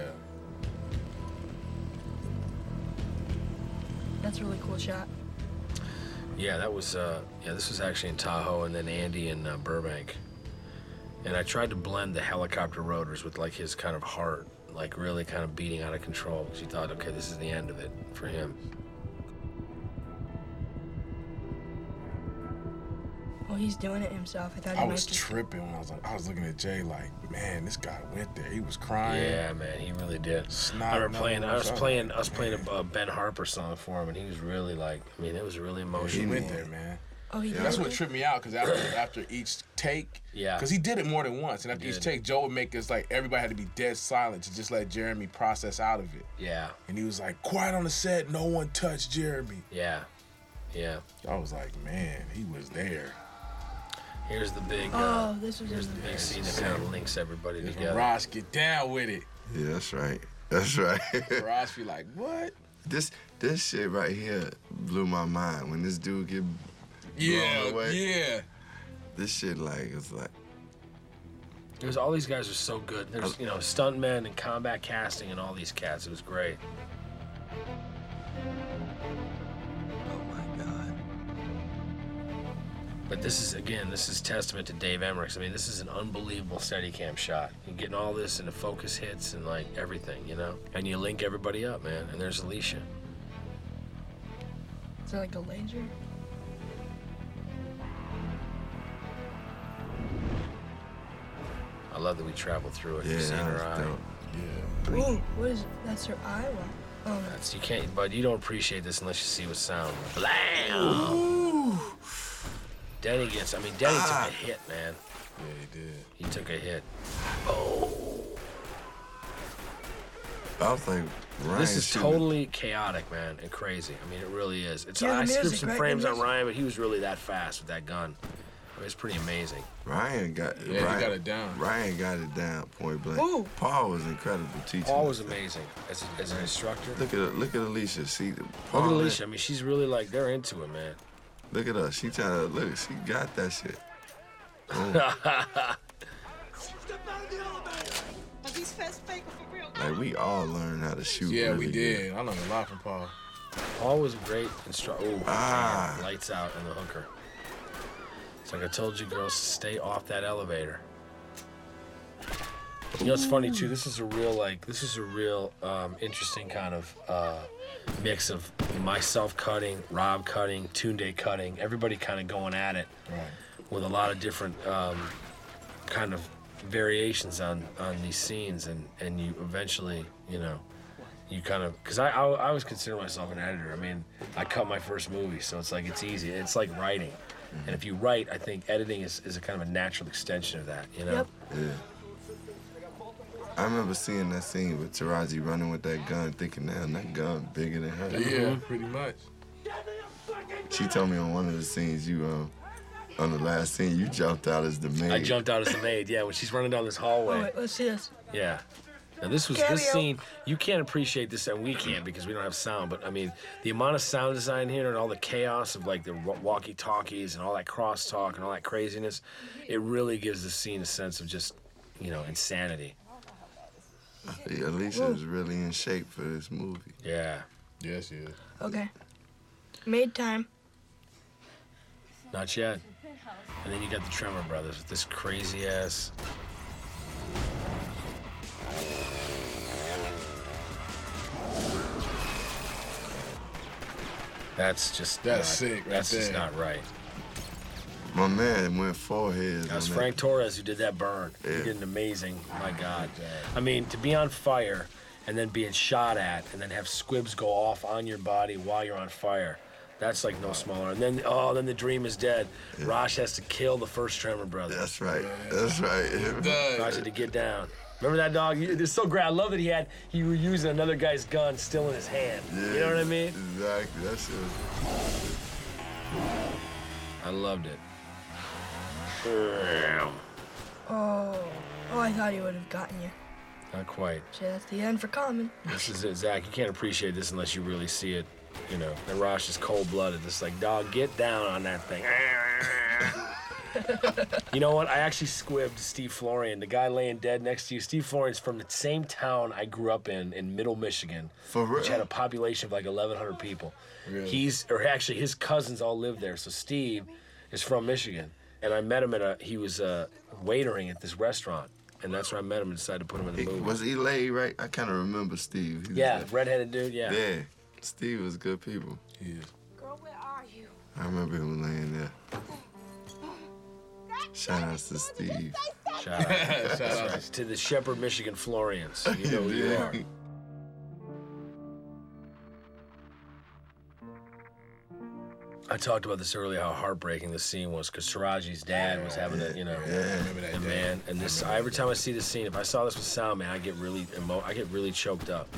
Speaker 4: That's a really cool shot.
Speaker 1: Yeah, that was uh, yeah. This was actually in Tahoe, and then Andy in uh, Burbank. And I tried to blend the helicopter rotors with like his kind of heart, like really kind of beating out of control. Because he thought, okay, this is the end of it for him.
Speaker 4: Well, Oh, he's doing it himself. I thought he
Speaker 3: I
Speaker 4: might
Speaker 3: was
Speaker 4: just-
Speaker 3: tripping when I was I was looking at Jay like, man, this guy went there. He was crying.
Speaker 1: Yeah, man, he really did.
Speaker 3: Snot
Speaker 1: I remember
Speaker 3: nose.
Speaker 1: playing. I was
Speaker 3: I'm
Speaker 1: playing.
Speaker 3: like,
Speaker 1: I was playing a uh, Ben Harper song for him, and he was really like. I mean, it was really
Speaker 3: He
Speaker 1: emotional.
Speaker 3: went there, man.
Speaker 4: Oh, he
Speaker 3: That's
Speaker 4: did?
Speaker 3: what tripped me out because after after each take,
Speaker 1: Yeah.
Speaker 3: because he did it more than once, and after
Speaker 1: He
Speaker 3: each
Speaker 1: did.
Speaker 3: take, Joe would make us like everybody had to be dead silent to just let Jeremy process out of it.
Speaker 1: Yeah.
Speaker 3: And he was like, "Quiet on the set, no one touched Jeremy."
Speaker 1: Yeah. Yeah.
Speaker 3: I was like, man, he was there.
Speaker 1: Here's the big. Uh,
Speaker 4: Oh, this was
Speaker 1: here's
Speaker 4: in
Speaker 1: the
Speaker 4: the
Speaker 1: big scene that kind of links everybody
Speaker 3: Yeah.
Speaker 1: together.
Speaker 3: Ross, get down with it.
Speaker 2: Yeah, that's right. That's right.
Speaker 3: Ross be like, what?
Speaker 2: this this shit right here blew my mind when this dude get
Speaker 3: Yeah,
Speaker 2: blown away.
Speaker 3: yeah.
Speaker 2: This shit like it's like
Speaker 1: There's all these guys are so good. There's you know stuntmen and combat casting and all these cats. It was great.
Speaker 2: Oh
Speaker 1: But this is again, this is testament to Dave Emmerichs. I mean, this is an unbelievable Steadicam shot. You're getting all this and the focus hits and like everything, you know. And you link everybody up, man. And there's Alicia.
Speaker 4: Is that like a laser?
Speaker 1: I love that we traveled through it.
Speaker 2: Yeah,
Speaker 1: You've seen
Speaker 2: that
Speaker 1: her
Speaker 2: was
Speaker 1: eye.
Speaker 2: dope.
Speaker 4: Ooh, what is That's her eye. Wow. Oh, no.
Speaker 1: That's you can't, but you don't appreciate this unless you see what sound. Blam! Denny gets. I mean, Denny
Speaker 2: Ah.
Speaker 1: took a hit, man.
Speaker 3: Yeah, he did.
Speaker 1: He took a hit.
Speaker 2: I was like Ryan
Speaker 1: this is
Speaker 2: shooting-
Speaker 1: totally chaotic, man, and crazy. I mean, it really is. It's
Speaker 2: Yeah, the
Speaker 1: I
Speaker 2: music,
Speaker 1: skipped some
Speaker 2: right? The
Speaker 1: frames on
Speaker 2: music.
Speaker 1: Ryan, but he was really that fast with that gun. I mean, it's pretty amazing.
Speaker 2: Ryan got
Speaker 1: Yeah, he
Speaker 2: Ryan,
Speaker 1: got it down.
Speaker 2: Ryan got it down point blank.
Speaker 1: Ooh.
Speaker 2: Paul was incredible teaching.
Speaker 1: Paul
Speaker 2: us
Speaker 1: was
Speaker 2: that.
Speaker 1: amazing as, a, as an instructor.
Speaker 2: Look at look at Alicia. See Paul.
Speaker 1: Look at Alicia. I mean, she's really like they're into it, man.
Speaker 2: Look at her. She trying to look. She got that shit. Oh. Boom. like we all learned how to shoot.
Speaker 3: Yeah,
Speaker 2: really
Speaker 3: we did. I learned a lot from Paul.
Speaker 1: Paul was a great instructor. Oh,
Speaker 2: Ah.
Speaker 1: damn, lights out and the hooker. It's like I told you, girls, stay off that elevator. You know, it's funny too. This is a real, like, this is a real um, interesting kind of uh, mix of myself cutting, Rob cutting, Tunde cutting, everybody kind of going at it with a lot of different um, kind of variations on on these scenes, and and you eventually, you know, you kind of because I, I I always consider myself an editor. I mean, I cut my first movie, so it's like it's easy. It's like writing, and if you write, I think editing is, is a kind of a natural extension of that. You know.
Speaker 4: Yep.
Speaker 2: Yeah. I remember seeing that scene with Taraji running with that gun, thinking, damn, that gun bigger than her.
Speaker 3: Yeah, pretty much.
Speaker 2: She told me on one of the scenes you um on the last scene you jumped out as the maid.
Speaker 1: I jumped out as the maid. Yeah, when she's running down this
Speaker 4: Oh,
Speaker 1: hallway.
Speaker 4: wait, let's see this.
Speaker 1: Yeah. Now this was
Speaker 4: Cameo.
Speaker 1: this scene. You can't appreciate this, and we can't because we don't have sound. But I mean, the amount of sound design here and all the chaos of like the wa- walkie-talkies and all that crosstalk and all that craziness, it really gives the scene a sense of just, you know, insanity.
Speaker 2: Alicia is really in shape for this movie.
Speaker 1: Yeah.
Speaker 3: Yes, yes.
Speaker 4: Okay. Made time.
Speaker 1: Not yet. And then you got the Tremor Brothers with this crazy ass. That's just
Speaker 3: That's
Speaker 1: not-
Speaker 3: sick right
Speaker 1: That's just
Speaker 3: there.
Speaker 1: not right.
Speaker 2: My man went four heads.
Speaker 1: That was
Speaker 2: on that.
Speaker 1: Frank Torres who did that burn.
Speaker 2: Yeah.
Speaker 1: He did an amazing. My God. I mean, to be on fire and then being shot at and then have squibs go off on your body while you're on fire. That's like no smaller. And then oh, then the dream is dead. Rosh has to kill the first Tremor brother.
Speaker 2: That's right. That's
Speaker 3: Uh,
Speaker 2: right.
Speaker 1: Rosh had to get down. Remember that dog? You- It's so great. I love that he had he was using another guy's gun still in his hand. You know what I mean?
Speaker 2: Exactly. That shit was.
Speaker 1: I loved it.
Speaker 4: Oh. Oh, I thought he would have gotten you.
Speaker 1: Not quite.
Speaker 4: Shit, that's the end for Common.
Speaker 1: This is it, Zach. You can't appreciate this unless you really see it. You know, and Rosh is cold blooded. It's like, dog, get down on that thing. you know what? I actually squibbed Steve Florian, the guy laying dead next to you. Steve Florian's from the same town I grew up in, in Middle Michigan,
Speaker 2: For
Speaker 1: which
Speaker 2: real?
Speaker 1: had a population of like 1,100 people.
Speaker 2: Really?
Speaker 1: He's, or actually, his cousins all live there. So Steve is from Michigan, and I met him at a. He was uh, waitering at this restaurant, and that's where I met him and decided to put him in the
Speaker 2: He-
Speaker 1: movie.
Speaker 2: was he laid right? I kind of remember Steve. He was
Speaker 1: Yeah,
Speaker 2: like-
Speaker 1: redheaded dude. Yeah.
Speaker 2: Yeah. Steve was good people.
Speaker 3: Yeah.
Speaker 16: Girl, where are you?
Speaker 2: I remember him laying there. Shout outs to Steve.
Speaker 1: Shout out, That's right. to the Shepherd, Michigan Florians. You know who you
Speaker 2: Yeah.
Speaker 1: are. I talked about this earlier, how heartbreaking this scene was, because Taraji's dad was having a, you know, and man, and this. Every time I see this scene, if I saw this with sound, man, I get really emo, I get really choked up.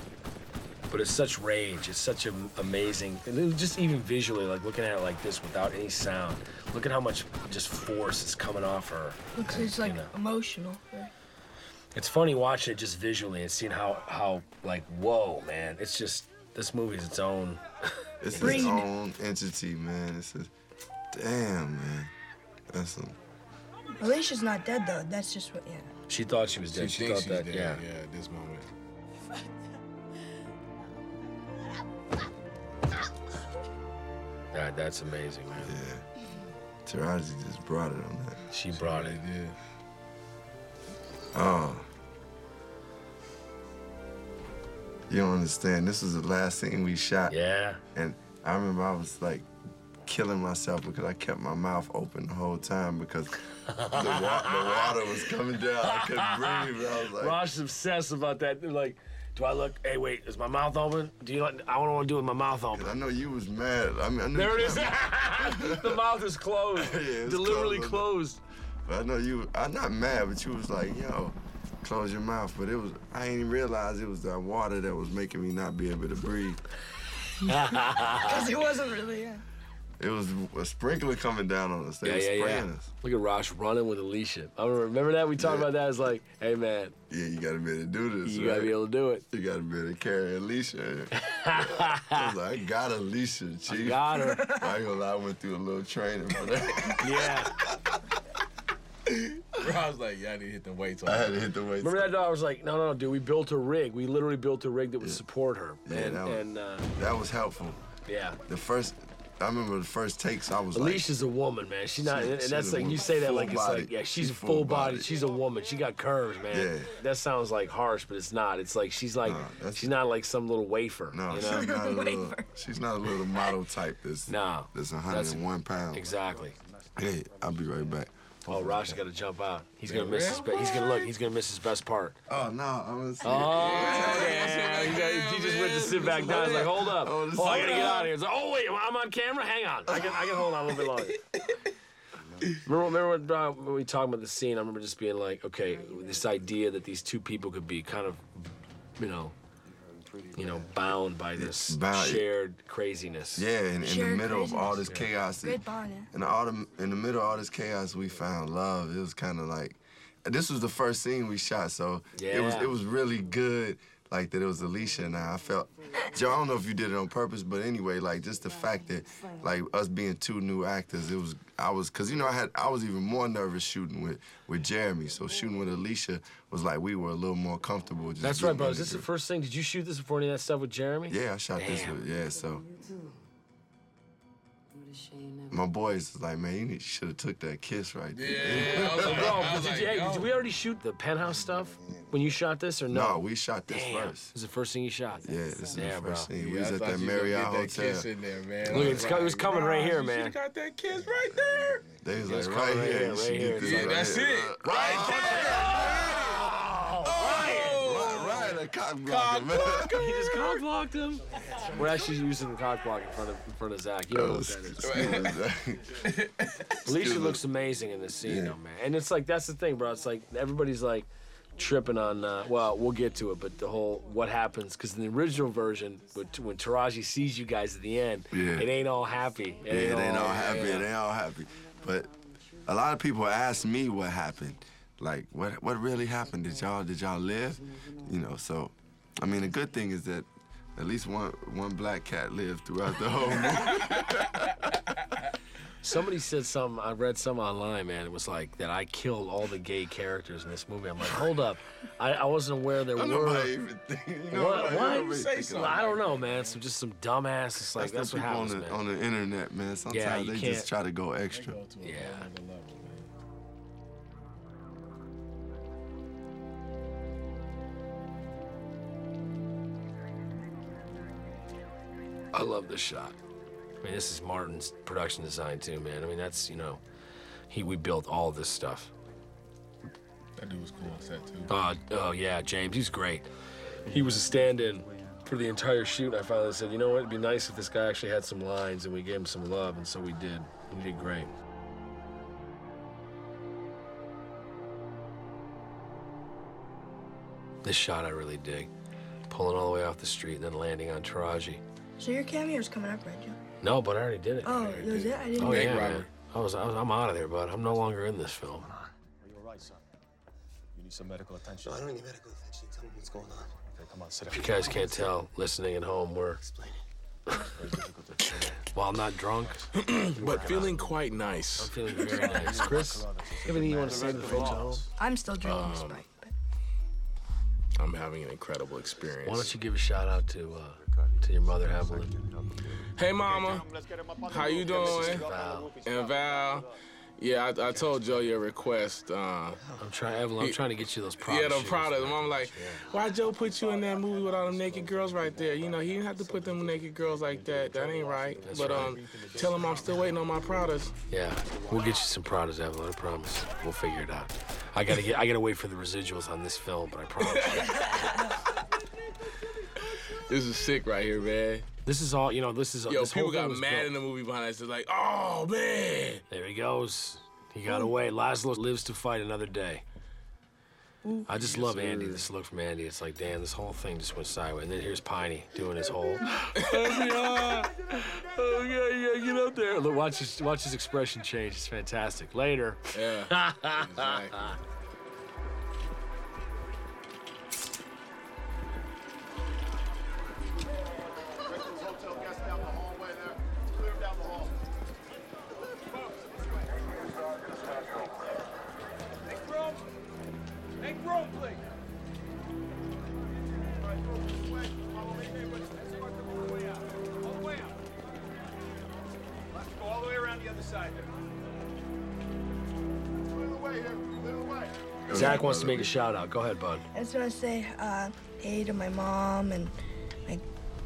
Speaker 1: But it's such rage. It's such an amazing, and it- just even visually, like looking at it like this without any sound. Look at how much just force is coming off her.
Speaker 4: Looks
Speaker 1: And,
Speaker 4: it's like
Speaker 1: you know.
Speaker 4: emotional. right?
Speaker 1: It's funny watching it just visually and seeing how how like whoa man, it's just this movie's its own.
Speaker 2: It's his
Speaker 1: Breed.
Speaker 2: own entity, man. It's a, damn, man. That's some
Speaker 4: Alicia's not dead though. That's just what. Yeah.
Speaker 1: She thought she was dead.
Speaker 3: She
Speaker 1: She,
Speaker 3: thinks
Speaker 1: thought
Speaker 3: she's
Speaker 1: that.
Speaker 3: dead,
Speaker 1: Yeah.
Speaker 3: yeah, at this moment.
Speaker 1: That, that's amazing, man.
Speaker 2: Taraji just brought it on that.
Speaker 1: She brought it.
Speaker 2: Oh. You don't understand. This was the last thing we shot.
Speaker 1: Yeah.
Speaker 2: And I remember I was like killing myself because I kept my mouth open the whole time because the, wa- the water was coming down. I couldn't breathe. I was like,
Speaker 1: Rosh is obsessed about that. They're like, do I look? Hey, wait, is my mouth open? Do you? Not, I don't want to do it with my mouth open.
Speaker 2: I know you was mad. I mean, I knew
Speaker 1: There it is. the mouth is closed.
Speaker 2: it's
Speaker 1: Deliberately
Speaker 2: closed. But I know you. I'm not mad, but you was like, yo, close your mouth. But it was. I didn't even realize it was that water that was making me not be able to breathe.
Speaker 4: Because it wasn't really. Yeah.
Speaker 2: It was a sprinkler coming down on us. They were
Speaker 1: yeah, yeah,
Speaker 2: spraying
Speaker 1: yeah.
Speaker 2: us.
Speaker 1: Look at Rosh running with Alicia. I remember, remember that we talked about that. It's like, hey man,
Speaker 2: Yeah, you gotta be able to do this.
Speaker 1: You gotta be able to do it.
Speaker 2: You gotta be able to carry Alicia. I was like, I got Alicia, Chief.
Speaker 1: got her.
Speaker 2: I ain't gonna lie, I went through a little training for that.
Speaker 1: yeah.
Speaker 3: I was like, yeah, I need to hit the weights.
Speaker 2: I had to hit the weights.
Speaker 1: Remember that dog was like, no, no, dude, we built a rig. We literally built a rig that would support her.
Speaker 2: Yeah,
Speaker 1: and
Speaker 2: that was-
Speaker 1: and uh,
Speaker 2: That was helpful.
Speaker 1: yeah.
Speaker 2: The first, I remember the first takes, I was
Speaker 1: Alicia's a woman, man. She's not,
Speaker 2: She-
Speaker 1: and
Speaker 2: she's
Speaker 1: that's
Speaker 2: a
Speaker 1: like you
Speaker 2: woman.
Speaker 1: say that
Speaker 2: Full
Speaker 1: like it's
Speaker 2: body.
Speaker 1: like yeah, she's,
Speaker 2: She's
Speaker 1: full
Speaker 2: full-bodied.
Speaker 1: body. She's a woman. She got curves, man.
Speaker 2: Yeah.
Speaker 1: That sounds like harsh, but it's not. It's like she's like she's not like some little wafer.
Speaker 2: like, no,
Speaker 1: you know?
Speaker 2: she's, not a little, she's not a little model type that's,
Speaker 1: No,
Speaker 2: that's
Speaker 1: that's-
Speaker 2: 101 pounds.
Speaker 1: Exactly.
Speaker 2: Hey, I'll be right back.
Speaker 1: Oh, Rosh got to jump out. He's gonna
Speaker 2: Yeah,
Speaker 1: miss
Speaker 2: man.
Speaker 1: his. Be- he's gonna look. He's gonna miss his best part.
Speaker 2: Oh, no, I'm gonna see.
Speaker 1: Oh, yeah. He, got- he just went to sit back down. He's like, hold up. Oh, I gotta get out of here. It's like, oh wait, I'm on camera. Hang on. I can I can hold on a little bit longer. Remember, remember when, uh, when we talked about the scene? I remember just being like, okay, this idea that these two people could be kind of, you know, you know, bound by this
Speaker 2: Bound-
Speaker 1: shared craziness.
Speaker 2: Yeah, in, in the
Speaker 1: Shared
Speaker 2: middle of all this
Speaker 1: craziness. Yeah.
Speaker 2: chaos.
Speaker 1: Great barn, yeah.
Speaker 2: In, all the, in the middle of all this chaos, we found love. It was kind of like, this was the first scene we shot, so it was
Speaker 1: Yeah.
Speaker 2: it was really good. like that it was Alicia and I. I felt, Joe, I don't know if you did it on purpose, but anyway, like just the fact that, like us being two new actors, it was I was, cause you know I had I was even more nervous shooting with with Jeremy. So shooting with Alicia was like we were a little more comfortable. Just
Speaker 1: That's right,
Speaker 2: getting
Speaker 1: bro.
Speaker 2: in
Speaker 1: Is this the
Speaker 2: groove.
Speaker 1: first thing? Did you shoot this before any of that stuff with Jeremy?
Speaker 2: Yeah, I shot this
Speaker 1: Damn.
Speaker 2: with yeah. So
Speaker 23: What a shame.
Speaker 2: my boys was like, man, you need, should have took that kiss right there.
Speaker 1: Bro, but Oh, did, you, hey, did we already shoot the penthouse stuff when you shot this or no?
Speaker 2: No, we shot this
Speaker 1: Damn.
Speaker 2: first.
Speaker 1: This is the first thing you shot.
Speaker 2: Yeah, this is
Speaker 1: Yeah,
Speaker 2: the
Speaker 1: bro.
Speaker 2: first scene. We
Speaker 1: Yeah,
Speaker 2: was
Speaker 1: I
Speaker 2: at
Speaker 1: thought
Speaker 2: that
Speaker 1: you was
Speaker 2: Marriott
Speaker 1: gonna get that
Speaker 2: Hotel.
Speaker 1: kiss in there, man. Look, it's co- it was coming right here,
Speaker 3: You
Speaker 1: man.
Speaker 3: should have got that kiss right there.
Speaker 2: They was
Speaker 3: It's
Speaker 2: like,
Speaker 3: coming
Speaker 2: right
Speaker 3: right
Speaker 2: here,
Speaker 3: here,
Speaker 2: you
Speaker 3: right
Speaker 2: should
Speaker 3: here.
Speaker 2: get this
Speaker 3: Yeah,
Speaker 2: right
Speaker 3: that's
Speaker 2: here.
Speaker 3: it.
Speaker 2: Right
Speaker 1: Right,
Speaker 2: right, a cock
Speaker 1: blocker, He just cock blocked him. We're actually using the cock block in front of in front of Zach. You know what that is. Alicia looks amazing in this scene,
Speaker 2: Yeah.
Speaker 1: though, man. And it's like that's the thing, bro. It's like everybody's like tripping on. Uh, well, we'll get to it, but the whole what happens because in the original version, with- when Taraji sees you guys at the end,
Speaker 2: Yeah.
Speaker 1: it ain't all happy.
Speaker 2: Yeah, it ain't all happy. It ain't all happy. But a lot of people ask me what happened. Like, what what really happened? Did y'all did y'all live? You know. So, I mean, the good thing is that at least one one black cat lived throughout the whole movie.
Speaker 1: Somebody said something. I read some online, man. It was like that I killed all the gay characters in this movie. I'm like, hold up, I, I wasn't aware there
Speaker 2: Don't
Speaker 1: were.
Speaker 2: nobody even think- you know,
Speaker 1: what?
Speaker 2: nobody-
Speaker 1: what?
Speaker 2: nobody think
Speaker 1: Well,
Speaker 2: about
Speaker 1: I
Speaker 2: it.
Speaker 1: don't know, man. Some just some dumbass. It's like that's,
Speaker 2: the
Speaker 1: what
Speaker 2: people
Speaker 1: happens,
Speaker 2: on the,
Speaker 1: man.
Speaker 2: on the internet, man. Sometimes
Speaker 1: you
Speaker 2: they
Speaker 1: can't-
Speaker 2: just try to go extra.
Speaker 1: yeah. I love this shot. I mean, this is Martin's production design too, man. I mean, that's you know, he we built all this stuff.
Speaker 3: That dude was cool on set too.
Speaker 1: Uh, oh yeah, James, he's great. He was a stand-in for the entire shoot. I finally said, you know what, it'd be nice if this guy actually had some lines, and we gave him some love, and so we did. He did great. This shot I really dig, pulling all the way off the street and then landing on Taraji.
Speaker 4: So your cameo's coming up, right, Joe?
Speaker 1: No, but I already did it.
Speaker 4: Oh, that was it? I didn't
Speaker 1: Oh
Speaker 4: know.
Speaker 1: yeah,
Speaker 4: Bank
Speaker 1: man.
Speaker 4: robbery.
Speaker 1: I was, I was, I'm out of there, bud. I'm no longer in this film.
Speaker 17: Are you all right, son? You need some medical attention.
Speaker 10: I don't need medical attention. Tell me what's going on.
Speaker 17: Okay, come on, sit
Speaker 1: If you guys can't tell, listening at home, we're. While I'm not drunk,
Speaker 3: but feeling quite nice.
Speaker 1: I'm feeling very nice. Chris, anything you want to say to the folks at home?
Speaker 4: I'm still drinking this
Speaker 3: Um,
Speaker 4: Sprite.
Speaker 3: I'm having an incredible experience.
Speaker 1: Why don't you give a shout out to uh, to your mother, Evelyn?
Speaker 3: Hey, mama. How you doing? And Val. Yeah, I, I told Joe your request. Uh, I'm
Speaker 1: trying, Evelyn. I'm trying to get you those products.
Speaker 3: Yeah, the products. Mom, like, why Joe put you in that movie with all them naked girls right there? You know, he didn't have to put them naked girls like that. That ain't right.
Speaker 1: That's
Speaker 3: but
Speaker 1: right.
Speaker 3: um, tell him I'm still waiting on my products.
Speaker 1: Yeah, we'll get you some products, Evelyn. I promise. We'll figure it out. I gotta get. I gotta wait for the residuals on this film, but I promise.
Speaker 3: This is sick right here, man.
Speaker 1: This is all. You know, this is.
Speaker 3: Yo,
Speaker 1: this whole
Speaker 3: people
Speaker 1: thing
Speaker 3: got
Speaker 1: was
Speaker 3: mad
Speaker 1: built.
Speaker 3: in the movie behind us. They're like, oh man.
Speaker 1: There he goes. He got away. Laszlo lives to fight another day. I just love Andy. This look from Andy. It's like, damn, this whole thing just went sideways. And then here's Piney doing his whole. oh yeah, yeah, get up there. Look, watch his watch his expression change. It's fantastic. Later.
Speaker 3: Yeah. exactly.
Speaker 24: Make room, please.
Speaker 17: All the way around the other side
Speaker 1: Zach wants to make a shout out. Go ahead, bud.
Speaker 4: I just want to say uh, hey to my mom and my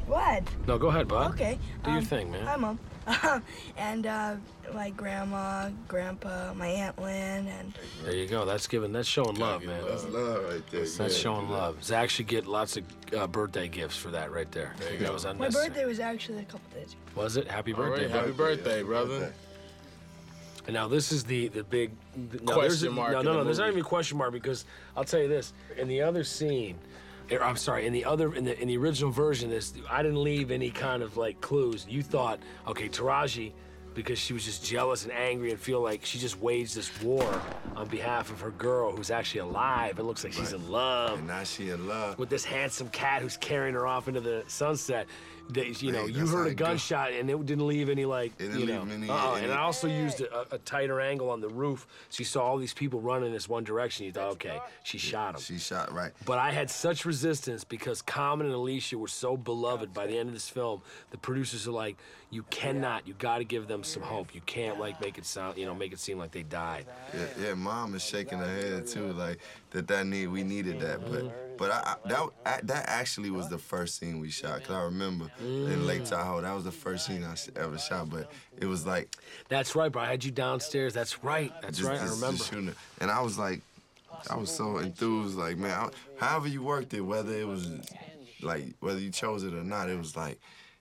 Speaker 4: what?
Speaker 1: No, go ahead, bud.
Speaker 4: Okay.
Speaker 1: Do your
Speaker 4: um,
Speaker 1: thing, man.
Speaker 4: Hi, mom. and uh, my grandma, grandpa, my aunt Lynn, and
Speaker 1: There you go. That's giving. That's showing love, man.
Speaker 2: That's love right there.
Speaker 1: That's,
Speaker 2: yeah.
Speaker 1: showing love. Zach should get lots of uh, birthday gifts for that right there.
Speaker 3: There you
Speaker 1: that
Speaker 3: go.
Speaker 1: was
Speaker 4: my
Speaker 1: unnecessary.
Speaker 4: birthday was actually a couple days ago.
Speaker 1: Was it? Happy
Speaker 3: All right,
Speaker 1: birthday.
Speaker 3: happy
Speaker 1: bud.
Speaker 3: birthday, brother.
Speaker 1: And now this is the the big th- no,
Speaker 3: Question
Speaker 1: there's a-
Speaker 3: mark
Speaker 1: No,
Speaker 3: in
Speaker 1: no,
Speaker 3: the
Speaker 1: no. There's not
Speaker 3: movie.
Speaker 1: even a question mark because I'll tell you this. In the other scene, er, I'm sorry. In the other in the in the original version, this I didn't leave any kind of like clues. You thought, okay, Taraji because she was just jealous and angry and feel like she just waged this war on behalf of her girl who's actually alive. It looks like she's in love.
Speaker 2: And now she in love.
Speaker 1: With this handsome cat who's carrying her off into the sunset. They, you know,
Speaker 2: Hey,
Speaker 1: you
Speaker 2: that's how
Speaker 1: heard a
Speaker 2: it go.
Speaker 1: gunshot and it didn't leave any like
Speaker 2: didn't
Speaker 1: you
Speaker 2: leave
Speaker 1: know.
Speaker 2: many-
Speaker 1: uh-uh.
Speaker 2: any-
Speaker 1: and I also used a, a tighter angle on the roof, so you saw all these people running this one direction. You thought, okay, she shot him.
Speaker 2: She shot right.
Speaker 1: But I had such resistance because Common and Alicia were so beloved by the end of this film. The producers are like, you cannot, you got to give them some hope. You can't like make it sound, you know, make it seem like they died.
Speaker 2: Yeah, yeah, mom is shaking her head too, like that. That need we needed that, but but I, I- that I, that actually was the first scene we shot. Cause I remember in Lake Tahoe, that was the first scene I sh- ever shot. But it was like
Speaker 1: That's right, bro. I had you downstairs. That's right. That's
Speaker 2: just-
Speaker 1: right.
Speaker 2: just-
Speaker 1: I
Speaker 2: just
Speaker 1: remember.
Speaker 2: shooting it. And I was like, I was so enthused, like man, I, however you worked it, whether it was like whether you chose it or not, it was like.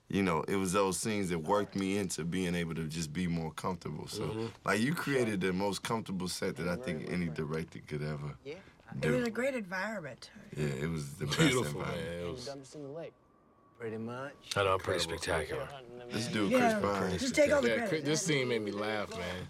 Speaker 2: You know, it was those scenes that worked me into being able to just be more comfortable. So,
Speaker 1: Mhm.
Speaker 2: like, you created the most comfortable set that I think any director could ever
Speaker 4: It
Speaker 2: do.
Speaker 4: was a great environment.
Speaker 2: Yeah, it was the best
Speaker 1: Beautiful,
Speaker 2: environment.
Speaker 1: man. It was,
Speaker 17: Pretty much.
Speaker 1: I know, pretty spectacular.
Speaker 2: This dude,
Speaker 4: Yeah,
Speaker 2: Chris Pine.
Speaker 4: just take all the
Speaker 3: Yeah,
Speaker 4: credit.
Speaker 3: Chris- this scene made me laugh, man.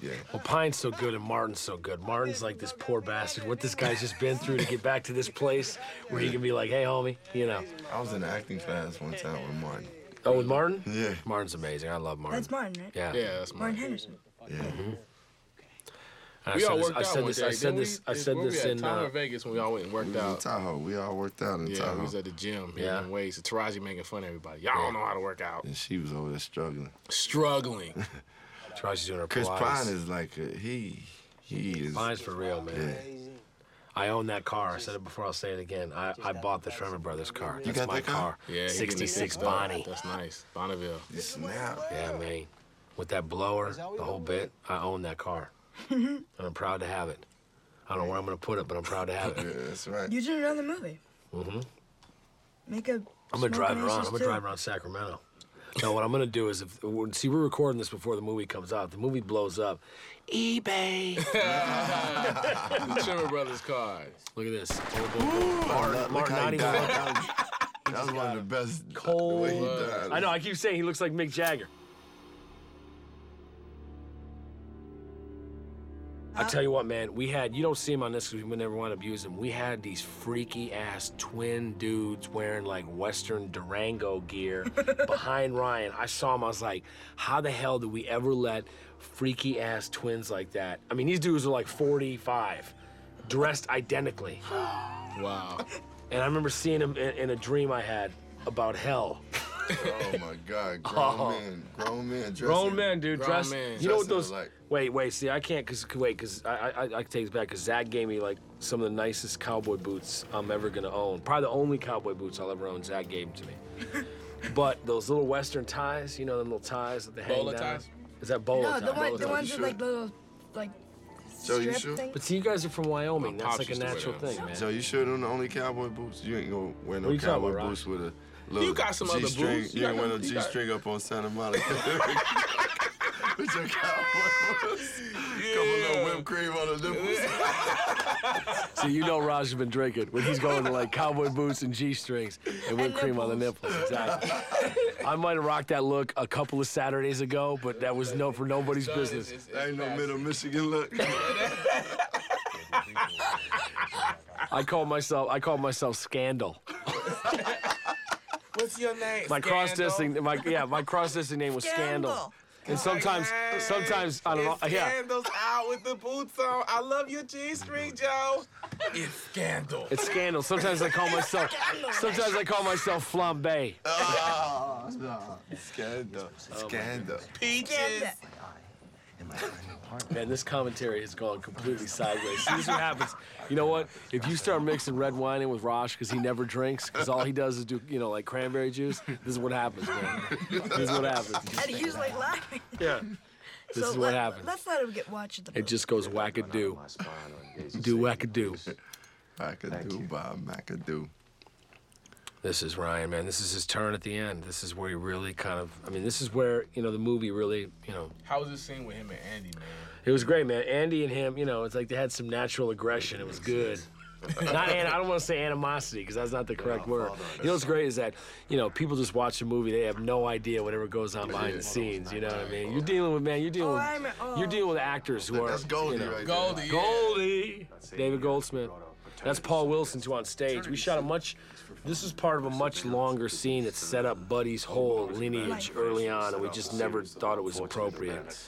Speaker 2: Yeah.
Speaker 1: Well, Pine's so good and Martin's so good. Martin's like this poor bastard. What this guy's just been through to get back to this place where he can be like, hey, homie, you know.
Speaker 2: I was in an acting class one time with Martin.
Speaker 1: Oh, with Martin?
Speaker 2: Yeah.
Speaker 1: Martin's amazing. I love Martin.
Speaker 4: That's mine, right?
Speaker 1: Yeah. Yeah, that's
Speaker 4: Martin Henderson.
Speaker 2: Yeah.
Speaker 1: And I
Speaker 3: we
Speaker 1: said
Speaker 3: all
Speaker 1: this-
Speaker 3: worked
Speaker 1: I
Speaker 3: out
Speaker 1: said
Speaker 3: one
Speaker 1: this-
Speaker 3: day.
Speaker 1: I said
Speaker 3: didn't
Speaker 1: this-
Speaker 3: we?
Speaker 1: I said
Speaker 3: Where we
Speaker 1: this
Speaker 3: at?
Speaker 1: in,
Speaker 3: Tahoe,
Speaker 1: uh,
Speaker 3: Vegas when we all went and
Speaker 2: We
Speaker 3: worked
Speaker 2: was in
Speaker 3: out.
Speaker 2: Tahoe. We all worked out in
Speaker 3: yeah,
Speaker 2: Tahoe.
Speaker 3: we was at the gym.
Speaker 2: Yeah.
Speaker 3: Yeah. In ways. Taraji making fun of everybody. Y'all don't know how to work out.
Speaker 2: And she was over there struggling.
Speaker 3: Struggling.
Speaker 1: Taraji's doing her
Speaker 2: Chris
Speaker 1: Pilates.
Speaker 2: Pine is like a, he he is.
Speaker 1: Pine's for real, man. I own that car. I said it before. I'll say it again. I, I bought the Tremor Brothers car.
Speaker 2: You
Speaker 1: That's
Speaker 2: got
Speaker 1: my
Speaker 2: that car?
Speaker 3: Yeah, he getting
Speaker 1: '66
Speaker 3: fixed up.
Speaker 1: Bonnie.
Speaker 3: That's nice. Bonneville.
Speaker 2: Snap.
Speaker 1: Yeah, man. With that blower, the whole bit. I own that car, and I'm proud to have it. I don't know where I'm gonna put it, but I'm proud to have it.
Speaker 2: yeah, that's right.
Speaker 4: Use it in another movie.
Speaker 1: hmm
Speaker 4: Make a.
Speaker 1: I'm gonna drive
Speaker 4: Smoking
Speaker 1: around. I'm
Speaker 4: Aces
Speaker 1: gonna
Speaker 4: too.
Speaker 1: drive around Sacramento. No, what I'm gonna do is if see we're recording this before the movie comes out. If the movie blows up. eBay.
Speaker 3: the Trimmer Brothers card.
Speaker 1: Look at this.
Speaker 2: look
Speaker 1: Martin, Martin
Speaker 2: how
Speaker 1: not
Speaker 2: he
Speaker 1: even
Speaker 2: died.
Speaker 1: looking.
Speaker 2: That was one of the best.
Speaker 1: Cold.
Speaker 2: The way he died.
Speaker 1: I know. I keep saying he looks like Mick Jagger. I tell you what, man. We had you don't see him on this because we never wound up using him. We had these freaky ass twin dudes wearing like Western Durango gear behind Ryan. I saw him. I was like, how the hell did we ever let freaky ass twins like that? I mean, these dudes are like 45, dressed identically.
Speaker 3: Wow.
Speaker 1: And I remember seeing him in, in a dream I had about hell.
Speaker 2: Oh my God, grown
Speaker 1: Oh.
Speaker 2: man, grown man,
Speaker 1: Grown men, dude.
Speaker 2: Grown
Speaker 1: dressed.
Speaker 2: men.
Speaker 1: You know what
Speaker 2: Dressing
Speaker 1: those?
Speaker 2: alike.
Speaker 1: Wait, wait. See, I can't cause wait, cause I I, I- I take it back. Cause Zach gave me like some of the nicest cowboy boots I'm ever gonna own. Probably the only cowboy boots I'll ever own. Zach gave them to me. but those little western ties, you know, them little ties that they hang
Speaker 3: Bowler
Speaker 1: down.
Speaker 3: ties?
Speaker 1: Is that bowler
Speaker 4: No,
Speaker 1: tie?
Speaker 4: the, one, the ones with like the little, like,
Speaker 2: Joe, you
Speaker 4: strip
Speaker 2: sure?
Speaker 4: thing.
Speaker 1: But see, you guys are from Wyoming. That's
Speaker 2: My pops
Speaker 1: like a
Speaker 2: used to wear
Speaker 1: natural
Speaker 2: those.
Speaker 1: thing, man.
Speaker 2: So you sure them the only cowboy boots? You ain't gonna wear
Speaker 1: What
Speaker 2: no
Speaker 1: you talking
Speaker 2: cowboy
Speaker 1: about, Rock?
Speaker 2: boots with a little
Speaker 3: got some other boots.
Speaker 2: G-string.
Speaker 3: You
Speaker 2: You ain't
Speaker 3: got
Speaker 2: wear no
Speaker 3: them- you got-
Speaker 2: G-string up on Santa Monica. with your cowboy boots. Couple little whipped cream on the nipples.
Speaker 1: So you know Raj has been drinking when he's going to like cowboy boots and G strings and whipped cream on the nipples. Exactly. I might have rocked that look a couple of Saturdays ago, but that was no for nobody's business.
Speaker 2: That ain't no middle Michigan look.
Speaker 1: I call myself I call myself Scandal.
Speaker 3: What's your name?
Speaker 1: My cross dressing my yeah, my cross dressing name was Scandal.
Speaker 3: Scandal.
Speaker 1: And sometimes sometimes I don't know yeah.
Speaker 3: out with the boots on. I love your G-string, Joe. It's scandal.
Speaker 1: It's scandal. Sometimes I call myself sometimes I call myself flambe.
Speaker 2: Oh, no. Scandal.
Speaker 1: Oh
Speaker 2: Scandal.
Speaker 3: Peaches.
Speaker 1: Man, this commentary has gone completely sideways. See, this is what happens. You know what? If you start mixing red wine in with Rosh, because he never drinks, because all he does is do, you know, like cranberry juice, this is what happens, man. This is what happens.
Speaker 4: And he's like laughing.
Speaker 1: Yeah. This
Speaker 4: so
Speaker 1: is what
Speaker 4: let,
Speaker 1: happens.
Speaker 4: Let's let him get watched. The
Speaker 1: It just goes whack-a-doo. Do whack-a-doo.
Speaker 2: Macadoo, Bob Macadoo.
Speaker 1: This is Ryan, man. This is his turn at the end. This is where he really kind of, I mean, this is where, you know, the movie really, you know,
Speaker 3: How was this scene with him and Andy, man?
Speaker 1: it was great, man. Andy and him, you know, it's like they had some natural aggression. It was good. not an, I don't want to say animosity because that's not the correct word. You know what's great is that you know people just watch a movie; they have no idea whatever goes on behind the scenes. You know what I mean? You're dealing with man. You're dealing with you're dealing with actors who are
Speaker 2: That's Goldie
Speaker 1: you know,
Speaker 2: right there.
Speaker 1: Goldie, Goldie, David Goldsmith. That's Paul Wilson too on stage. We shot a much. This is part of a much longer scene that set up Buddy's whole lineage early on, and we just never thought it was appropriate.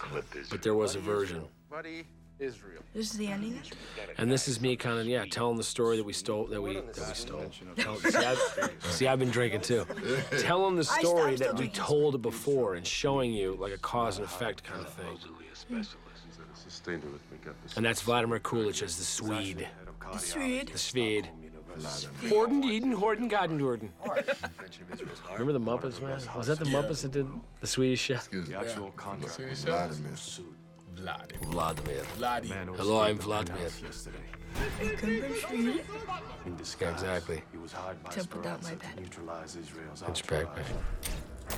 Speaker 1: But there was a version.
Speaker 25: Buddy Israel.
Speaker 4: This is the ending.
Speaker 2: Oh,
Speaker 1: And this is me kind of yeah telling the story that we stole that we that we stole. Tell- see, I've, see, I've been drinking too. Telling the
Speaker 4: I- I'm
Speaker 1: story
Speaker 4: still
Speaker 1: that we
Speaker 4: drinking.
Speaker 1: told before and showing you like a cause and effect kind of thing. And that's Vladimir Coolidge as the Swede.
Speaker 4: The Swede.
Speaker 1: The Swede. Horden Eden, Horden Godendorden. Remember the Muppets, man? Was that the Muppets that did the Swedish chef?
Speaker 2: The actual contract. Vladimir.
Speaker 3: Vladimir.
Speaker 1: Vladimir.
Speaker 3: Vladimir.
Speaker 1: Hello, I'm Vladimir.
Speaker 4: Cucumber
Speaker 10: In disguise,
Speaker 1: exactly.
Speaker 10: He was hired by
Speaker 4: Temple down my
Speaker 10: Speranza to neutralize Israel's
Speaker 1: It's
Speaker 10: entourage.
Speaker 1: backpack.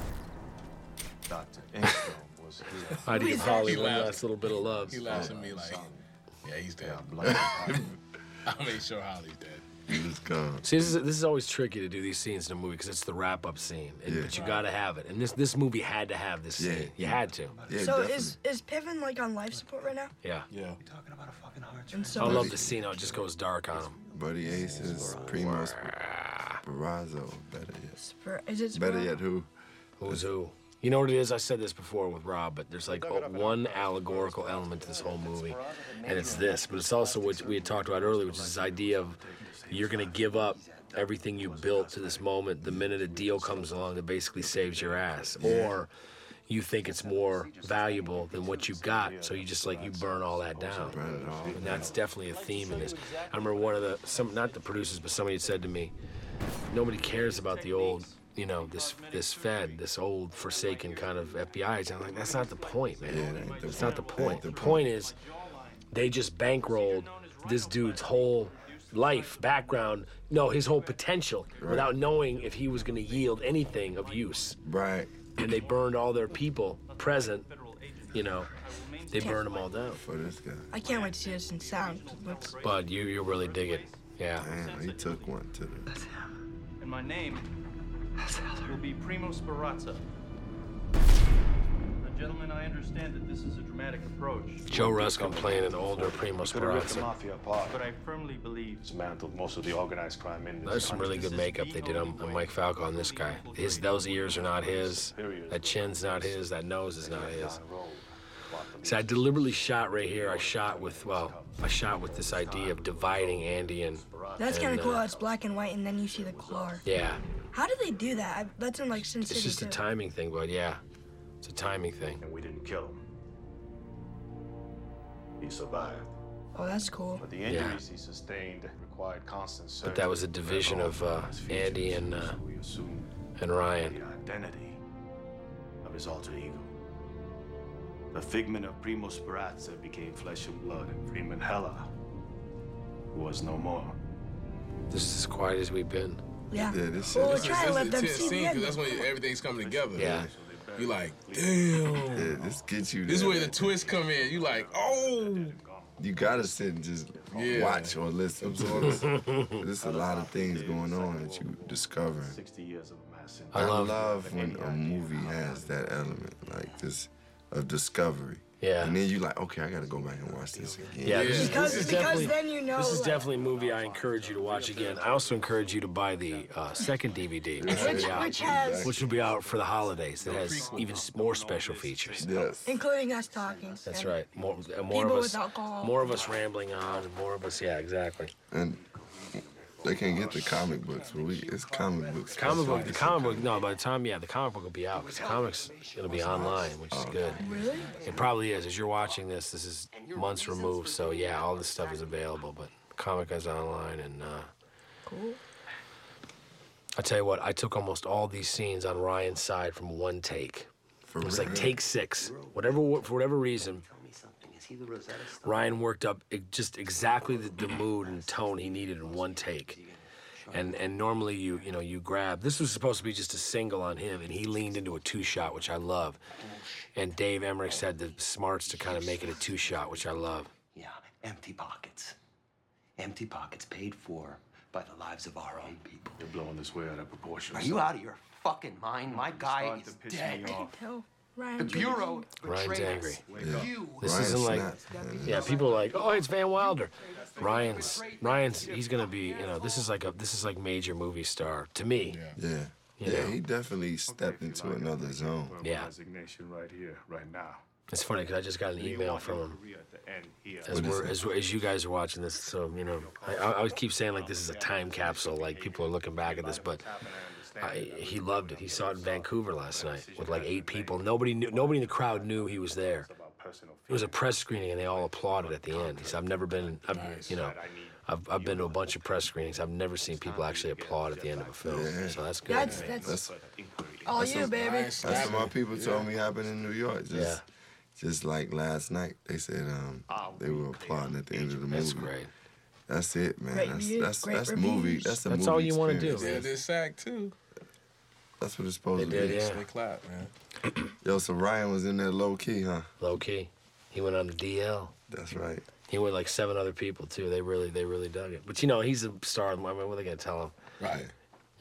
Speaker 10: Dr. Engstrom was here.
Speaker 1: I'd give Holly
Speaker 3: He
Speaker 1: one
Speaker 3: laughed.
Speaker 1: last little bit of love.
Speaker 3: He laughs at me like, yeah, he's dead. I'll make sure Holly's dead.
Speaker 1: See, this is, this is always tricky to do these scenes in a movie because it's the wrap up scene, and,
Speaker 2: Yeah.
Speaker 1: but you gotta have it. And this this movie had to have this
Speaker 2: Yeah.
Speaker 1: scene. You had to.
Speaker 4: so is is Piven like on life support right now?
Speaker 1: yeah.
Speaker 3: Yeah.
Speaker 4: And so
Speaker 1: I love the scene. how It just goes dark on him.
Speaker 2: Buddy Aces, Primo Sp- Sparazzo, better yet.
Speaker 4: For, is it
Speaker 2: Better
Speaker 4: Spiro?
Speaker 2: yet, who?
Speaker 1: Who's who? You know what it is? I said this before with Rob, but there's like but one allegorical element to this whole movie, and it's this. But it's also what we had talked about earlier, which is this idea of you're going to give up everything you built to this moment the minute a deal comes along that basically saves your ass, or you think it's more valuable than what you got, so you just like you burn all that down. And that's definitely a theme in this. I remember one of the some not the producers, but somebody had said to me, nobody cares about the old, you know, this this Fed, this old forsaken kind of FBI. agent. I'm like, that's not the point, man. That's not the point. The point is, they just bankrolled this dude's whole life, background, no, his whole potential, without knowing if he was going to yield anything of use.
Speaker 2: Right.
Speaker 1: And they burned all their people present. You know, they burned them all down.
Speaker 2: For this guy.
Speaker 4: I can't wait to see this in sound. What's-
Speaker 1: Bud, you you really dig it. Yeah.
Speaker 2: Damn, he took one to the.
Speaker 17: And my name will be Primo Sparazza. Now, gentlemen, I understand that this is a dramatic approach.
Speaker 1: Joe Ruskin playing an older Primo
Speaker 10: Could have ripped the
Speaker 1: Speranza.
Speaker 10: mafia apart.
Speaker 17: But I firmly believe
Speaker 10: Dismantled most of the organized crime in this
Speaker 1: There's some really
Speaker 10: country.
Speaker 1: good makeup they did on, on Mike Falco on this guy. His those ears are not his. That chin's not his. That nose is not his. See, I deliberately shot right here. I shot with well, I shot with this idea of dividing Andy and.
Speaker 4: That's kind
Speaker 1: and,
Speaker 4: of cool.
Speaker 1: uh,
Speaker 4: How it's black and white, and then you see the car.
Speaker 1: yeah,
Speaker 4: How did they do that? I, that's in like Sin City
Speaker 1: it's just a
Speaker 4: too.
Speaker 1: timing thing, but yeah, it's a timing thing.
Speaker 10: And we didn't kill him. He survived.
Speaker 4: Oh, that's cool.
Speaker 10: But the injuries he sustained required constant surgery.
Speaker 1: But that was a
Speaker 10: to
Speaker 1: division
Speaker 10: prevent
Speaker 1: of uh, Andy and uh, and Ryan.
Speaker 10: the identity of his alter ego. The figment of Primo Speranza became flesh and blood, and Freeman Hella was no more.
Speaker 1: This is as quiet as we've been.
Speaker 4: Yeah.
Speaker 3: this
Speaker 4: Well,
Speaker 3: is,
Speaker 4: try and
Speaker 3: this
Speaker 4: let
Speaker 3: is
Speaker 4: them
Speaker 3: intense
Speaker 4: see the
Speaker 3: scene, 'cause
Speaker 4: end.
Speaker 3: that's when everything's coming together.
Speaker 1: Yeah.
Speaker 3: You like, damn.
Speaker 2: Yeah, this gets you.
Speaker 3: This is
Speaker 2: there.
Speaker 3: where the twist come in. You like, oh.
Speaker 2: You gotta sit and just
Speaker 3: Yeah.
Speaker 2: watch or listen.
Speaker 3: Absorb.
Speaker 2: There's a lot of things going on that you discover.
Speaker 10: 60 years of mass
Speaker 2: I
Speaker 10: injury.
Speaker 2: love, when a movie has that element, like this, of discovery.
Speaker 1: Yeah.
Speaker 2: And then you like, okay, I gotta go back and watch this again.
Speaker 1: Yeah, this is,
Speaker 4: Because-
Speaker 1: this is
Speaker 4: because
Speaker 1: definitely,
Speaker 4: then you know,
Speaker 1: This is
Speaker 4: like-
Speaker 1: definitely a movie I encourage you to watch again. I also encourage you to buy the uh, second DVD, which, will
Speaker 4: Which-
Speaker 1: be out,
Speaker 4: which has-
Speaker 1: which will be out for the holidays. That has even s- more special features.
Speaker 2: Yes.
Speaker 4: Including us talking.
Speaker 1: That's
Speaker 4: Yeah.
Speaker 1: right. More, uh, more of
Speaker 4: People
Speaker 1: us,
Speaker 4: with alcohol.
Speaker 1: more of us rambling on, and more of us. Yeah, exactly.
Speaker 2: And they can't get the comic books, but we it's comic books.
Speaker 1: Comic book, the comic book. No, by the time, yeah, the comic book will be out because comics it'll be online, which is good.
Speaker 4: Really?
Speaker 1: It probably is. As you're watching this, this is months removed, so yeah, all this stuff is available. But the comic is online, and uh,
Speaker 4: Cool.
Speaker 1: I tell you what, I took almost all these scenes on Ryan's side from one take. it was like
Speaker 6: real?
Speaker 1: take six. Whatever, for whatever reason,
Speaker 6: Is he the Rosetta Stone?
Speaker 1: Ryan worked up e- just exactly the, the mood and tone he needed in one take. And and normally you you know you grab this was supposed to be just a single on him and he leaned into a two shot which I love, and Dave Emmerich had the smarts to kind of make it a two shot which I love.
Speaker 6: Yeah, empty pockets.
Speaker 17: Empty pockets paid for by the lives of our own people.
Speaker 10: You're blowing this way out of proportion.
Speaker 17: Are you out of your fucking mind? My guy
Speaker 10: starting to
Speaker 17: is
Speaker 10: piss me
Speaker 17: dead.
Speaker 10: off.
Speaker 4: Hell, Ryan.
Speaker 17: The
Speaker 4: Jordan.
Speaker 17: Bureau
Speaker 1: Ryan's
Speaker 17: betrayed
Speaker 1: angry.
Speaker 17: us.
Speaker 1: Yeah.
Speaker 17: You.
Speaker 1: This
Speaker 2: Ryan's
Speaker 1: isn't like,
Speaker 2: not-
Speaker 1: yeah. People are like, oh, it's Van Wilder. Ryan's, Ryan's, he's gonna be, you know, this is like a, this is like major movie star to me.
Speaker 2: Yeah.
Speaker 1: You
Speaker 2: Yeah,
Speaker 1: know.
Speaker 2: he definitely stepped into another zone.
Speaker 1: Yeah.
Speaker 10: Resignation right here, right now.
Speaker 1: It's funny because I just got an
Speaker 10: We
Speaker 1: email
Speaker 10: want your
Speaker 1: from him.
Speaker 10: career at the end here.
Speaker 1: As, we're, as, we're- as you guys are watching this, so you know, I, I always keep saying like this is a time capsule. Like people are looking back at this, but I, he loved it. He saw it in Vancouver last night with like eight people. Nobody knew. Nobody in the crowd knew he was there. It was a press screening, and they all applauded at the end. He said, "I've never been, I've, you know, I've, I've been to a bunch of press screenings. I've never seen people actually applaud at the end of a film. So that's good.
Speaker 4: That's- that's- All
Speaker 2: That's
Speaker 4: you,
Speaker 2: what-
Speaker 4: baby.
Speaker 2: That's what my people told
Speaker 4: Yeah.
Speaker 2: me happened in New York. Just,
Speaker 1: Yeah.
Speaker 2: just like last night, they said um, they were applauding at the end of the movie. That's
Speaker 1: great.
Speaker 2: That's it, man.
Speaker 3: Great
Speaker 2: that's
Speaker 3: views,
Speaker 2: that's
Speaker 3: great
Speaker 2: that's movie.
Speaker 3: reviews.
Speaker 2: That's the
Speaker 1: That's
Speaker 2: movie
Speaker 1: all you wanna do.
Speaker 2: experience.
Speaker 3: They did this act too.
Speaker 2: That's what it's supposed
Speaker 1: They
Speaker 2: to
Speaker 1: did,
Speaker 2: be.
Speaker 1: yeah.
Speaker 3: They clapped, man.
Speaker 2: Yo, so Ryan was in there low key, huh?
Speaker 1: Low key, he went on the DL.
Speaker 2: That's right.
Speaker 1: He went with, like seven other people too. They really, they really dug it. But you know, he's a star. I mean, what are they gonna tell him?
Speaker 2: Right.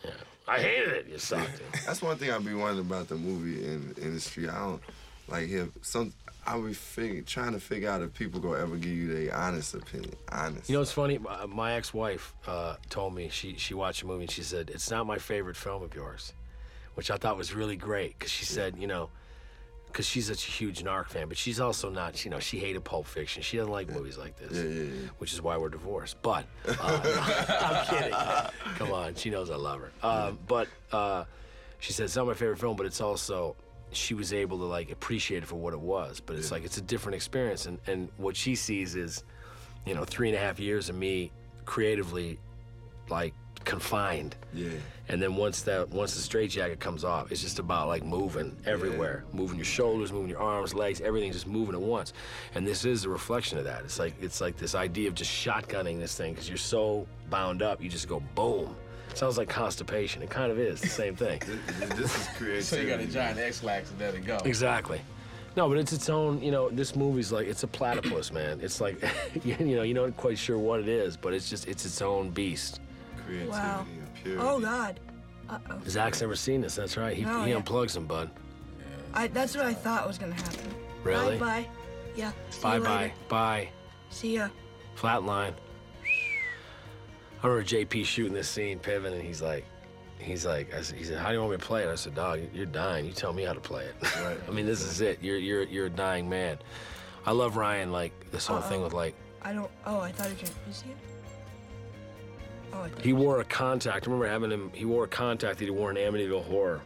Speaker 1: Yeah. I hated it. You sucked.
Speaker 2: That's one thing I be wondering about the movie in, industry. I don't like here some. I be fig- trying to figure out if people gonna ever give you their honest opinion. Honest.
Speaker 1: You know what's funny? My, my ex-wife uh, told me she she watched a movie and she said it's not my favorite film of yours, which I thought was really great because she said you know, because she's such a huge narc fan, but she's also not you know she hated Pulp Fiction. She doesn't like movies like this, which is why we're divorced. But uh, I'm kidding. Come on, she knows I love her. Um, but uh, she said it's not my favorite film, but it's also she was able to like appreciate it for what it was. But it's like it's a different experience, and and what she sees is you know, three and a half years of me creatively like confined.
Speaker 2: Yeah.
Speaker 1: And then once that once the straitjacket comes off, it's just about like moving everywhere, moving your shoulders, moving your arms, legs, everything just moving at once. And this is a reflection of that. It's like it's like this idea of just shotgunning this thing because you're so bound up, you just go boom. Sounds like constipation. It kind of is the same thing.
Speaker 2: this is creativity.
Speaker 3: So you got a giant X-Lax and let it go.
Speaker 1: Exactly. No, but it's its own. You know, this movie's like it's a platypus, man. It's like, you, you know, you're not quite sure what it is, but it's just it's its own beast.
Speaker 2: Creativity
Speaker 4: Wow.
Speaker 2: and
Speaker 4: Oh God. Uh oh.
Speaker 1: Zach's never seen this. That's right. He,
Speaker 4: Oh,
Speaker 1: he
Speaker 4: yeah.
Speaker 1: unplugs him, bud.
Speaker 4: I, that's what I thought was gonna happen.
Speaker 1: Really?
Speaker 4: Bye bye. Yeah. see you
Speaker 1: Bye bye
Speaker 4: later.
Speaker 1: bye.
Speaker 4: See ya.
Speaker 1: Flatline. I remember JP shooting this scene, Piven, and he's like, he's like, I said, he said, how do you want me to play it? I said, dog, you're dying. You tell me how to play it. Right. I mean, this is it. You're you're you're a dying man. I love Ryan. Like this whole thing
Speaker 4: Uh-oh.
Speaker 1: with like
Speaker 4: I don't. Oh, I thought it was. You see it? Oh, I
Speaker 1: He wore a contact. I remember having him. He wore a contact that he wore in Amityville Horror,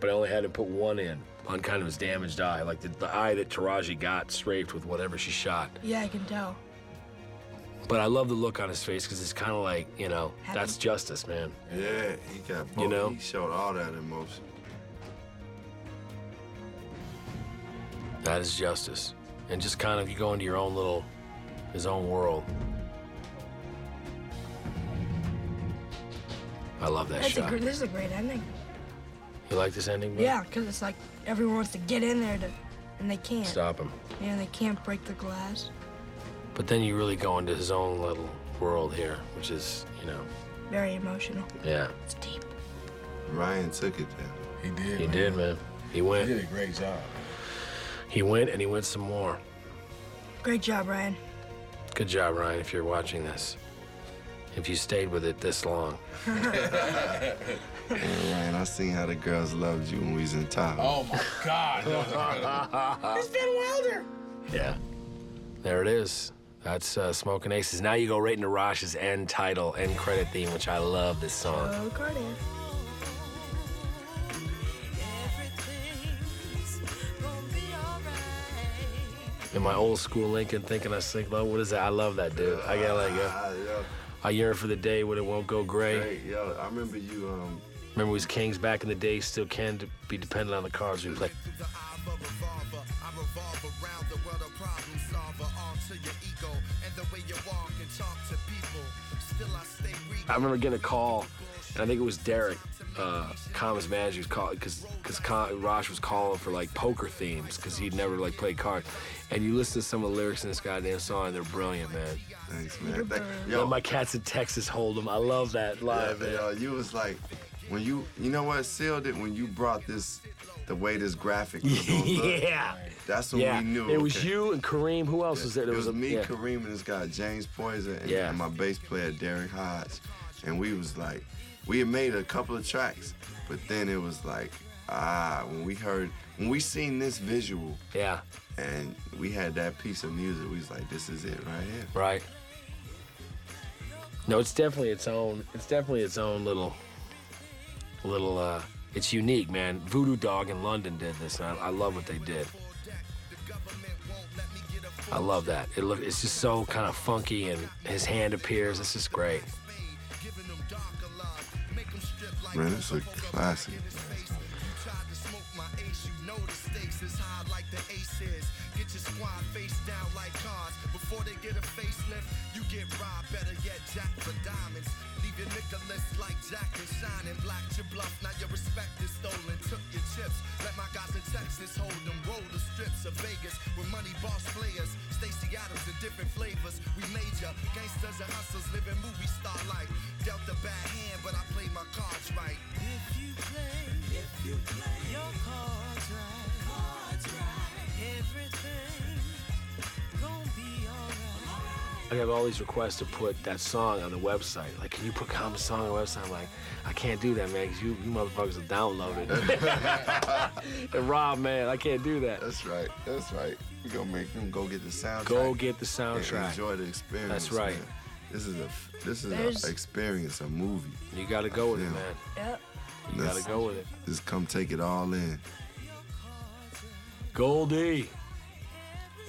Speaker 1: but I only had him put one in on kind of his damaged eye, like the, the eye that Taraji got strafed with whatever she shot.
Speaker 4: yeah, I can tell.
Speaker 1: But I love the look on his face because it's kind of like you know that's justice, man.
Speaker 2: Yeah, he got. Both.
Speaker 1: You know?
Speaker 2: he showed all that emotion.
Speaker 1: That is justice, and just kind of you go into your own little, his own world. I love that
Speaker 4: That's a
Speaker 1: shot.
Speaker 4: great. This is a great ending.
Speaker 1: you like this ending? bud?
Speaker 4: Yeah, 'cause it's like everyone wants to get in there to, and they can't.
Speaker 1: Stop him.
Speaker 4: Yeah, they can't break the glass.
Speaker 1: But then you really go into his own little world here, which is you know,
Speaker 4: Very emotional.
Speaker 1: yeah.
Speaker 4: It's deep.
Speaker 2: Ryan took it there.
Speaker 3: He did.
Speaker 1: He did, man. He went.
Speaker 3: He did a great job.
Speaker 1: He went and he went some more.
Speaker 4: Great job, Ryan.
Speaker 1: Good job, Ryan, if you're watching this. If you stayed with it this long.
Speaker 2: And Ryan, I seen how the girls loved you when we was in Tahoe.
Speaker 3: Oh my God.
Speaker 26: It's Van Wilder.
Speaker 1: Yeah. There it is. That's uh, Smoking Aces. Now you go right into Rosh's end title, end credit theme, which I love this song.
Speaker 4: Oh, Cardiff.
Speaker 1: In my old school Lincoln, thinking I sink low. What is that? I love that, dude. I gotta let
Speaker 2: Ah,
Speaker 1: go.
Speaker 2: yo,
Speaker 1: I yearn for the day when it won't go gray.
Speaker 2: hey, yo, I remember you. Um,
Speaker 1: Remember, we was kings back in the day, still can d- be dependent on the cards we play. I remember getting a call, and I think it was Derek, uh, Com's manager was calling because because Con- Rosh was calling for like poker themes because he'd never like played cards. And you listen to some of the lyrics in this goddamn song, and they're brilliant, man.
Speaker 2: Thanks, man. Thank-
Speaker 1: Yo, my cats in Texas hold them. I love that live,
Speaker 2: Yeah,
Speaker 1: man.
Speaker 2: yo, you was like, when you, you know what sealed it when you brought this, the way this graphic was gonna look.
Speaker 1: Yeah.
Speaker 2: That's when
Speaker 1: yeah.
Speaker 2: we knew.
Speaker 1: It was
Speaker 2: okay.
Speaker 1: you and Kareem. Who else
Speaker 2: Yeah.
Speaker 1: was there? There
Speaker 2: it was,
Speaker 1: a,
Speaker 2: me,
Speaker 1: yeah.
Speaker 2: Kareem, and this guy James Poyser, and,
Speaker 1: Yeah.
Speaker 2: and my bass player Derek Hodge, and we was like, we had made a couple of tracks, but then it was like, ah, when we heard, when we seen this visual,
Speaker 1: yeah,
Speaker 2: and we had that piece of music, we was like, this is it right here.
Speaker 1: Right. No, it's definitely its own. It's definitely its own little, little. uh It's unique, man. Voodoo Dog in London did this, and I, I love what they did. I love that. It look. It's just so kind of funky, and his hand appears. It's just great.
Speaker 2: Man, it's a classic.
Speaker 1: I have all these requests to put that song on the website. Like, can you put common song on the website? I'm like, I can't do that, man, because you, you motherfuckers will download it. and Rob, man, I can't do that.
Speaker 2: That's right. That's right. We gonna make them go get the soundtrack.
Speaker 1: Go get the
Speaker 2: and
Speaker 1: soundtrack.
Speaker 2: enjoy the experience.
Speaker 1: That's right.
Speaker 2: man. This is a this
Speaker 4: There's-
Speaker 2: is an experience, a movie.
Speaker 1: You gotta go with it,
Speaker 2: Yeah.
Speaker 1: man.
Speaker 4: Yep.
Speaker 1: You gotta
Speaker 2: That's-
Speaker 1: go with it.
Speaker 2: Just come take it all in.
Speaker 1: Goldie.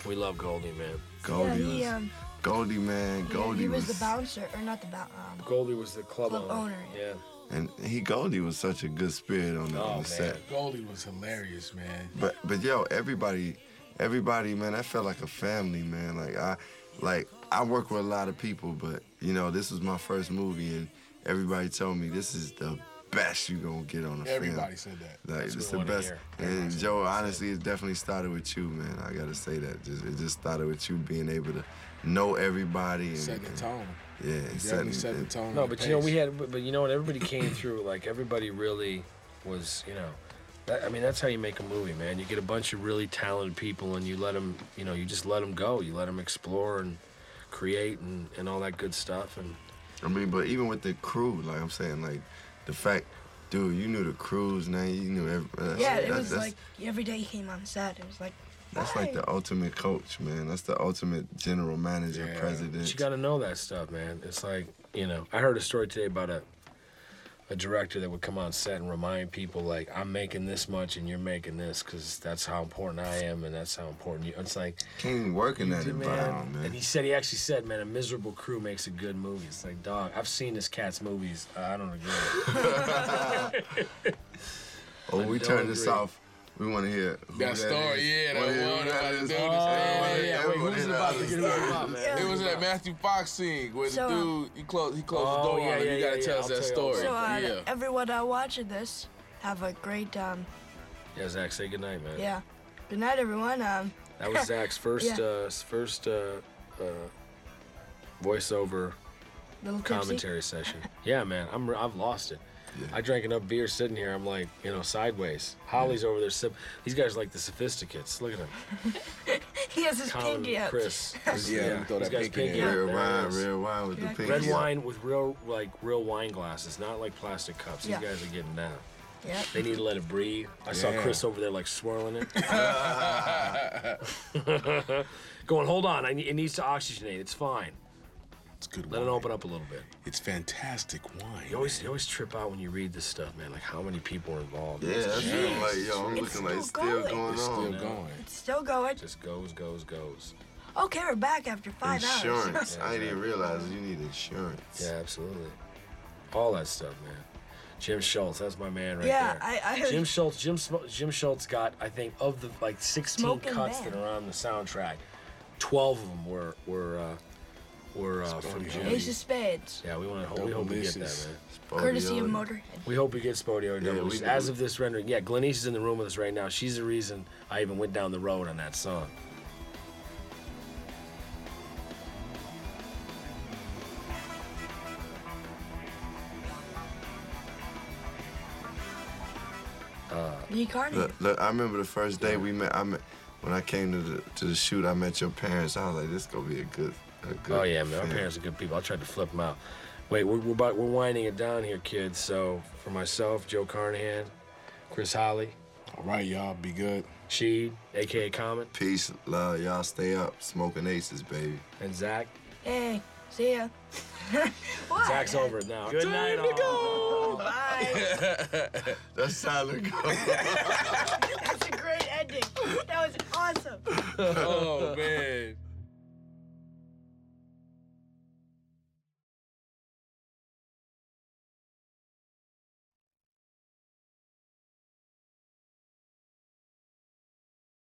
Speaker 1: We love Goldie, man.
Speaker 2: Goldie
Speaker 4: yeah, he,
Speaker 2: was
Speaker 4: um,
Speaker 2: Goldie man.
Speaker 4: yeah,
Speaker 2: Goldie
Speaker 4: he was,
Speaker 2: was,
Speaker 4: the bouncer, or not the bouncer. Um,
Speaker 1: Goldie was the club,
Speaker 4: Club owner.
Speaker 1: Yeah.
Speaker 2: and he Goldie was such a good spirit on the,
Speaker 1: Oh,
Speaker 2: on the set.
Speaker 3: Goldie was hilarious, man.
Speaker 2: But but yo, everybody, everybody, man, that felt like a family, man. Like I, like I work with a lot of people, but you know, this was my first movie, and everybody told me this is the best you gonna get on a
Speaker 3: Everybody
Speaker 2: film.
Speaker 3: said that.
Speaker 2: Like
Speaker 3: That's
Speaker 2: it's the
Speaker 3: what we wanna
Speaker 2: best.
Speaker 3: hear.
Speaker 2: And Joe, honestly, it definitely started with you, man. I gotta say that. Just it just started with you being able to know everybody and
Speaker 3: Set the
Speaker 2: and-
Speaker 3: tone.
Speaker 2: Yeah, and
Speaker 3: Definitely
Speaker 2: setting-
Speaker 3: set the tone.
Speaker 1: No,
Speaker 3: and the
Speaker 1: but you know
Speaker 3: pace.
Speaker 1: we had, but, but you know what? Everybody came through. Like everybody really was, you know. That, I mean, that's how you make a movie, man. You get a bunch of really talented people, and you let them, you know, you just let them go. You let them explore and create and, and all that good stuff. And
Speaker 2: I mean, but even with the crew, like I'm saying, like the fact, dude, you knew the crew's name, you knew every. that's-
Speaker 4: yeah, it
Speaker 2: that's-
Speaker 4: was
Speaker 2: that's-
Speaker 4: like every day he came on set. It was like
Speaker 2: That's like the ultimate coach, man. That's the ultimate general manager,
Speaker 1: But you
Speaker 2: president.
Speaker 1: got to know that stuff, man. It's like, you know, I heard a story today about a a director that would come on set and remind people like, I'm making this much and you're making this because that's how important I am and that's how important you. It's like,
Speaker 2: Can't even work in
Speaker 1: you
Speaker 2: that
Speaker 1: did,
Speaker 2: environment, man.
Speaker 1: And he said he actually said, man, a miserable crew makes a good movie. It's like, dog, I've seen this cat's movies. I don't agree.
Speaker 2: Oh, we
Speaker 1: don't
Speaker 2: turn this
Speaker 1: agree.
Speaker 2: off. We want to hear who
Speaker 3: That story, yeah, that
Speaker 2: Wanna hear
Speaker 3: one
Speaker 2: who
Speaker 3: about
Speaker 2: that
Speaker 3: the
Speaker 2: is? Oh,
Speaker 3: dude
Speaker 2: Wanna
Speaker 3: that
Speaker 2: hear
Speaker 3: said-
Speaker 2: who that is?
Speaker 3: It was that Matthew Fox scene where the
Speaker 4: So, um,
Speaker 3: dude he closed he closed the
Speaker 1: Oh,
Speaker 3: door
Speaker 1: yeah,
Speaker 3: on him.
Speaker 1: yeah,
Speaker 3: You gotta
Speaker 1: yeah,
Speaker 3: tell
Speaker 1: yeah,
Speaker 3: us
Speaker 1: I'll
Speaker 3: that
Speaker 1: tell you.
Speaker 3: story.
Speaker 4: so. Uh,
Speaker 3: yeah.
Speaker 4: Everyone uh, watching this, have a great um,
Speaker 1: yeah, Zach, say goodnight, man.
Speaker 4: yeah. Good night, everyone. Um,
Speaker 1: That was Zach's first,
Speaker 4: Yeah.
Speaker 1: uh, s- first uh, uh, voiceover
Speaker 4: little tipsy.
Speaker 1: commentary session. Yeah, man, I'm re- I've lost it. I drank enough beer sitting here. I'm like, you know, sideways. Holly's over there. Sip. These guys are like the sophisticates. Look at them.
Speaker 4: He has his
Speaker 1: Colin,
Speaker 4: pinky out.
Speaker 1: Chris.
Speaker 3: Yeah, let me throw
Speaker 1: these
Speaker 3: that
Speaker 1: guys
Speaker 3: pinky
Speaker 1: pinky
Speaker 3: in.
Speaker 1: out.
Speaker 2: Real
Speaker 1: There it
Speaker 2: wine,
Speaker 1: is.
Speaker 2: real wine with the pinky.
Speaker 1: Red
Speaker 2: up.
Speaker 1: wine with real like real wine glasses, not like plastic cups. These
Speaker 4: Yeah.
Speaker 1: guys are getting down.
Speaker 4: Yeah.
Speaker 1: They need to let it breathe. I saw
Speaker 3: Yeah.
Speaker 1: Chris over there like swirling it. Going, hold on. I need, it needs to oxygenate. It's fine.
Speaker 3: It's good.
Speaker 1: Let it open up a little bit.
Speaker 3: It's fantastic wine.
Speaker 1: You always you always trip out when you read this stuff, man. Like how many people are involved.
Speaker 2: Yeah,
Speaker 1: It's
Speaker 2: that's
Speaker 1: just-
Speaker 2: what I'm like, yo, I'm
Speaker 4: It's
Speaker 2: looking like
Speaker 4: still
Speaker 2: it's still
Speaker 4: going.
Speaker 2: going
Speaker 1: It's
Speaker 2: on.
Speaker 1: still going.
Speaker 4: Still going.
Speaker 1: Just goes, goes, goes.
Speaker 4: Okay, we're back after five hours.
Speaker 2: Insurance. I didn't even realize you need insurance.
Speaker 1: Yeah, absolutely. All that stuff, man. Jim Schultz, that's my man right
Speaker 4: Yeah,
Speaker 1: there.
Speaker 4: I- I heard-
Speaker 1: Jim Schultz. Jim Smo- Jim Schultz got, I think, of the like 16
Speaker 4: Smoking
Speaker 1: cuts
Speaker 4: Man.
Speaker 1: that are on the soundtrack, 12 of them were were uh, were uh, from Jimmy.
Speaker 4: Ace of Spades.
Speaker 1: Yeah, we want to hope, we hope we get that, man.
Speaker 4: Delicious.
Speaker 2: Oh,
Speaker 4: Courtesy of Motorhead.
Speaker 1: We hope we get Spody or Double.
Speaker 4: we-
Speaker 1: As of this rendering, yeah, Glenice is in the room with us right now. She's the reason I even went down the road on that song.
Speaker 4: Lee Carney.
Speaker 2: Look, look, I remember the first day we met. I met when I came to the to the shoot. I met your parents. I was like, this gonna be a good, a good.
Speaker 1: Oh yeah, man, our
Speaker 2: film.
Speaker 1: parents are good people. I tried to flip them out. Wait, we're we're, about, we're winding it down here, kids. So for myself, Joe Carnahan, Chris Holly.
Speaker 3: All right, y'all, be good.
Speaker 1: She, aka Common,
Speaker 2: Peace, love, y'all. Stay up, smoking aces, baby.
Speaker 1: and Zach.
Speaker 4: Hey, see ya. what?
Speaker 1: Zach's over it now. Good night, all.
Speaker 2: That's solid.
Speaker 4: That's a great ending. That was awesome.
Speaker 3: oh man.